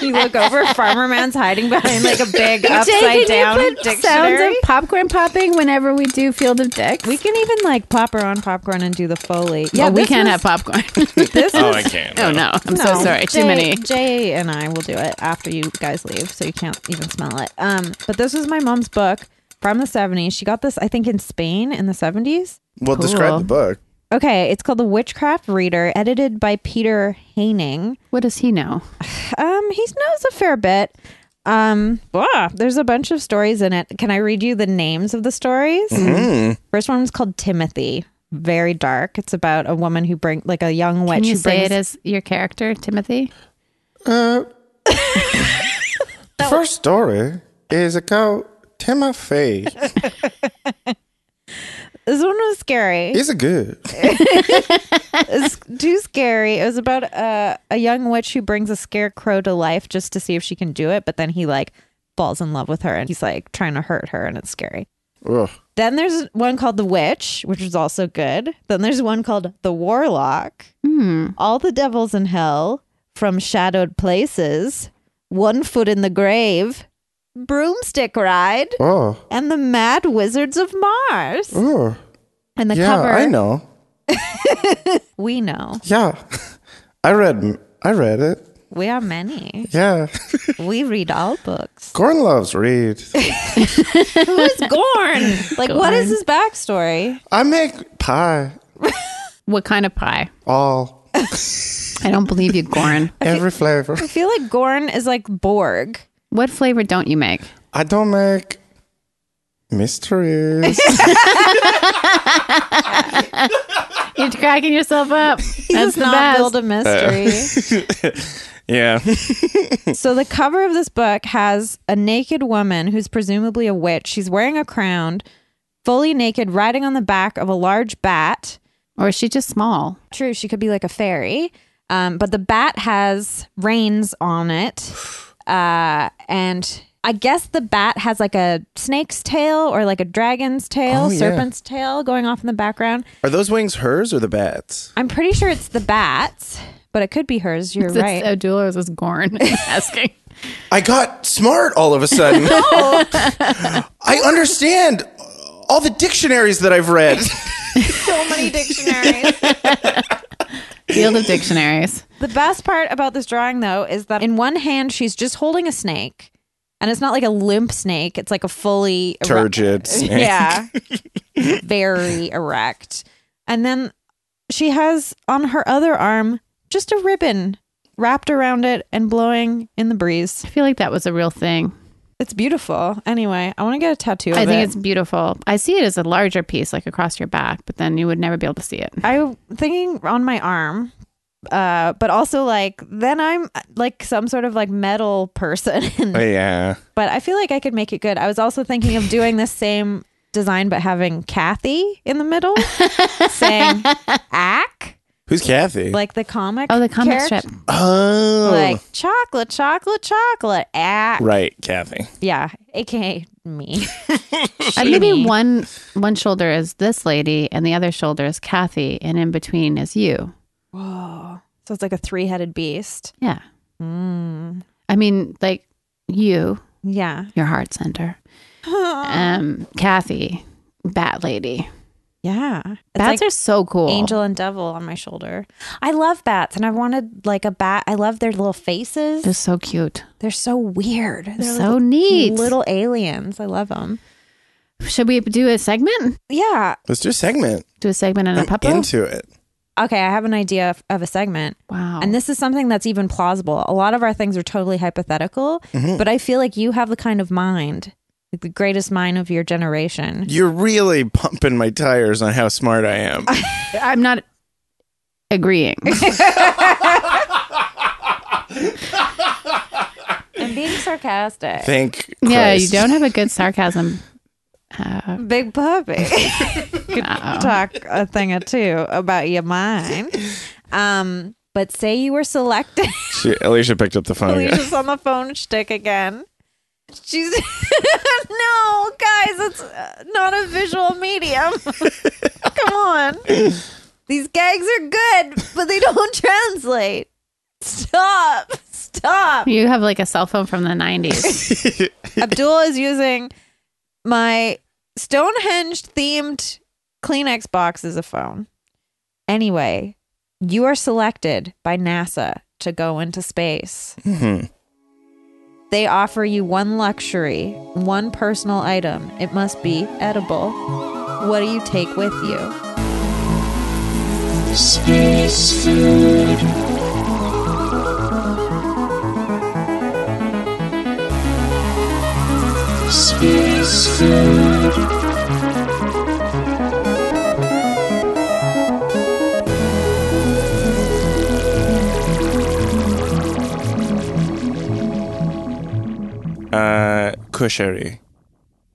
[SPEAKER 1] You look over, Farmer Man's hiding behind like a big upside down
[SPEAKER 5] Sounds
[SPEAKER 1] dictionary.
[SPEAKER 5] of popcorn popping whenever we do Field of Dicks.
[SPEAKER 1] we can even like pop her on popcorn and do the foley.
[SPEAKER 5] yeah, Oh, we
[SPEAKER 1] this
[SPEAKER 5] can't have
[SPEAKER 1] was-
[SPEAKER 5] popcorn.
[SPEAKER 1] this.
[SPEAKER 4] oh,
[SPEAKER 1] was-
[SPEAKER 4] I can't.
[SPEAKER 5] oh no, I'm so
[SPEAKER 1] no,
[SPEAKER 5] sorry. Too
[SPEAKER 1] Jay-
[SPEAKER 5] many.
[SPEAKER 1] Jay and I will do it after you guys leave, so you can't even smell it. Um, but this was my mom's book from the '70s. She got this, I think, in Spain in the '70s.
[SPEAKER 4] Well,
[SPEAKER 5] Cool.
[SPEAKER 4] describe the book.
[SPEAKER 1] Okay, it's called The Witchcraft Reader, edited by Peter Haining.
[SPEAKER 5] What does he know?
[SPEAKER 1] Um, he knows a fair bit. Um, blah, there's a bunch of stories in it. Can I read you the names of the stories?
[SPEAKER 5] Mm-hmm.
[SPEAKER 1] First one was called Timothy. Very dark. It's about a woman who bring like a young witch
[SPEAKER 5] Can you
[SPEAKER 1] who
[SPEAKER 5] say
[SPEAKER 1] brings.
[SPEAKER 5] it as your character, Timothy?
[SPEAKER 4] The first story is about Timothy.
[SPEAKER 1] this one was scary.
[SPEAKER 4] He's a good.
[SPEAKER 1] It's too scary. It was about uh, a young witch who brings a scarecrow to life just to see if she can do it, but then he like falls in love with her and he's like trying to hurt her, and it's scary.
[SPEAKER 4] Ugh.
[SPEAKER 1] Then there's one called The Witch, which is also good. Then there's one called The Warlock,
[SPEAKER 5] Hmm.
[SPEAKER 1] All the Devils in Hell, From Shadowed Places, One Foot in the Grave, Broomstick Ride,
[SPEAKER 4] Oh,
[SPEAKER 1] and The Mad Wizards of Mars.
[SPEAKER 4] oh.
[SPEAKER 1] And the
[SPEAKER 4] Yeah,
[SPEAKER 1] cover,
[SPEAKER 4] I know.
[SPEAKER 1] we know.
[SPEAKER 4] Yeah, I read. I read it.
[SPEAKER 1] We are many.
[SPEAKER 4] Yeah,
[SPEAKER 1] we read all books.
[SPEAKER 4] Gorn loves read.
[SPEAKER 1] Who is Gorn? Like, what is his backstory?
[SPEAKER 4] I make pie
[SPEAKER 5] What kind of pie?
[SPEAKER 4] all
[SPEAKER 5] I don't believe you, Goran.
[SPEAKER 4] every flavor.
[SPEAKER 1] I feel like Gorn is like Borg.
[SPEAKER 5] what flavor don't you make?
[SPEAKER 4] I don't make mysteries.
[SPEAKER 5] You're cracking yourself up.
[SPEAKER 1] He
[SPEAKER 5] That's
[SPEAKER 1] does
[SPEAKER 5] the
[SPEAKER 1] not
[SPEAKER 5] best.
[SPEAKER 1] build a mystery.
[SPEAKER 4] yeah.
[SPEAKER 1] So the cover of this book has a naked woman who's presumably a witch. She's wearing a crown, fully naked, riding on the back of a large bat.
[SPEAKER 5] or is she just small?
[SPEAKER 1] True, she could be like a fairy, um, but the bat has reins on it, uh, and I guess the bat has like a snake's tail or like a dragon's tail,
[SPEAKER 4] Oh, yeah.
[SPEAKER 1] serpent's tail going off in the background.
[SPEAKER 4] Are those wings hers or the bats?
[SPEAKER 1] I'm pretty sure it's the bat's, but it could be hers. You're
[SPEAKER 5] Is this
[SPEAKER 1] right.
[SPEAKER 5] Odula or is this Gorn asking?
[SPEAKER 4] I got smart all of a sudden. I understand all the dictionaries that I've read.
[SPEAKER 1] so many dictionaries.
[SPEAKER 5] Field of dictionaries.
[SPEAKER 1] the best part about this drawing, though, is that in one hand she's just holding a snake, and it's not like a limp snake; it's like a fully erect-
[SPEAKER 4] Turgid. snake.
[SPEAKER 1] Yeah, very erect. And then she has on her other arm just a ribbon wrapped around it and blowing in the breeze.
[SPEAKER 5] I feel like that was a real thing.
[SPEAKER 1] It's beautiful. Anyway, I want to get a tattoo. Of
[SPEAKER 5] I think
[SPEAKER 1] it.
[SPEAKER 5] it's beautiful. I see it as a larger piece, like across your back, but then you would never be able to see it.
[SPEAKER 1] I'm thinking on my arm, uh, but also like then I'm uh, like some sort of like metal person.
[SPEAKER 4] Oh, Yeah.
[SPEAKER 1] but I feel like I could make it good. I was also thinking of doing the same design but having Kathy in the middle saying "ack"
[SPEAKER 4] Who's Kathy?
[SPEAKER 1] like the comic.
[SPEAKER 5] Oh, the comic
[SPEAKER 1] character.
[SPEAKER 5] strip.
[SPEAKER 4] oh.
[SPEAKER 1] Like chocolate, chocolate, chocolate. Ack.
[SPEAKER 4] right, Kathy.
[SPEAKER 1] Yeah, aka me.
[SPEAKER 5] Uh, maybe
[SPEAKER 1] Jamie.
[SPEAKER 5] one one shoulder is this lady, and the other shoulder is Kathy, and in between is you.
[SPEAKER 1] Whoa. So it's like a three-headed beast.
[SPEAKER 5] Yeah,
[SPEAKER 1] Mm.
[SPEAKER 5] I mean, like you,
[SPEAKER 1] Yeah.
[SPEAKER 5] your heart center. Um, Kathy, Bat Lady.
[SPEAKER 1] Yeah. It's
[SPEAKER 5] Bats are so cool.
[SPEAKER 1] angel and devil on my shoulder. I love bats, and I wanted like a bat. I love their little faces.
[SPEAKER 5] They're so cute.
[SPEAKER 1] They're so weird. They're,
[SPEAKER 5] They're
[SPEAKER 1] like
[SPEAKER 5] so neat.
[SPEAKER 1] little aliens. I love them.
[SPEAKER 5] Should we do a segment?
[SPEAKER 1] Yeah.
[SPEAKER 4] Let's do a segment.
[SPEAKER 5] Do a segment and a
[SPEAKER 4] I'm
[SPEAKER 5] puppo?
[SPEAKER 4] into it.
[SPEAKER 1] Okay, I have an idea of, of a segment.
[SPEAKER 5] wow.
[SPEAKER 1] And this is something that's even plausible. A lot of our things are totally hypothetical, but I feel like you have the kind of mind, like the greatest mind of your generation.
[SPEAKER 4] You're really pumping my tires on how smart I am.
[SPEAKER 5] I'm not agreeing.
[SPEAKER 1] I'm being sarcastic.
[SPEAKER 4] Thank
[SPEAKER 5] yeah, you
[SPEAKER 4] Christ.
[SPEAKER 5] don't have a good sarcasm. Uh,
[SPEAKER 1] Big puppy.
[SPEAKER 5] uh-oh.
[SPEAKER 1] talk a thing or two about your mind. Um, but say you were selected.
[SPEAKER 4] She, Alicia picked up the phone. again.
[SPEAKER 1] Alicia's on the phone shtick again. She's no, guys, it's uh, not a visual medium. Come on, these gags are good, but they don't translate. Stop, stop.
[SPEAKER 5] You have like a cell phone from the 90s.
[SPEAKER 1] Abdul is using my Stonehenge themed Kleenex box as a phone. Anyway, you are selected by NASA to go into space.
[SPEAKER 4] Mhm.
[SPEAKER 1] They offer you one luxury, one personal item. It must be edible. What do you take with you?
[SPEAKER 4] Uh, kushari.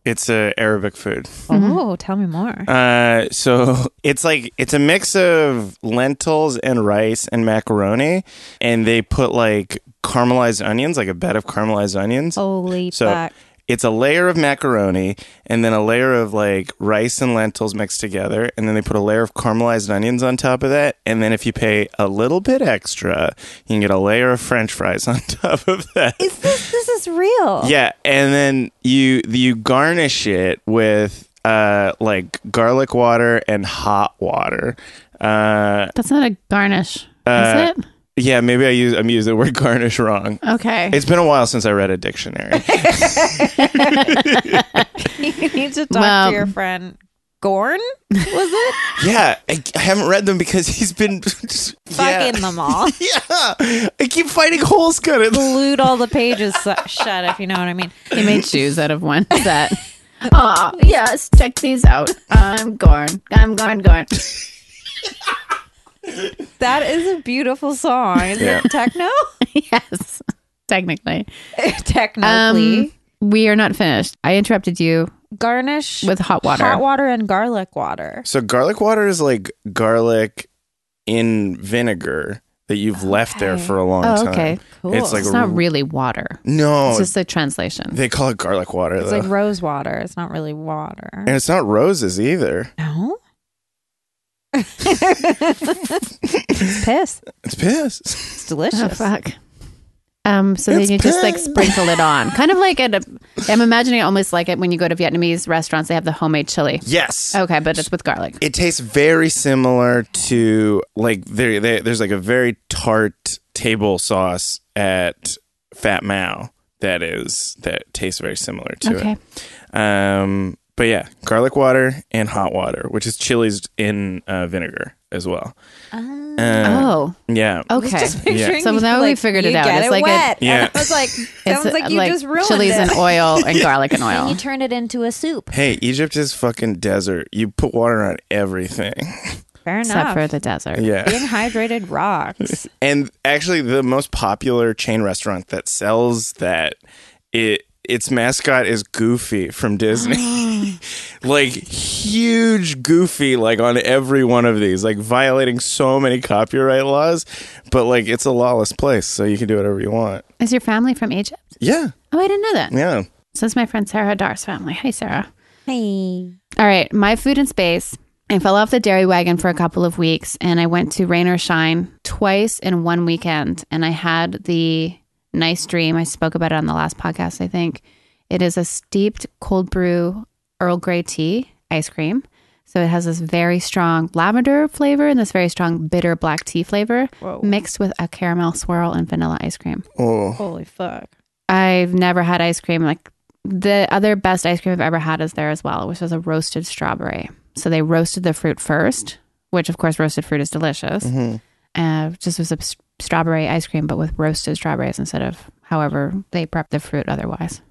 [SPEAKER 4] It's a Arabic food.
[SPEAKER 1] Oh, tell me more.
[SPEAKER 4] Uh, so it's like it's a mix of lentils and rice and macaroni, and they put like caramelized onions, like a bed of caramelized onions.
[SPEAKER 1] Holy
[SPEAKER 4] so
[SPEAKER 1] fuck.
[SPEAKER 4] it's a layer of macaroni and then a layer of like rice and lentils mixed together, and then they put a layer of caramelized onions on top of that. And then if you pay a little bit extra, you can get a layer of French fries on top of that.
[SPEAKER 1] Is this this is real?
[SPEAKER 4] Yeah, and then you you garnish it with uh like garlic water and hot water. Uh,
[SPEAKER 5] That's not a garnish,
[SPEAKER 4] Uh,
[SPEAKER 5] is it?
[SPEAKER 4] yeah, maybe I use I'm using the word garnish wrong.
[SPEAKER 5] Okay.
[SPEAKER 4] It's been a while since I read a dictionary.
[SPEAKER 1] you need to talk
[SPEAKER 5] Well-
[SPEAKER 1] to your friend Gorn. Was it
[SPEAKER 4] yeah, I, I haven't read them because he's been yeah,
[SPEAKER 1] fucking them all?
[SPEAKER 4] yeah. I keep finding holes cut in. them.
[SPEAKER 1] Glued all the pages su- shut, if you know what I mean.
[SPEAKER 5] He made shoes out of one set.
[SPEAKER 3] Aw, Ah, yes, check these out. I'm gone. I'm gone, gone.
[SPEAKER 1] That is a beautiful song. Is
[SPEAKER 4] Yeah.
[SPEAKER 1] it techno?
[SPEAKER 5] yes, technically. Um,
[SPEAKER 1] Technically,
[SPEAKER 5] we are not finished. I interrupted you
[SPEAKER 1] garnish
[SPEAKER 5] with hot water.
[SPEAKER 1] hot water and garlic water.
[SPEAKER 4] So garlic water is like garlic in vinegar that you've left there for a long
[SPEAKER 5] Oh,
[SPEAKER 4] time.
[SPEAKER 5] okay. Cool.
[SPEAKER 4] It's like
[SPEAKER 5] it's not
[SPEAKER 4] r-
[SPEAKER 5] really water.
[SPEAKER 4] no,
[SPEAKER 3] Oh,
[SPEAKER 5] It's just a translation.
[SPEAKER 4] they call it garlic water
[SPEAKER 1] It's
[SPEAKER 4] though,
[SPEAKER 1] like rose water. It's not really water.
[SPEAKER 4] and it's not roses either.
[SPEAKER 1] No. it's piss.
[SPEAKER 4] It's piss.
[SPEAKER 1] It's
[SPEAKER 5] Oh,
[SPEAKER 1] delicious.
[SPEAKER 5] fuck. Um, so
[SPEAKER 4] It's
[SPEAKER 5] then you just like
[SPEAKER 4] pink.
[SPEAKER 5] sprinkle it on, kind of like at a. I'm imagining it almost like it when you go to Vietnamese restaurants. They have the homemade chili.
[SPEAKER 4] Yes.
[SPEAKER 5] Okay, but it's with garlic.
[SPEAKER 4] It tastes very similar to like there, there there's like a very tart table sauce at Fat Mao that is that tastes very similar to
[SPEAKER 5] Okay.
[SPEAKER 4] it. Um but yeah, garlic water and hot water, which is chilies in uh, vinegar as well. Uh,
[SPEAKER 5] Ah. Oh,
[SPEAKER 4] Yeah.
[SPEAKER 5] okay.
[SPEAKER 1] Picturing
[SPEAKER 5] So
[SPEAKER 1] you,
[SPEAKER 5] now we
[SPEAKER 1] like,
[SPEAKER 5] figured
[SPEAKER 1] you
[SPEAKER 5] it out.
[SPEAKER 1] Get
[SPEAKER 5] It's
[SPEAKER 1] it
[SPEAKER 5] like a-
[SPEAKER 1] wet.
[SPEAKER 4] Yeah.
[SPEAKER 1] And I was like, sounds
[SPEAKER 5] It's,
[SPEAKER 1] like
[SPEAKER 5] uh,
[SPEAKER 1] you just ruined
[SPEAKER 5] chilies
[SPEAKER 1] it.
[SPEAKER 5] in oil and garlic and oil.
[SPEAKER 1] turned it into a soup.
[SPEAKER 4] Hey, Egypt is fucking desert. You put water on everything.
[SPEAKER 1] Fair
[SPEAKER 5] Except
[SPEAKER 1] enough.
[SPEAKER 5] for the desert.
[SPEAKER 4] Yeah.
[SPEAKER 1] Being hydrated rocks.
[SPEAKER 4] And actually, the most popular chain restaurant that sells that it its mascot is Goofy from Disney. like huge Goofy, like on every one of these, like violating so many copyright laws. But like, it's a lawless place, so you can do whatever you want.
[SPEAKER 5] Is your family from Egypt?
[SPEAKER 4] Yeah,
[SPEAKER 5] Oh, I didn't know that.
[SPEAKER 4] yeah.
[SPEAKER 5] So it's my friend Sarah Dar's family. Hi, Sarah.
[SPEAKER 1] hey.
[SPEAKER 5] All right, my food in space. I fell off the dairy wagon for a couple of weeks and I went to Rain or Shine twice in one weekend. And I had the nice dream. I spoke about it on the last podcast, I think. It is a steeped cold brew Earl Grey tea ice cream. So it has this very strong lavender flavor and this very strong bitter black tea flavor mixed with a caramel swirl and vanilla ice cream.
[SPEAKER 4] Oh,
[SPEAKER 1] Holy fuck.
[SPEAKER 5] I've never had ice cream like the other best ice cream I've ever had is there as well, which was a roasted strawberry. So they roasted the fruit first, which of course roasted fruit is delicious. Uh, just was a s- strawberry ice cream, but with roasted strawberries instead of however they prep the fruit otherwise.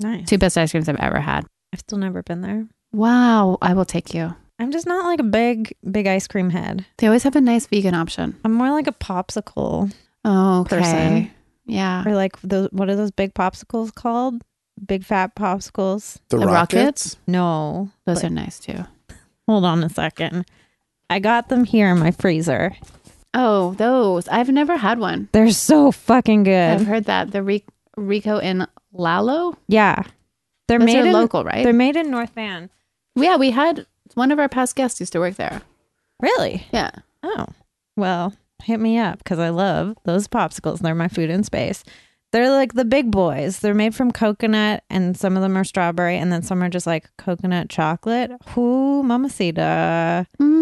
[SPEAKER 1] Nice.
[SPEAKER 5] Two best ice creams I've ever had.
[SPEAKER 1] I've still never been there.
[SPEAKER 5] Wow, I will take you.
[SPEAKER 1] I'm just not like a big, big ice cream head.
[SPEAKER 5] They always have a nice vegan option.
[SPEAKER 1] I'm more like a popsicle
[SPEAKER 5] Oh, okay.
[SPEAKER 1] Person.
[SPEAKER 5] Yeah.
[SPEAKER 1] or like those, what are those big popsicles called? Big fat popsicles.
[SPEAKER 4] the,
[SPEAKER 5] The
[SPEAKER 4] rockets.
[SPEAKER 5] rockets?
[SPEAKER 1] No.
[SPEAKER 5] Those are nice too.
[SPEAKER 1] Hold on a second. I got them here in my freezer.
[SPEAKER 5] Oh, those. I've never had one.
[SPEAKER 1] They're so fucking
[SPEAKER 5] I've
[SPEAKER 1] good.
[SPEAKER 5] heard that. The Ri- Rico in Lalo?
[SPEAKER 1] Yeah. They're
[SPEAKER 5] Those
[SPEAKER 1] made
[SPEAKER 5] are
[SPEAKER 1] in,
[SPEAKER 5] local, right?
[SPEAKER 1] They're made in North Van.
[SPEAKER 5] Yeah, we had one of our past guests used to work there.
[SPEAKER 1] Really?
[SPEAKER 5] Yeah.
[SPEAKER 1] Oh. Well, hit me up because I love those popsicles. They're my food in space. They're like the big boys. They're made from coconut and some of them are strawberry and then some are just like coconut chocolate. Ooh, mamacita.
[SPEAKER 5] Mm,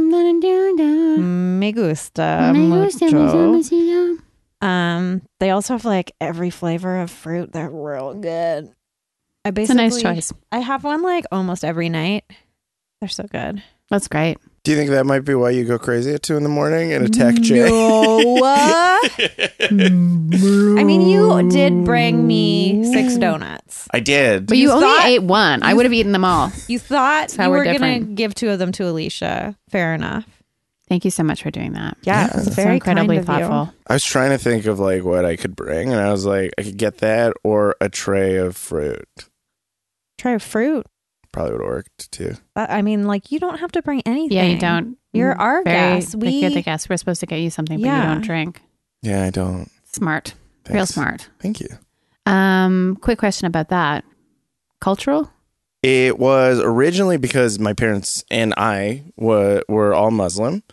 [SPEAKER 1] Me gusta. mucho. Um, they also have like every flavor of fruit. They're real good.
[SPEAKER 5] It's
[SPEAKER 1] I
[SPEAKER 5] a
[SPEAKER 1] basically
[SPEAKER 5] nice choice.
[SPEAKER 1] I have one like almost every night. They're so good.
[SPEAKER 5] That's great.
[SPEAKER 4] Do you think that might be why you go crazy at two in the morning and attack Jay?
[SPEAKER 1] No. I mean, you did bring me six donuts.
[SPEAKER 4] I did.
[SPEAKER 5] But you,
[SPEAKER 1] You
[SPEAKER 5] only
[SPEAKER 1] thought-
[SPEAKER 5] ate one. I would have eaten them all.
[SPEAKER 1] You thought
[SPEAKER 5] how
[SPEAKER 1] you
[SPEAKER 5] we're
[SPEAKER 1] were going to
[SPEAKER 5] different.
[SPEAKER 1] give two of them to Alicia. Fair enough.
[SPEAKER 5] Thank you so much for doing that.
[SPEAKER 1] Yeah, it was
[SPEAKER 5] It's
[SPEAKER 1] very
[SPEAKER 5] incredibly
[SPEAKER 1] kind of you.
[SPEAKER 5] thoughtful.
[SPEAKER 4] I was trying to think of like what I could bring, and I was like, I could get that or a tray of fruit.
[SPEAKER 1] Try fruit.
[SPEAKER 4] Probably would have worked too.
[SPEAKER 1] But, I mean, like you don't have to bring anything.
[SPEAKER 5] Yeah, you don't. Mm,
[SPEAKER 1] You're our
[SPEAKER 5] very,
[SPEAKER 1] guest.
[SPEAKER 5] like, you're the
[SPEAKER 1] We
[SPEAKER 5] guest. We're supposed to get you something, but
[SPEAKER 1] Yeah.
[SPEAKER 5] you don't drink.
[SPEAKER 4] Yeah, I don't.
[SPEAKER 5] Smart.
[SPEAKER 4] Thanks.
[SPEAKER 5] Real smart.
[SPEAKER 4] Thank you.
[SPEAKER 5] Um, quick question about that. Cultural?
[SPEAKER 4] It was originally because my parents and I were were all Muslim.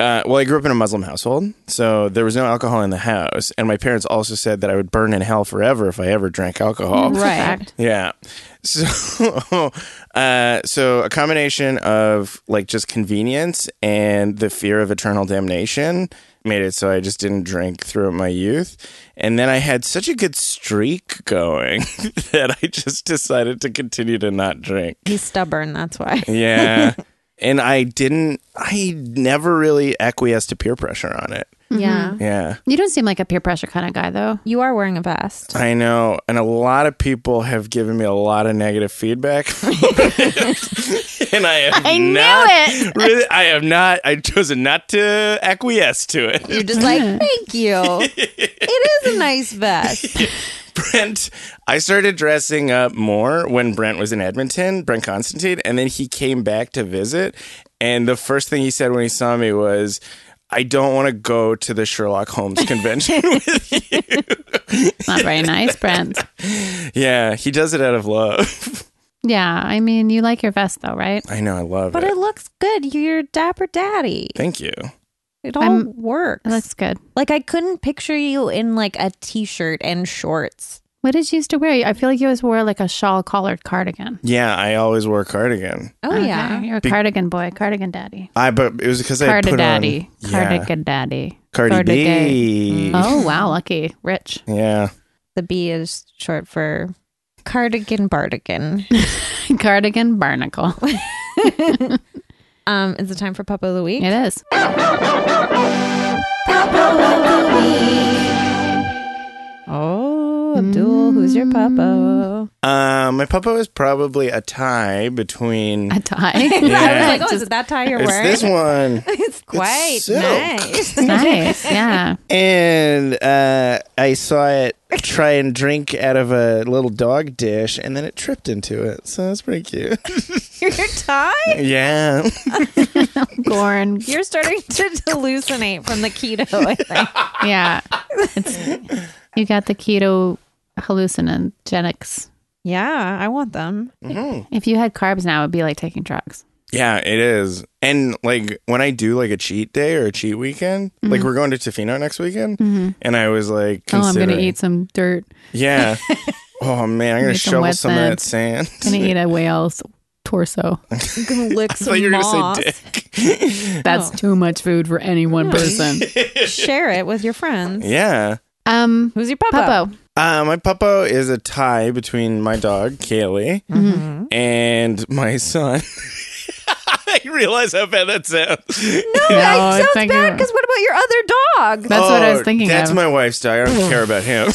[SPEAKER 4] Uh, well, I grew up in a Muslim household, so there was no alcohol in the house, and my parents also said that I would burn in hell forever if I ever drank alcohol.
[SPEAKER 1] right.
[SPEAKER 4] Yeah. So, uh, so a combination of like just convenience and the fear of eternal damnation made it so I just didn't drink throughout my youth. And then I had such a good streak going that I just decided to continue to not drink.
[SPEAKER 1] He's stubborn. That's why.
[SPEAKER 4] Yeah. and I didn't, I never really acquiesced to peer pressure on it.
[SPEAKER 1] Yeah.
[SPEAKER 4] Yeah.
[SPEAKER 5] You don't seem like a peer pressure kind of guy, though.
[SPEAKER 1] You are wearing a vest.
[SPEAKER 4] I know. And a lot of people have given me a lot of negative feedback. and I have
[SPEAKER 5] I knew
[SPEAKER 4] not
[SPEAKER 5] it.
[SPEAKER 4] really, I have not I've chosen not to acquiesce to it.
[SPEAKER 1] You're just like, thank you. it is a nice vest.
[SPEAKER 4] Brent, I started dressing up more when Brent was in Edmonton, Brent Constantine, and then he came back to visit. And the first thing he said when he saw me was, I don't want to go to the Sherlock Holmes convention.
[SPEAKER 5] Not very nice, Brent.
[SPEAKER 4] yeah, he does it out of love.
[SPEAKER 5] Yeah, I mean, you like your vest though, right?
[SPEAKER 4] I know, I love
[SPEAKER 1] But
[SPEAKER 4] it.
[SPEAKER 1] it looks good. You're dapper daddy.
[SPEAKER 4] Thank you.
[SPEAKER 1] It all
[SPEAKER 5] I'm-
[SPEAKER 1] works.
[SPEAKER 5] It looks good.
[SPEAKER 1] like I couldn't picture you in like a t-shirt and shorts.
[SPEAKER 5] What did you used to wear? I feel like you always wore like a shawl collared cardigan.
[SPEAKER 4] Yeah, I always wore a cardigan.
[SPEAKER 1] Oh
[SPEAKER 5] Okay,
[SPEAKER 1] yeah.
[SPEAKER 5] you're a cardigan boy, cardigan daddy,
[SPEAKER 4] I but it was because I
[SPEAKER 5] cardi
[SPEAKER 4] put
[SPEAKER 5] daddy,
[SPEAKER 4] on yeah,
[SPEAKER 5] cardigan daddy,
[SPEAKER 4] Cardi
[SPEAKER 5] cardigan.
[SPEAKER 4] B.
[SPEAKER 5] Oh wow, lucky, rich.
[SPEAKER 4] Yeah,
[SPEAKER 1] The B is short for cardigan bardigan.
[SPEAKER 5] Cardigan barnacle.
[SPEAKER 1] Um, is it time for Papa of the Week?
[SPEAKER 5] It is.
[SPEAKER 1] Oh, Abdul, who's your Papa?
[SPEAKER 4] uh, my papa is probably a tie between.
[SPEAKER 5] A tie.
[SPEAKER 1] I was
[SPEAKER 4] Yeah.
[SPEAKER 1] like, oh, is it that tie you're
[SPEAKER 4] it's
[SPEAKER 1] wearing?
[SPEAKER 4] this one.
[SPEAKER 1] it's quite
[SPEAKER 4] silk.
[SPEAKER 1] nice.
[SPEAKER 5] nice. Yeah.
[SPEAKER 4] and uh, I saw it try and drink out of a little dog dish, and then it tripped into it. So that's pretty cute.
[SPEAKER 1] your tie?
[SPEAKER 4] yeah,
[SPEAKER 5] Gorn.
[SPEAKER 1] You're starting to hallucinate from the keto, I think.
[SPEAKER 5] Yeah. It's, you got the keto hallucinogenics.
[SPEAKER 1] Yeah, I want them.
[SPEAKER 5] If you had carbs now, it'd be like taking drugs.
[SPEAKER 4] yeah, it is. And like when I do like a cheat day or a cheat weekend, like we're going to Tofino next weekend, and I was like,
[SPEAKER 5] Mm-hmm. Oh, I'm gonna
[SPEAKER 4] considering-
[SPEAKER 5] eat some dirt.
[SPEAKER 4] Yeah. oh man, I'm
[SPEAKER 5] Make
[SPEAKER 4] gonna
[SPEAKER 5] 'em
[SPEAKER 4] shovel
[SPEAKER 5] wet
[SPEAKER 4] some of that sand.
[SPEAKER 5] I'm gonna eat a whale's torso.
[SPEAKER 1] I'm gonna lick
[SPEAKER 4] I thought
[SPEAKER 1] some
[SPEAKER 4] you were gonna
[SPEAKER 1] moss.
[SPEAKER 4] say dick.
[SPEAKER 1] Oh.
[SPEAKER 3] That's too much food for any one person.
[SPEAKER 1] Share it with your friends.
[SPEAKER 4] Yeah.
[SPEAKER 5] Um,
[SPEAKER 1] Who's your Papa?
[SPEAKER 5] Popo.
[SPEAKER 4] Uh, my puppo is a tie between my dog Kaylee
[SPEAKER 5] Mm-hmm.
[SPEAKER 4] and my son. I realize how bad that sounds.
[SPEAKER 1] No,
[SPEAKER 5] No,
[SPEAKER 1] that
[SPEAKER 5] it's
[SPEAKER 1] sounds
[SPEAKER 5] like
[SPEAKER 1] bad
[SPEAKER 5] a-
[SPEAKER 1] because what about your other dog?
[SPEAKER 5] That's what I was
[SPEAKER 4] Oh,
[SPEAKER 5] thinking
[SPEAKER 4] That's
[SPEAKER 5] of.
[SPEAKER 4] my wife's dog. I don't care about him.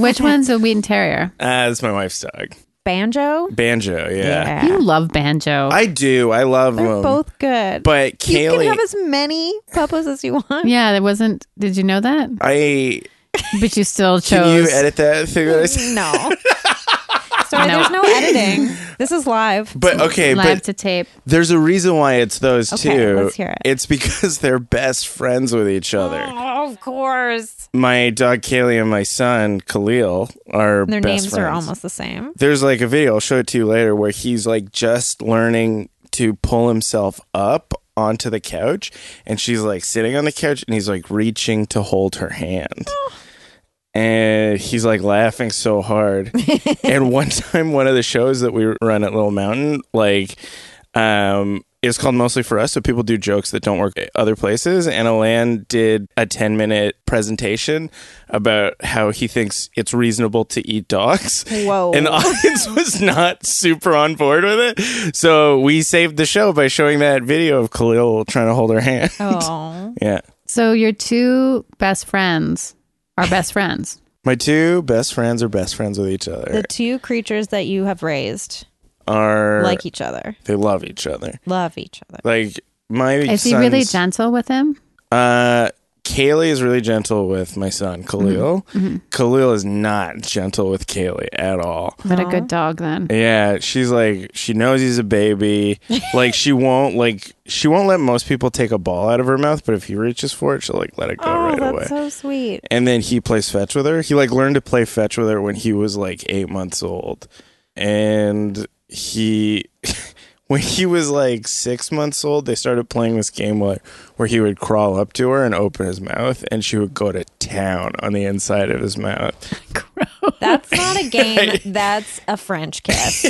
[SPEAKER 5] Which one's a wheaten terrier?
[SPEAKER 4] Uh, that's my wife's dog,
[SPEAKER 1] Banjo?
[SPEAKER 4] Banjo. Yeah, Um,
[SPEAKER 5] You love banjo.
[SPEAKER 4] I do. I love
[SPEAKER 1] They're
[SPEAKER 4] him.
[SPEAKER 1] both good.
[SPEAKER 4] but
[SPEAKER 1] you can
[SPEAKER 4] Kaylee,
[SPEAKER 1] have as many Papas as you want.
[SPEAKER 5] yeah, there wasn't. Did you know that?
[SPEAKER 4] I
[SPEAKER 5] But you still
[SPEAKER 4] can you
[SPEAKER 5] chose.
[SPEAKER 4] edit that thing that I said?
[SPEAKER 1] No. Sorry,
[SPEAKER 5] No.
[SPEAKER 1] there's no editing. This is live.
[SPEAKER 4] But okay,
[SPEAKER 5] live
[SPEAKER 4] but
[SPEAKER 5] to tape.
[SPEAKER 4] There's a reason why it's those
[SPEAKER 1] Okay,
[SPEAKER 4] 2
[SPEAKER 1] let's hear it.
[SPEAKER 4] It's because they're best friends with each other.
[SPEAKER 1] Oh, of course.
[SPEAKER 4] My dog Kaylee and my son Khalil are
[SPEAKER 1] Their
[SPEAKER 4] best
[SPEAKER 1] names
[SPEAKER 4] friends.
[SPEAKER 1] are almost the same.
[SPEAKER 4] There's like a video I'll show it to you later where he's like just learning to pull himself up onto the couch, and she's like sitting on the couch, and he's like reaching to hold her hand. And he's like laughing so hard. and one time, one of the shows that we run at Little Mountain, like, um, is called Mostly for Us. So people do jokes that don't work at other places. And Alan did a 10 minute presentation about how he thinks it's reasonable to eat dogs.
[SPEAKER 1] Whoa.
[SPEAKER 4] And the audience was not super on board with it. So we saved the show by showing that video of Khalil trying to hold her hand.
[SPEAKER 1] Oh.
[SPEAKER 4] Yeah.
[SPEAKER 5] So your two best friends are best friends.
[SPEAKER 4] My two best friends are best friends with each other.
[SPEAKER 1] The two creatures that you have raised
[SPEAKER 4] are
[SPEAKER 1] like each other,
[SPEAKER 4] they love each other.
[SPEAKER 1] love each other.
[SPEAKER 4] Like my
[SPEAKER 5] Is he
[SPEAKER 4] son's-
[SPEAKER 5] really gentle with him?
[SPEAKER 4] Uh, Kaylee is really gentle with my son Khalil. Khalil is not gentle with Kaylee at all.
[SPEAKER 5] But a good dog then.
[SPEAKER 4] Yeah, she's like she knows he's a baby. like she won't like she won't let most people take a ball out of her mouth, but if he reaches for it, she'll like let it go
[SPEAKER 1] Oh,
[SPEAKER 4] right
[SPEAKER 1] that's
[SPEAKER 4] away.
[SPEAKER 1] so sweet.
[SPEAKER 4] and then he plays fetch with her. He like learned to play fetch with her when he was like eight months old, and he when he was like six months old, they started playing this game where where he would crawl up to her and open his mouth, and she would go to town on the inside of his mouth.
[SPEAKER 1] That's not a game. That's a French kiss.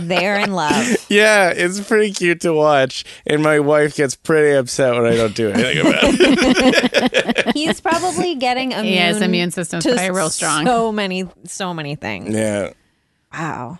[SPEAKER 1] They're in love.
[SPEAKER 4] Yeah, it's pretty cute to watch, and my wife gets pretty upset when I don't do anything about it.
[SPEAKER 1] He's probably getting immune.
[SPEAKER 5] Yeah, his immune system's
[SPEAKER 1] to
[SPEAKER 5] probably real strong.
[SPEAKER 1] So many, so many things.
[SPEAKER 4] Yeah,
[SPEAKER 1] Wow.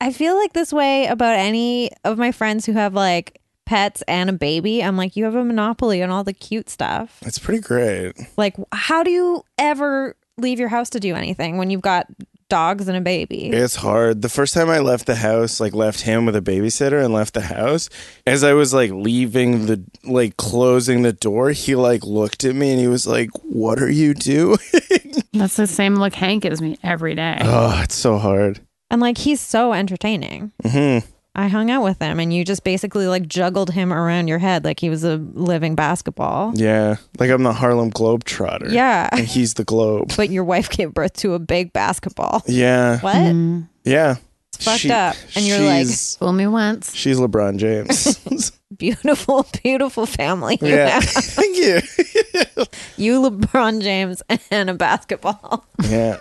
[SPEAKER 1] I feel like this way about any of my friends who have like pets and a baby. I'm like, you have a monopoly on all the cute stuff.
[SPEAKER 4] it's pretty great.
[SPEAKER 1] Like, how do you ever leave your house to do anything when you've got dogs and a baby?
[SPEAKER 4] It's hard. The first time I left the house, like left him with a babysitter and left the house, as I was like leaving the like closing the door, he like looked at me and he was like, "What are you doing?"
[SPEAKER 5] That's the same look
[SPEAKER 4] Uh,
[SPEAKER 5] Hank gives me every day.
[SPEAKER 4] oh, it's so hard.
[SPEAKER 1] And like, he's so entertaining.
[SPEAKER 4] hmm
[SPEAKER 1] I hung out with him and you just basically like juggled him around your head like he was a living basketball.
[SPEAKER 4] Yeah. Like I'm the Harlem Globetrotter.
[SPEAKER 1] Yeah.
[SPEAKER 4] And he's the Globe.
[SPEAKER 1] But your wife gave birth to a big basketball.
[SPEAKER 4] Yeah.
[SPEAKER 1] What?
[SPEAKER 4] Yeah.
[SPEAKER 1] It's fucked up. And you're like-
[SPEAKER 4] she's-
[SPEAKER 5] Fool me once.
[SPEAKER 4] she's LeBron James.
[SPEAKER 1] Beautiful, beautiful family. you
[SPEAKER 4] yeah.
[SPEAKER 1] have.
[SPEAKER 4] Thank you.
[SPEAKER 1] You, LeBron James, and a basketball.
[SPEAKER 4] Yeah.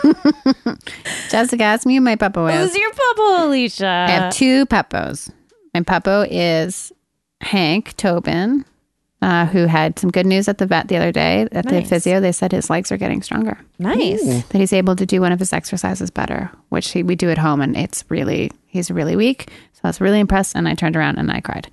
[SPEAKER 5] Jessica, ask me who my papa was.
[SPEAKER 1] Who's your bubble, Alicia?
[SPEAKER 5] I have two papos. My papo is Hank Tobin, uh, who had some good news at the vet the other day. At the
[SPEAKER 1] Nice.
[SPEAKER 5] physio, they said his legs are getting stronger.
[SPEAKER 1] nice.
[SPEAKER 5] that he's able to do one of his exercises better, which he, we do at home, and it's really he's really weak. So I was really impressed, and I turned around and I cried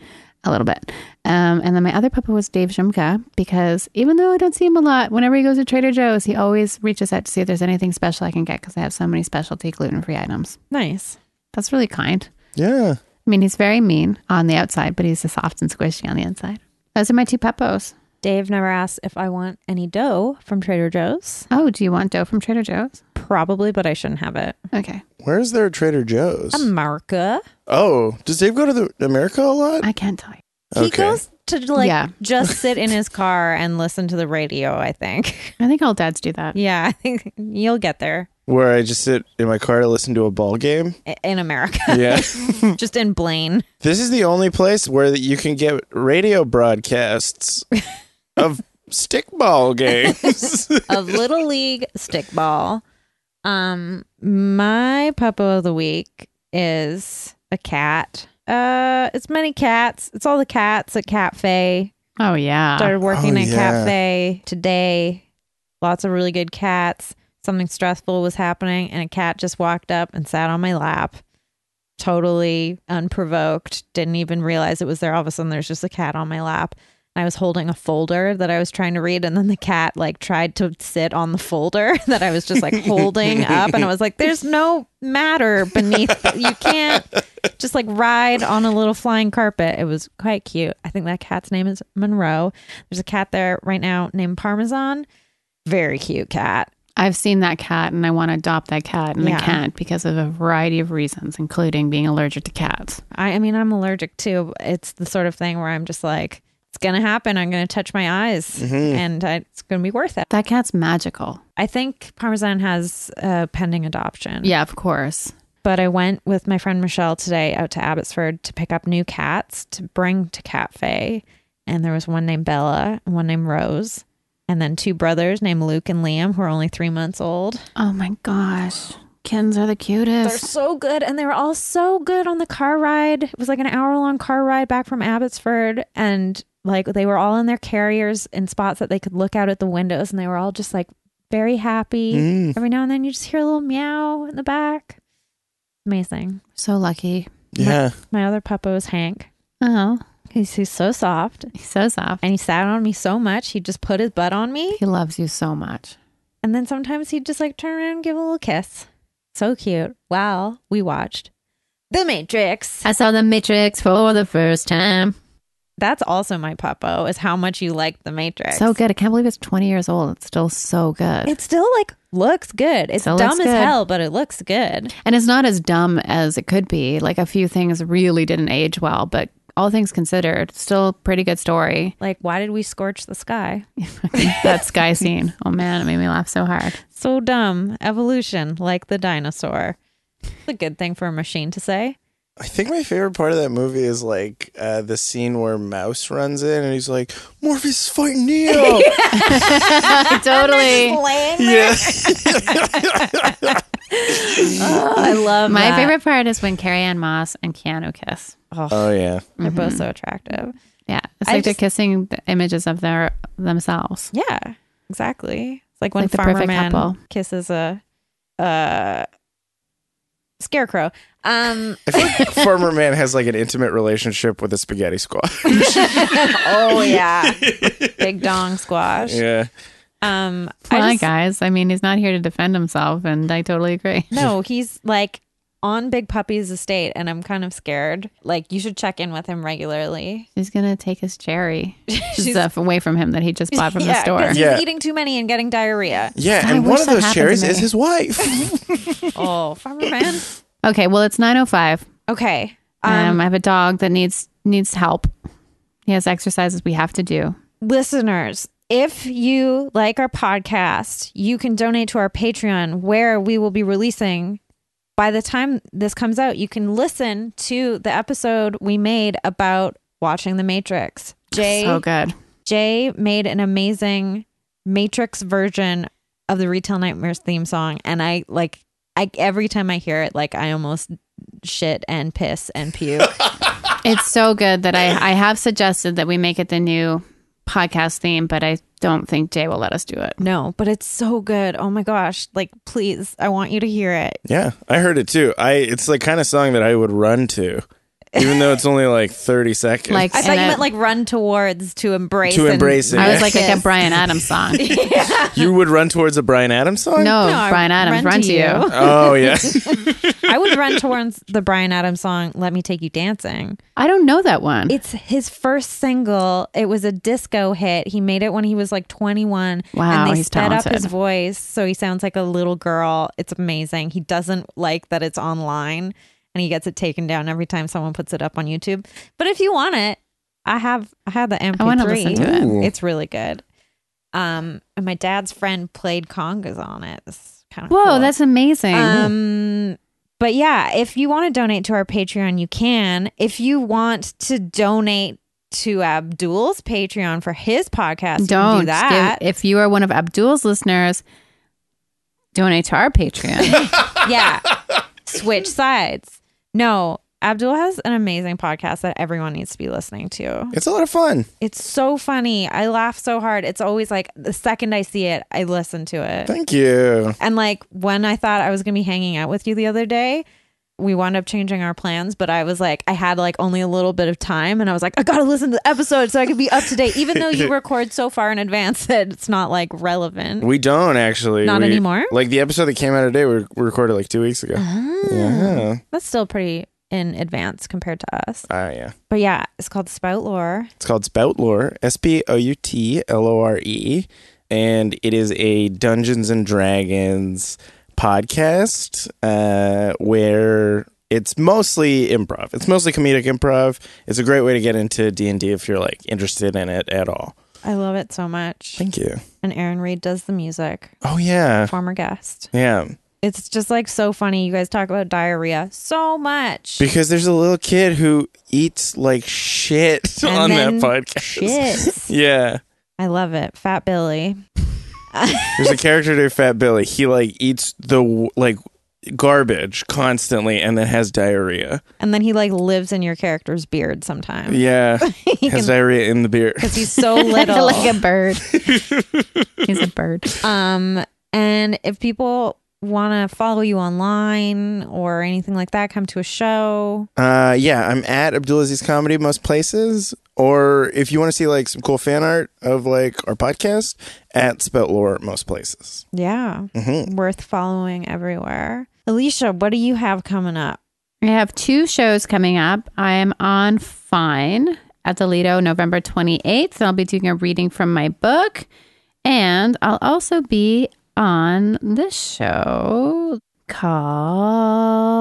[SPEAKER 5] a little bit. Um, and then my other papa was Dave Shumka because even though I don't see him a lot, whenever he goes to Trader Joe's, he always reaches out to see if there's anything special I can get because they have so many specialty gluten free items.
[SPEAKER 1] Nice.
[SPEAKER 5] That's really kind.
[SPEAKER 4] Yeah.
[SPEAKER 5] I mean, he's very mean on the outside, but he's soft and squishy on the inside. Those are my two papos.
[SPEAKER 1] Dave never asked if I want any dough from Trader Joe's.
[SPEAKER 5] Oh, do you want dough from Trader Joe's?
[SPEAKER 1] Probably, but I shouldn't have it.
[SPEAKER 5] Okay,
[SPEAKER 4] Where is there a Trader Joe's?
[SPEAKER 1] Um, America.
[SPEAKER 4] oh, does Dave go to the America a lot?
[SPEAKER 5] I can't tell you.
[SPEAKER 1] He goes to like
[SPEAKER 5] Yeah.
[SPEAKER 1] just sit in his car and listen to the radio, I think.
[SPEAKER 5] I think all dads do that.
[SPEAKER 1] Yeah, I think you'll get there
[SPEAKER 4] Where I just sit in my car to listen to a ball game.
[SPEAKER 1] I- in America.
[SPEAKER 4] Yeah.
[SPEAKER 1] just in Blaine.
[SPEAKER 4] this is the only place where that you can get radio broadcasts of stickball games.
[SPEAKER 1] of Little League Stickball. Um, my puppo of the week is a cat. Uh, it's many cats. It's all the cats at Catfay.
[SPEAKER 5] Oh yeah.
[SPEAKER 1] Started working
[SPEAKER 4] Oh,
[SPEAKER 1] at
[SPEAKER 4] yeah.
[SPEAKER 1] Catfay today. Lots of really good cats. Something stressful was happening, and a cat just walked up and sat on my lap. Totally unprovoked. Didn't even realize it was there. All of a sudden, there's just a cat on my lap. I was holding a folder that I was trying to read, and then the cat like tried to sit on the folder that I was just like holding up, and I was like, "There's no matter beneath. You can't just like ride on a little flying carpet." It was quite cute. I think that cat's name is Monroe. There's a cat there right now named Parmesan. Very cute cat.
[SPEAKER 5] I've seen that cat and I want to adopt that cat and
[SPEAKER 1] Yeah.
[SPEAKER 5] I can't because of a variety of reasons, including being allergic to cats.
[SPEAKER 1] I, I mean, I'm allergic too. but It's the sort of thing where I'm just like, "It's gonna happen. I'm gonna touch my eyes, and I, it's gonna be worth it."
[SPEAKER 5] That cat's magical.
[SPEAKER 1] I think Parmesan has uh, pending adoption.
[SPEAKER 5] Yeah, of course.
[SPEAKER 1] but I went with my friend Michelle today out to Abbotsford to pick up new cats to bring to Cafe. And there was one named Bella, and one named Rose, and then two brothers named Luke and Liam who are only three months old.
[SPEAKER 5] Oh my gosh. Kittens are the
[SPEAKER 1] They're
[SPEAKER 5] cutest.
[SPEAKER 1] so good, and they were all so good on the car ride. It was like an hour long car ride back from Abbotsford, and like they were all in their carriers in spots that they could look out at the windows, and they were all just like very happy. Every now and then, you just hear a little meow in the back. Amazing.
[SPEAKER 5] So lucky.
[SPEAKER 4] yeah.
[SPEAKER 1] My other puppo was Hank.
[SPEAKER 5] Oh,
[SPEAKER 1] He's, he's so soft
[SPEAKER 5] he's so soft.
[SPEAKER 1] and he sat on me so much. He just put his butt on me.
[SPEAKER 5] He loves you so much.
[SPEAKER 1] And then sometimes he'd just like turn around and give a little kiss. So cute. Wow. We watched The Matrix.
[SPEAKER 5] I saw the Matrix for the first time.
[SPEAKER 1] That's also my puppo is how much you like The Matrix.
[SPEAKER 5] So good. I can't believe it's 20 years old. It's still so good.
[SPEAKER 1] It still like looks good. It's
[SPEAKER 5] Still
[SPEAKER 1] dumb
[SPEAKER 5] looks
[SPEAKER 1] as
[SPEAKER 5] good.
[SPEAKER 1] hell, but it looks good.
[SPEAKER 5] And it's not as dumb as it could be. Like a few things really didn't age well, but all things considered, still pretty good story.
[SPEAKER 1] Like, why did we scorch the sky?
[SPEAKER 5] that sky scene. Oh man, it made me laugh so hard.
[SPEAKER 1] So dumb. Evolution, like the dinosaur. It's a good thing for a machine to say.
[SPEAKER 4] I think my favorite part of that movie is like uh, the scene where Mouse runs in and he's like, Morpheus is fighting Neo.
[SPEAKER 5] totally.
[SPEAKER 4] yeah.
[SPEAKER 1] Oh, I love
[SPEAKER 5] My
[SPEAKER 1] that.
[SPEAKER 5] favorite part is when Carrie Ann Moss and Keanu kiss.
[SPEAKER 4] Oh, yeah.
[SPEAKER 1] They're both so attractive.
[SPEAKER 5] Yeah, it's
[SPEAKER 1] I
[SPEAKER 5] like they're
[SPEAKER 1] just-
[SPEAKER 5] kissing the images of their themselves.
[SPEAKER 1] Yeah, exactly. It's like when
[SPEAKER 5] Like the
[SPEAKER 1] Farmer
[SPEAKER 5] perfect
[SPEAKER 1] Man
[SPEAKER 5] couple.
[SPEAKER 1] kisses a uh, scarecrow. Um,
[SPEAKER 4] I feel like Farmer Man has like an intimate relationship with a spaghetti squad.
[SPEAKER 1] oh yeah, big dong squash.
[SPEAKER 4] yeah.
[SPEAKER 1] Um,
[SPEAKER 5] Come
[SPEAKER 1] I
[SPEAKER 5] on,
[SPEAKER 1] just-
[SPEAKER 5] guys. I mean, he's not here to defend himself, and I totally agree.
[SPEAKER 1] no, he's like on Big Puppy's estate, and I'm kind of scared. Like you should check in with him regularly.
[SPEAKER 5] She's gonna take his cherry
[SPEAKER 1] She's-
[SPEAKER 5] stuff away from him that he just bought from
[SPEAKER 1] yeah,
[SPEAKER 5] the
[SPEAKER 1] 'cause
[SPEAKER 5] store.
[SPEAKER 1] he's
[SPEAKER 4] Yeah.
[SPEAKER 1] eating too many and getting diarrhea.
[SPEAKER 4] Yeah.
[SPEAKER 5] I
[SPEAKER 4] and
[SPEAKER 5] wish
[SPEAKER 4] one of
[SPEAKER 5] that
[SPEAKER 4] those
[SPEAKER 5] happened to
[SPEAKER 4] cherries
[SPEAKER 5] me.
[SPEAKER 4] is his wife.
[SPEAKER 1] Oh, Farmer Man.
[SPEAKER 5] Okay, well, it's nine oh five.
[SPEAKER 1] Okay,
[SPEAKER 5] Um, I have a dog that needs needs help. He has exercises we have to do.
[SPEAKER 1] listeners, if you like our podcast, you can donate to our Patreon where we will be releasing. By the time this comes out, you can listen to the episode we made about watching The Matrix. Jay
[SPEAKER 5] So good.
[SPEAKER 1] Jay made an amazing Matrix version of the Retail Nightmares theme song, and I like I every time I hear it, like I almost shit and piss and puke.
[SPEAKER 5] It's so good that I, I have suggested that we make it the new podcast theme, but I don't think Jay will let us do it.
[SPEAKER 1] no, but it's so good. Oh my gosh! Like, please, I want you to hear it.
[SPEAKER 4] Yeah, I heard it too. I it's the kind of song that I would run to, even though it's only like thirty seconds.
[SPEAKER 5] Like
[SPEAKER 1] I thought
[SPEAKER 5] and
[SPEAKER 1] you
[SPEAKER 5] I-
[SPEAKER 1] meant like run towards to embrace.
[SPEAKER 4] To
[SPEAKER 1] and-
[SPEAKER 4] embrace it.
[SPEAKER 5] I was like like
[SPEAKER 1] Yes.
[SPEAKER 5] a Brian Adams song. no,
[SPEAKER 4] you would run towards a Brian Adams song.
[SPEAKER 1] I-
[SPEAKER 5] Brian Adams, run, to you.
[SPEAKER 4] Oh yeah.
[SPEAKER 1] I would run towards the Brian Adams song "Let Me Take You Dancing."
[SPEAKER 5] I don't know that one.
[SPEAKER 1] It's his first single. It was a disco hit. He made it when he was like 21.
[SPEAKER 5] Wow,
[SPEAKER 1] and they
[SPEAKER 5] he's
[SPEAKER 1] sped
[SPEAKER 5] talented.
[SPEAKER 1] up his voice so he sounds like a little girl. It's amazing. He doesn't like that it's online, and he gets it taken down every time someone puts it up on YouTube. But if you want it, I have I had the MP3.
[SPEAKER 5] wanna listen to it.
[SPEAKER 4] Ooh.
[SPEAKER 1] It's really good. Um, and my dad's friend played congas on it. It's kind of
[SPEAKER 5] Whoa,
[SPEAKER 1] cool.
[SPEAKER 5] that's amazing.
[SPEAKER 1] Um, but yeah, if you want to donate to our Patreon, you can. If you want to donate to Abdul's Patreon for his podcast, you can
[SPEAKER 5] don't
[SPEAKER 1] do that.
[SPEAKER 5] Give- if you are one of Abdul's listeners, donate to our Patreon.
[SPEAKER 1] yeah, switch sides. No, Abdul has an amazing podcast that everyone needs to be listening to.
[SPEAKER 4] It's a lot of fun.
[SPEAKER 1] It's so funny. I laugh so hard. It's always like the second I see it, I listen to it.
[SPEAKER 4] Thank you.
[SPEAKER 1] And like when I thought I was gonna be hanging out with you the other day, we wound up changing our plans. But I was like, I had like only a little bit of time, and I was like, I gotta listen to the episode so I could be up to date, even though you record so far in advance that it's not like relevant.
[SPEAKER 4] We don't actually.
[SPEAKER 1] Not
[SPEAKER 4] We-
[SPEAKER 1] anymore? Ah.
[SPEAKER 4] Like the episode that came out today, we we recorded like two weeks ago. Yeah.
[SPEAKER 1] That's still pretty in advance compared to us.
[SPEAKER 4] Ah, yeah.
[SPEAKER 1] But yeah, it's called Spout Lore.
[SPEAKER 4] It's called Spout Lore, S P O U T L O R E, and it is a Dungeons and Dragons podcast uh, where it's mostly improv. It's mostly comedic improv. It's a great way to get into D and D if you're like interested in it at all.
[SPEAKER 1] I love it so much.
[SPEAKER 4] Thank you.
[SPEAKER 1] And Aaron Reed does the music,
[SPEAKER 4] Oh yeah,
[SPEAKER 1] former guest.
[SPEAKER 4] yeah.
[SPEAKER 1] It's just like so funny. You guys talk about diarrhea so much.
[SPEAKER 4] Because there's a little kid who eats like shit
[SPEAKER 1] And
[SPEAKER 4] on that
[SPEAKER 1] then
[SPEAKER 4] podcast.
[SPEAKER 1] shits.
[SPEAKER 4] Yeah.
[SPEAKER 1] I love it. Fat Billy.
[SPEAKER 4] There's a character to Fat Billy. He like eats the w- like garbage constantly and then has diarrhea.
[SPEAKER 1] And then he like lives in your character's beard sometimes
[SPEAKER 4] Yeah,
[SPEAKER 1] He
[SPEAKER 4] has
[SPEAKER 1] can-
[SPEAKER 4] diarrhea in the beer.
[SPEAKER 1] because he's so little.
[SPEAKER 5] like a bird. He's a bird.
[SPEAKER 1] um, and if people want to follow you online or anything like that, come to a show.
[SPEAKER 4] Uh, yeah, I'm at Abdulaziz Comedy most places. Or if you want to see like some cool fan art of like our podcast, at Spelt Lore most places.
[SPEAKER 1] Yeah,
[SPEAKER 4] hmm
[SPEAKER 1] worth following everywhere. Alicia, what do you have coming up?
[SPEAKER 5] I have two shows coming up. I am on Fine at the Lido November 28th. I'll be doing a reading from my book. And I'll also be on this show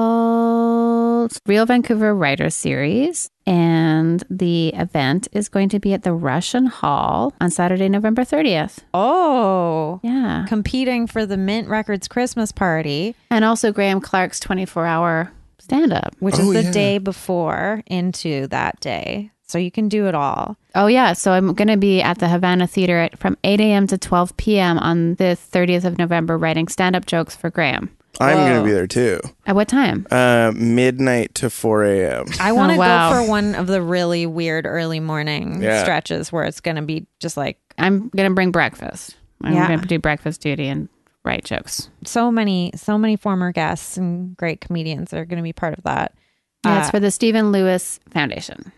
[SPEAKER 5] called Real Vancouver Writer Series. And the event is going to be at the Russian Hall on Saturday, November 30th.
[SPEAKER 1] Oh,
[SPEAKER 5] Yeah.
[SPEAKER 1] competing for the Mint Records Christmas party,
[SPEAKER 5] And also Graham Clark's 24 hour stand up.
[SPEAKER 1] which
[SPEAKER 4] Oh,
[SPEAKER 1] is the
[SPEAKER 4] yeah.
[SPEAKER 1] day before into that day. So you can do it all.
[SPEAKER 5] Oh yeah, so I'm going to be at the Havana Theater at, from 8 a.m. to 12 p.m. on the 30th of November, writing stand-up jokes for Graham.
[SPEAKER 4] I'm gonna be there too.
[SPEAKER 5] At what time?
[SPEAKER 4] Uh, midnight to 4 a.m.
[SPEAKER 1] I want to
[SPEAKER 5] wow.
[SPEAKER 1] go for one of the really weird early morning
[SPEAKER 4] Yeah.
[SPEAKER 1] stretches where it's going to be just like
[SPEAKER 5] I'm going to bring breakfast. I'm
[SPEAKER 1] Yeah.
[SPEAKER 5] going to do breakfast duty and write jokes.
[SPEAKER 1] so many, so many former guests and great comedians are going to be part of that.
[SPEAKER 5] Yeah, it's
[SPEAKER 1] Uh,
[SPEAKER 5] for the Stephen Lewis Foundation.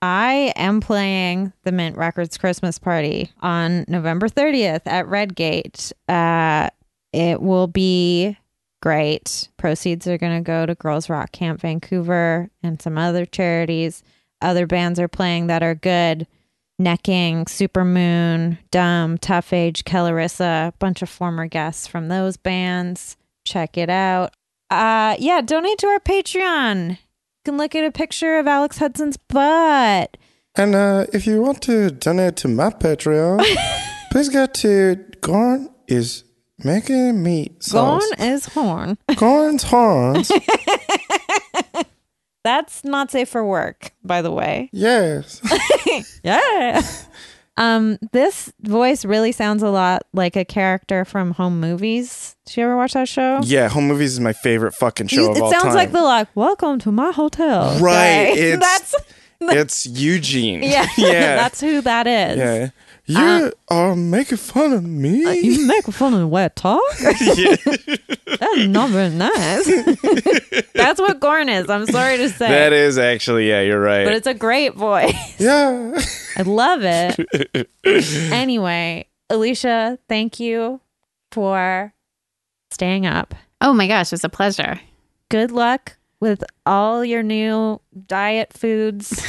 [SPEAKER 1] I am playing the Mint Records Christmas party on November 30th at Redgate. Uh, it will be great. Proceeds are going to go to Girls Rock Camp Vancouver and some other charities. Other bands are playing that are good. Necking, Supermoon, Dumb, Tough Age, Kellarissa, a bunch of former guests from those bands. Check it out. Uh, yeah, donate to our Patreon. can look at a picture of Alex Hudson's butt.
[SPEAKER 4] And uh, if you want to donate to my Patreon, please go to Gorn is making me
[SPEAKER 1] Gone
[SPEAKER 4] sauce.
[SPEAKER 1] is horn.
[SPEAKER 4] Gorn's horns.
[SPEAKER 1] That's not safe for work, by the way.
[SPEAKER 4] yes.
[SPEAKER 1] Yeah. um, this voice really sounds a lot like a character from home movies. Did you ever watch that show?
[SPEAKER 4] Yeah, home movies is my favorite fucking show
[SPEAKER 1] You-
[SPEAKER 4] of
[SPEAKER 1] it
[SPEAKER 4] all
[SPEAKER 1] sounds
[SPEAKER 4] time.
[SPEAKER 1] like the like, welcome to my hotel.
[SPEAKER 4] Right,
[SPEAKER 1] guy.
[SPEAKER 4] it's- it's
[SPEAKER 1] that's
[SPEAKER 4] Eugene.
[SPEAKER 1] yeah,
[SPEAKER 4] yeah.
[SPEAKER 1] that's who that is.
[SPEAKER 4] yeah. You are making fun of me.
[SPEAKER 1] Uh, You make fun of wet talk. That's not very nice. That's what Gorn is. I'm sorry to say,
[SPEAKER 4] that is actually yeah. You're right.
[SPEAKER 1] but it's a great voice.
[SPEAKER 4] yeah.
[SPEAKER 1] I love it. anyway, Alicia, thank you for staying up.
[SPEAKER 5] Oh my gosh, it's a pleasure.
[SPEAKER 1] Good luck with all your new diet foods.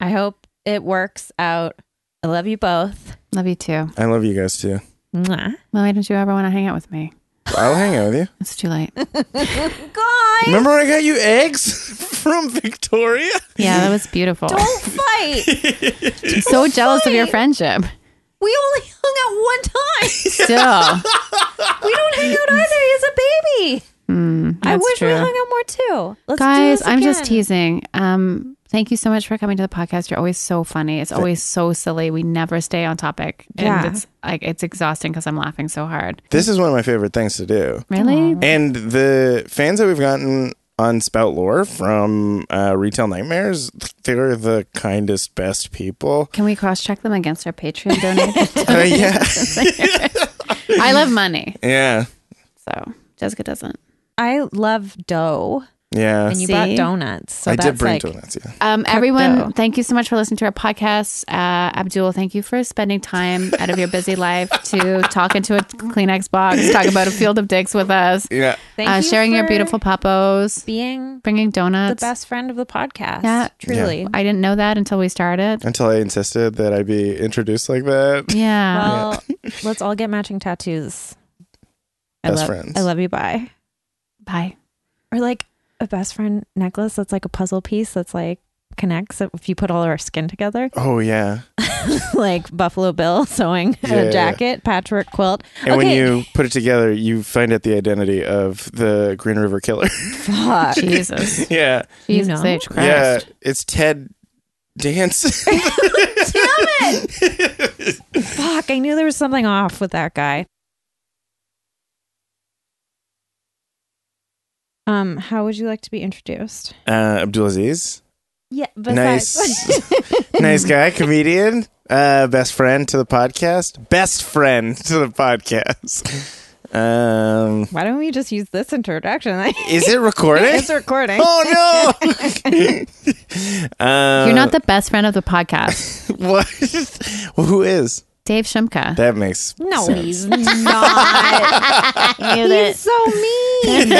[SPEAKER 1] I hope it works out. I love you both.
[SPEAKER 5] Love you too.
[SPEAKER 4] I love you guys too.
[SPEAKER 1] Mwah.
[SPEAKER 5] Well, why don't you ever want to hang out with me?
[SPEAKER 4] I'll hang out with you.
[SPEAKER 5] It's too late.
[SPEAKER 1] God,
[SPEAKER 4] Remember I got you eggs from Victoria?
[SPEAKER 5] Yeah, that was beautiful.
[SPEAKER 1] don't fight.
[SPEAKER 5] I'm so jealous of your friendship.
[SPEAKER 1] We only hung out one time.
[SPEAKER 5] Still,
[SPEAKER 1] We don't hang out either. He's a baby. I
[SPEAKER 5] that's
[SPEAKER 1] wish we
[SPEAKER 5] true.
[SPEAKER 1] hung out more too. Let's do
[SPEAKER 5] guys,
[SPEAKER 1] this
[SPEAKER 5] I'm just
[SPEAKER 1] again.
[SPEAKER 5] teasing. Um, thank you so much for coming to the podcast. You're always so funny. It's always so silly. We never stay on topic, and
[SPEAKER 1] Yeah.
[SPEAKER 5] it's like it's exhausting because I'm laughing so hard.
[SPEAKER 4] This is one of my favorite things to do.
[SPEAKER 5] Really?
[SPEAKER 4] And the fans that we've gotten on Spout Lore from uh, Retail Nightmares, they're the kindest, best people.
[SPEAKER 5] Can we cross check them against our Patreon donation?
[SPEAKER 4] Uh, yeah.
[SPEAKER 5] I love money,
[SPEAKER 4] Yeah.
[SPEAKER 5] so Jessica doesn't.
[SPEAKER 1] I love dough,
[SPEAKER 4] Yeah.
[SPEAKER 1] and you
[SPEAKER 5] See?
[SPEAKER 1] brought donuts. So
[SPEAKER 4] I
[SPEAKER 1] that's
[SPEAKER 4] did bring
[SPEAKER 1] like,
[SPEAKER 4] donuts, yeah.
[SPEAKER 5] Um, everyone,
[SPEAKER 1] though.
[SPEAKER 5] thank you so much for listening to our podcast. Uh, Abdul, thank you for spending time out of your busy life to talk into a Kleenex box, talk about a field of dicks with us,
[SPEAKER 4] Yeah.
[SPEAKER 1] Thank
[SPEAKER 5] uh,
[SPEAKER 1] you
[SPEAKER 5] sharing your
[SPEAKER 1] for
[SPEAKER 5] beautiful papos,
[SPEAKER 1] being
[SPEAKER 5] bringing
[SPEAKER 1] the
[SPEAKER 5] donuts.
[SPEAKER 1] best friend of the podcast.
[SPEAKER 5] Yeah.
[SPEAKER 1] truly.
[SPEAKER 5] I didn't know that until we started.
[SPEAKER 4] Until I insisted that I be introduced like that.
[SPEAKER 5] Yeah.
[SPEAKER 1] Well, let's all get matching tattoos. I
[SPEAKER 4] Best
[SPEAKER 1] love,
[SPEAKER 4] friends.
[SPEAKER 1] I love you. Bye.
[SPEAKER 5] Bye.
[SPEAKER 1] Or like a best friend necklace that's like a puzzle piece that's like connects if you put all of our skin together,
[SPEAKER 4] Oh, yeah.
[SPEAKER 1] like Buffalo Bill sewing
[SPEAKER 4] Yeah.
[SPEAKER 1] a jacket, patchwork quilt.
[SPEAKER 4] And when you put it together, you find out the identity of the Green River Killer.
[SPEAKER 1] Fuck.
[SPEAKER 5] Jesus.
[SPEAKER 4] yeah.
[SPEAKER 1] You
[SPEAKER 5] Jesus
[SPEAKER 1] know?
[SPEAKER 5] H. Christ.
[SPEAKER 4] Yeah. It's Ted Dance.
[SPEAKER 1] Fuck, I knew there was something off with that guy. Um, how would you like to be introduced?
[SPEAKER 4] uh, Abdulaziz.
[SPEAKER 1] Yeah,
[SPEAKER 4] Nice, nice guy, comedian, uh, best friend to the podcast, best friend to the podcast. Um,
[SPEAKER 1] Why don't we just use this introduction?
[SPEAKER 4] is it recording?
[SPEAKER 1] it's recording.
[SPEAKER 4] oh no! uh,
[SPEAKER 5] You're not the best friend of the podcast.
[SPEAKER 4] Um, what? well, who is?
[SPEAKER 5] Dave Shumka.
[SPEAKER 4] That makes
[SPEAKER 1] No,
[SPEAKER 4] sense.
[SPEAKER 1] he's not. he's so mean.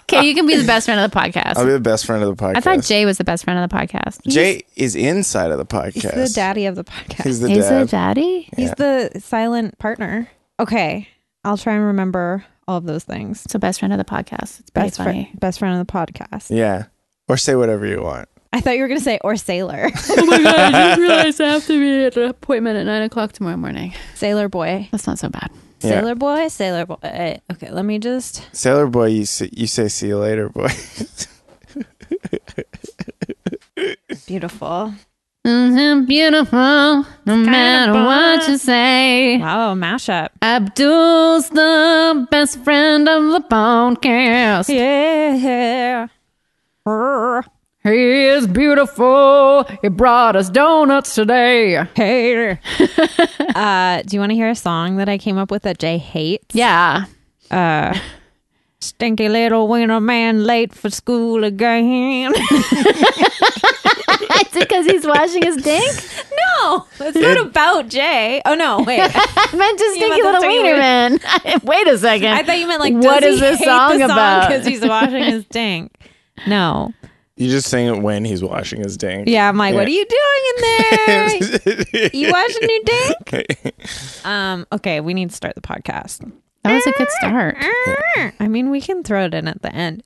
[SPEAKER 5] Okay, you can be the best friend of the podcast.
[SPEAKER 4] I'll be the best friend of the podcast.
[SPEAKER 5] I thought Jay was the best friend of the podcast.
[SPEAKER 4] Jay is inside of the
[SPEAKER 1] He's
[SPEAKER 4] podcast.
[SPEAKER 1] the daddy of the podcast.
[SPEAKER 4] He's the
[SPEAKER 5] He's
[SPEAKER 4] dad.
[SPEAKER 5] a daddy?
[SPEAKER 1] He's the silent partner. Okay, I'll try and remember all of those things.
[SPEAKER 5] So best friend of the podcast. It's pretty
[SPEAKER 1] Best friend,
[SPEAKER 5] funny.
[SPEAKER 1] best friend of the podcast.
[SPEAKER 4] yeah. Or say whatever you want.
[SPEAKER 1] I thought you were gonna say or sailor,
[SPEAKER 3] Oh my god! I just realized I have to be at an appointment at nine o'clock tomorrow morning.
[SPEAKER 1] sailor boy.
[SPEAKER 5] That's not so bad.
[SPEAKER 4] Yeah.
[SPEAKER 1] Sailor boy, sailor boy. Okay, let me just.
[SPEAKER 4] Sailor boy, you say, you say see you later, boy.
[SPEAKER 1] Beautiful.
[SPEAKER 5] Mm-hmm, beautiful, no matter what you say.
[SPEAKER 1] Wow, mashup.
[SPEAKER 5] Abdul's the best friend of the podcast.
[SPEAKER 1] Yeah. Brr.
[SPEAKER 3] He is beautiful. He brought us donuts today.
[SPEAKER 1] Hater. uh, do you want to hear a song that I came up with that Jay hates?
[SPEAKER 5] Yeah.
[SPEAKER 1] Uh, Stinky little winter man late for school again.
[SPEAKER 5] It's because he's washing his dink?
[SPEAKER 1] no, it's not about Jay. Oh, no, wait.
[SPEAKER 5] I meant to
[SPEAKER 1] meant
[SPEAKER 5] stinky little
[SPEAKER 1] that's what you
[SPEAKER 5] wiener man. Wait a second.
[SPEAKER 1] I thought you meant like,
[SPEAKER 5] What is this song about?
[SPEAKER 1] Because he's washing his dink. No.
[SPEAKER 4] You just sing it when he's washing his dang.
[SPEAKER 1] Yeah, I'm like, what are you doing in there? you washing your dink? Um, okay, we need to start the podcast.
[SPEAKER 5] that was a good start.
[SPEAKER 1] I mean, we can throw it in at the end.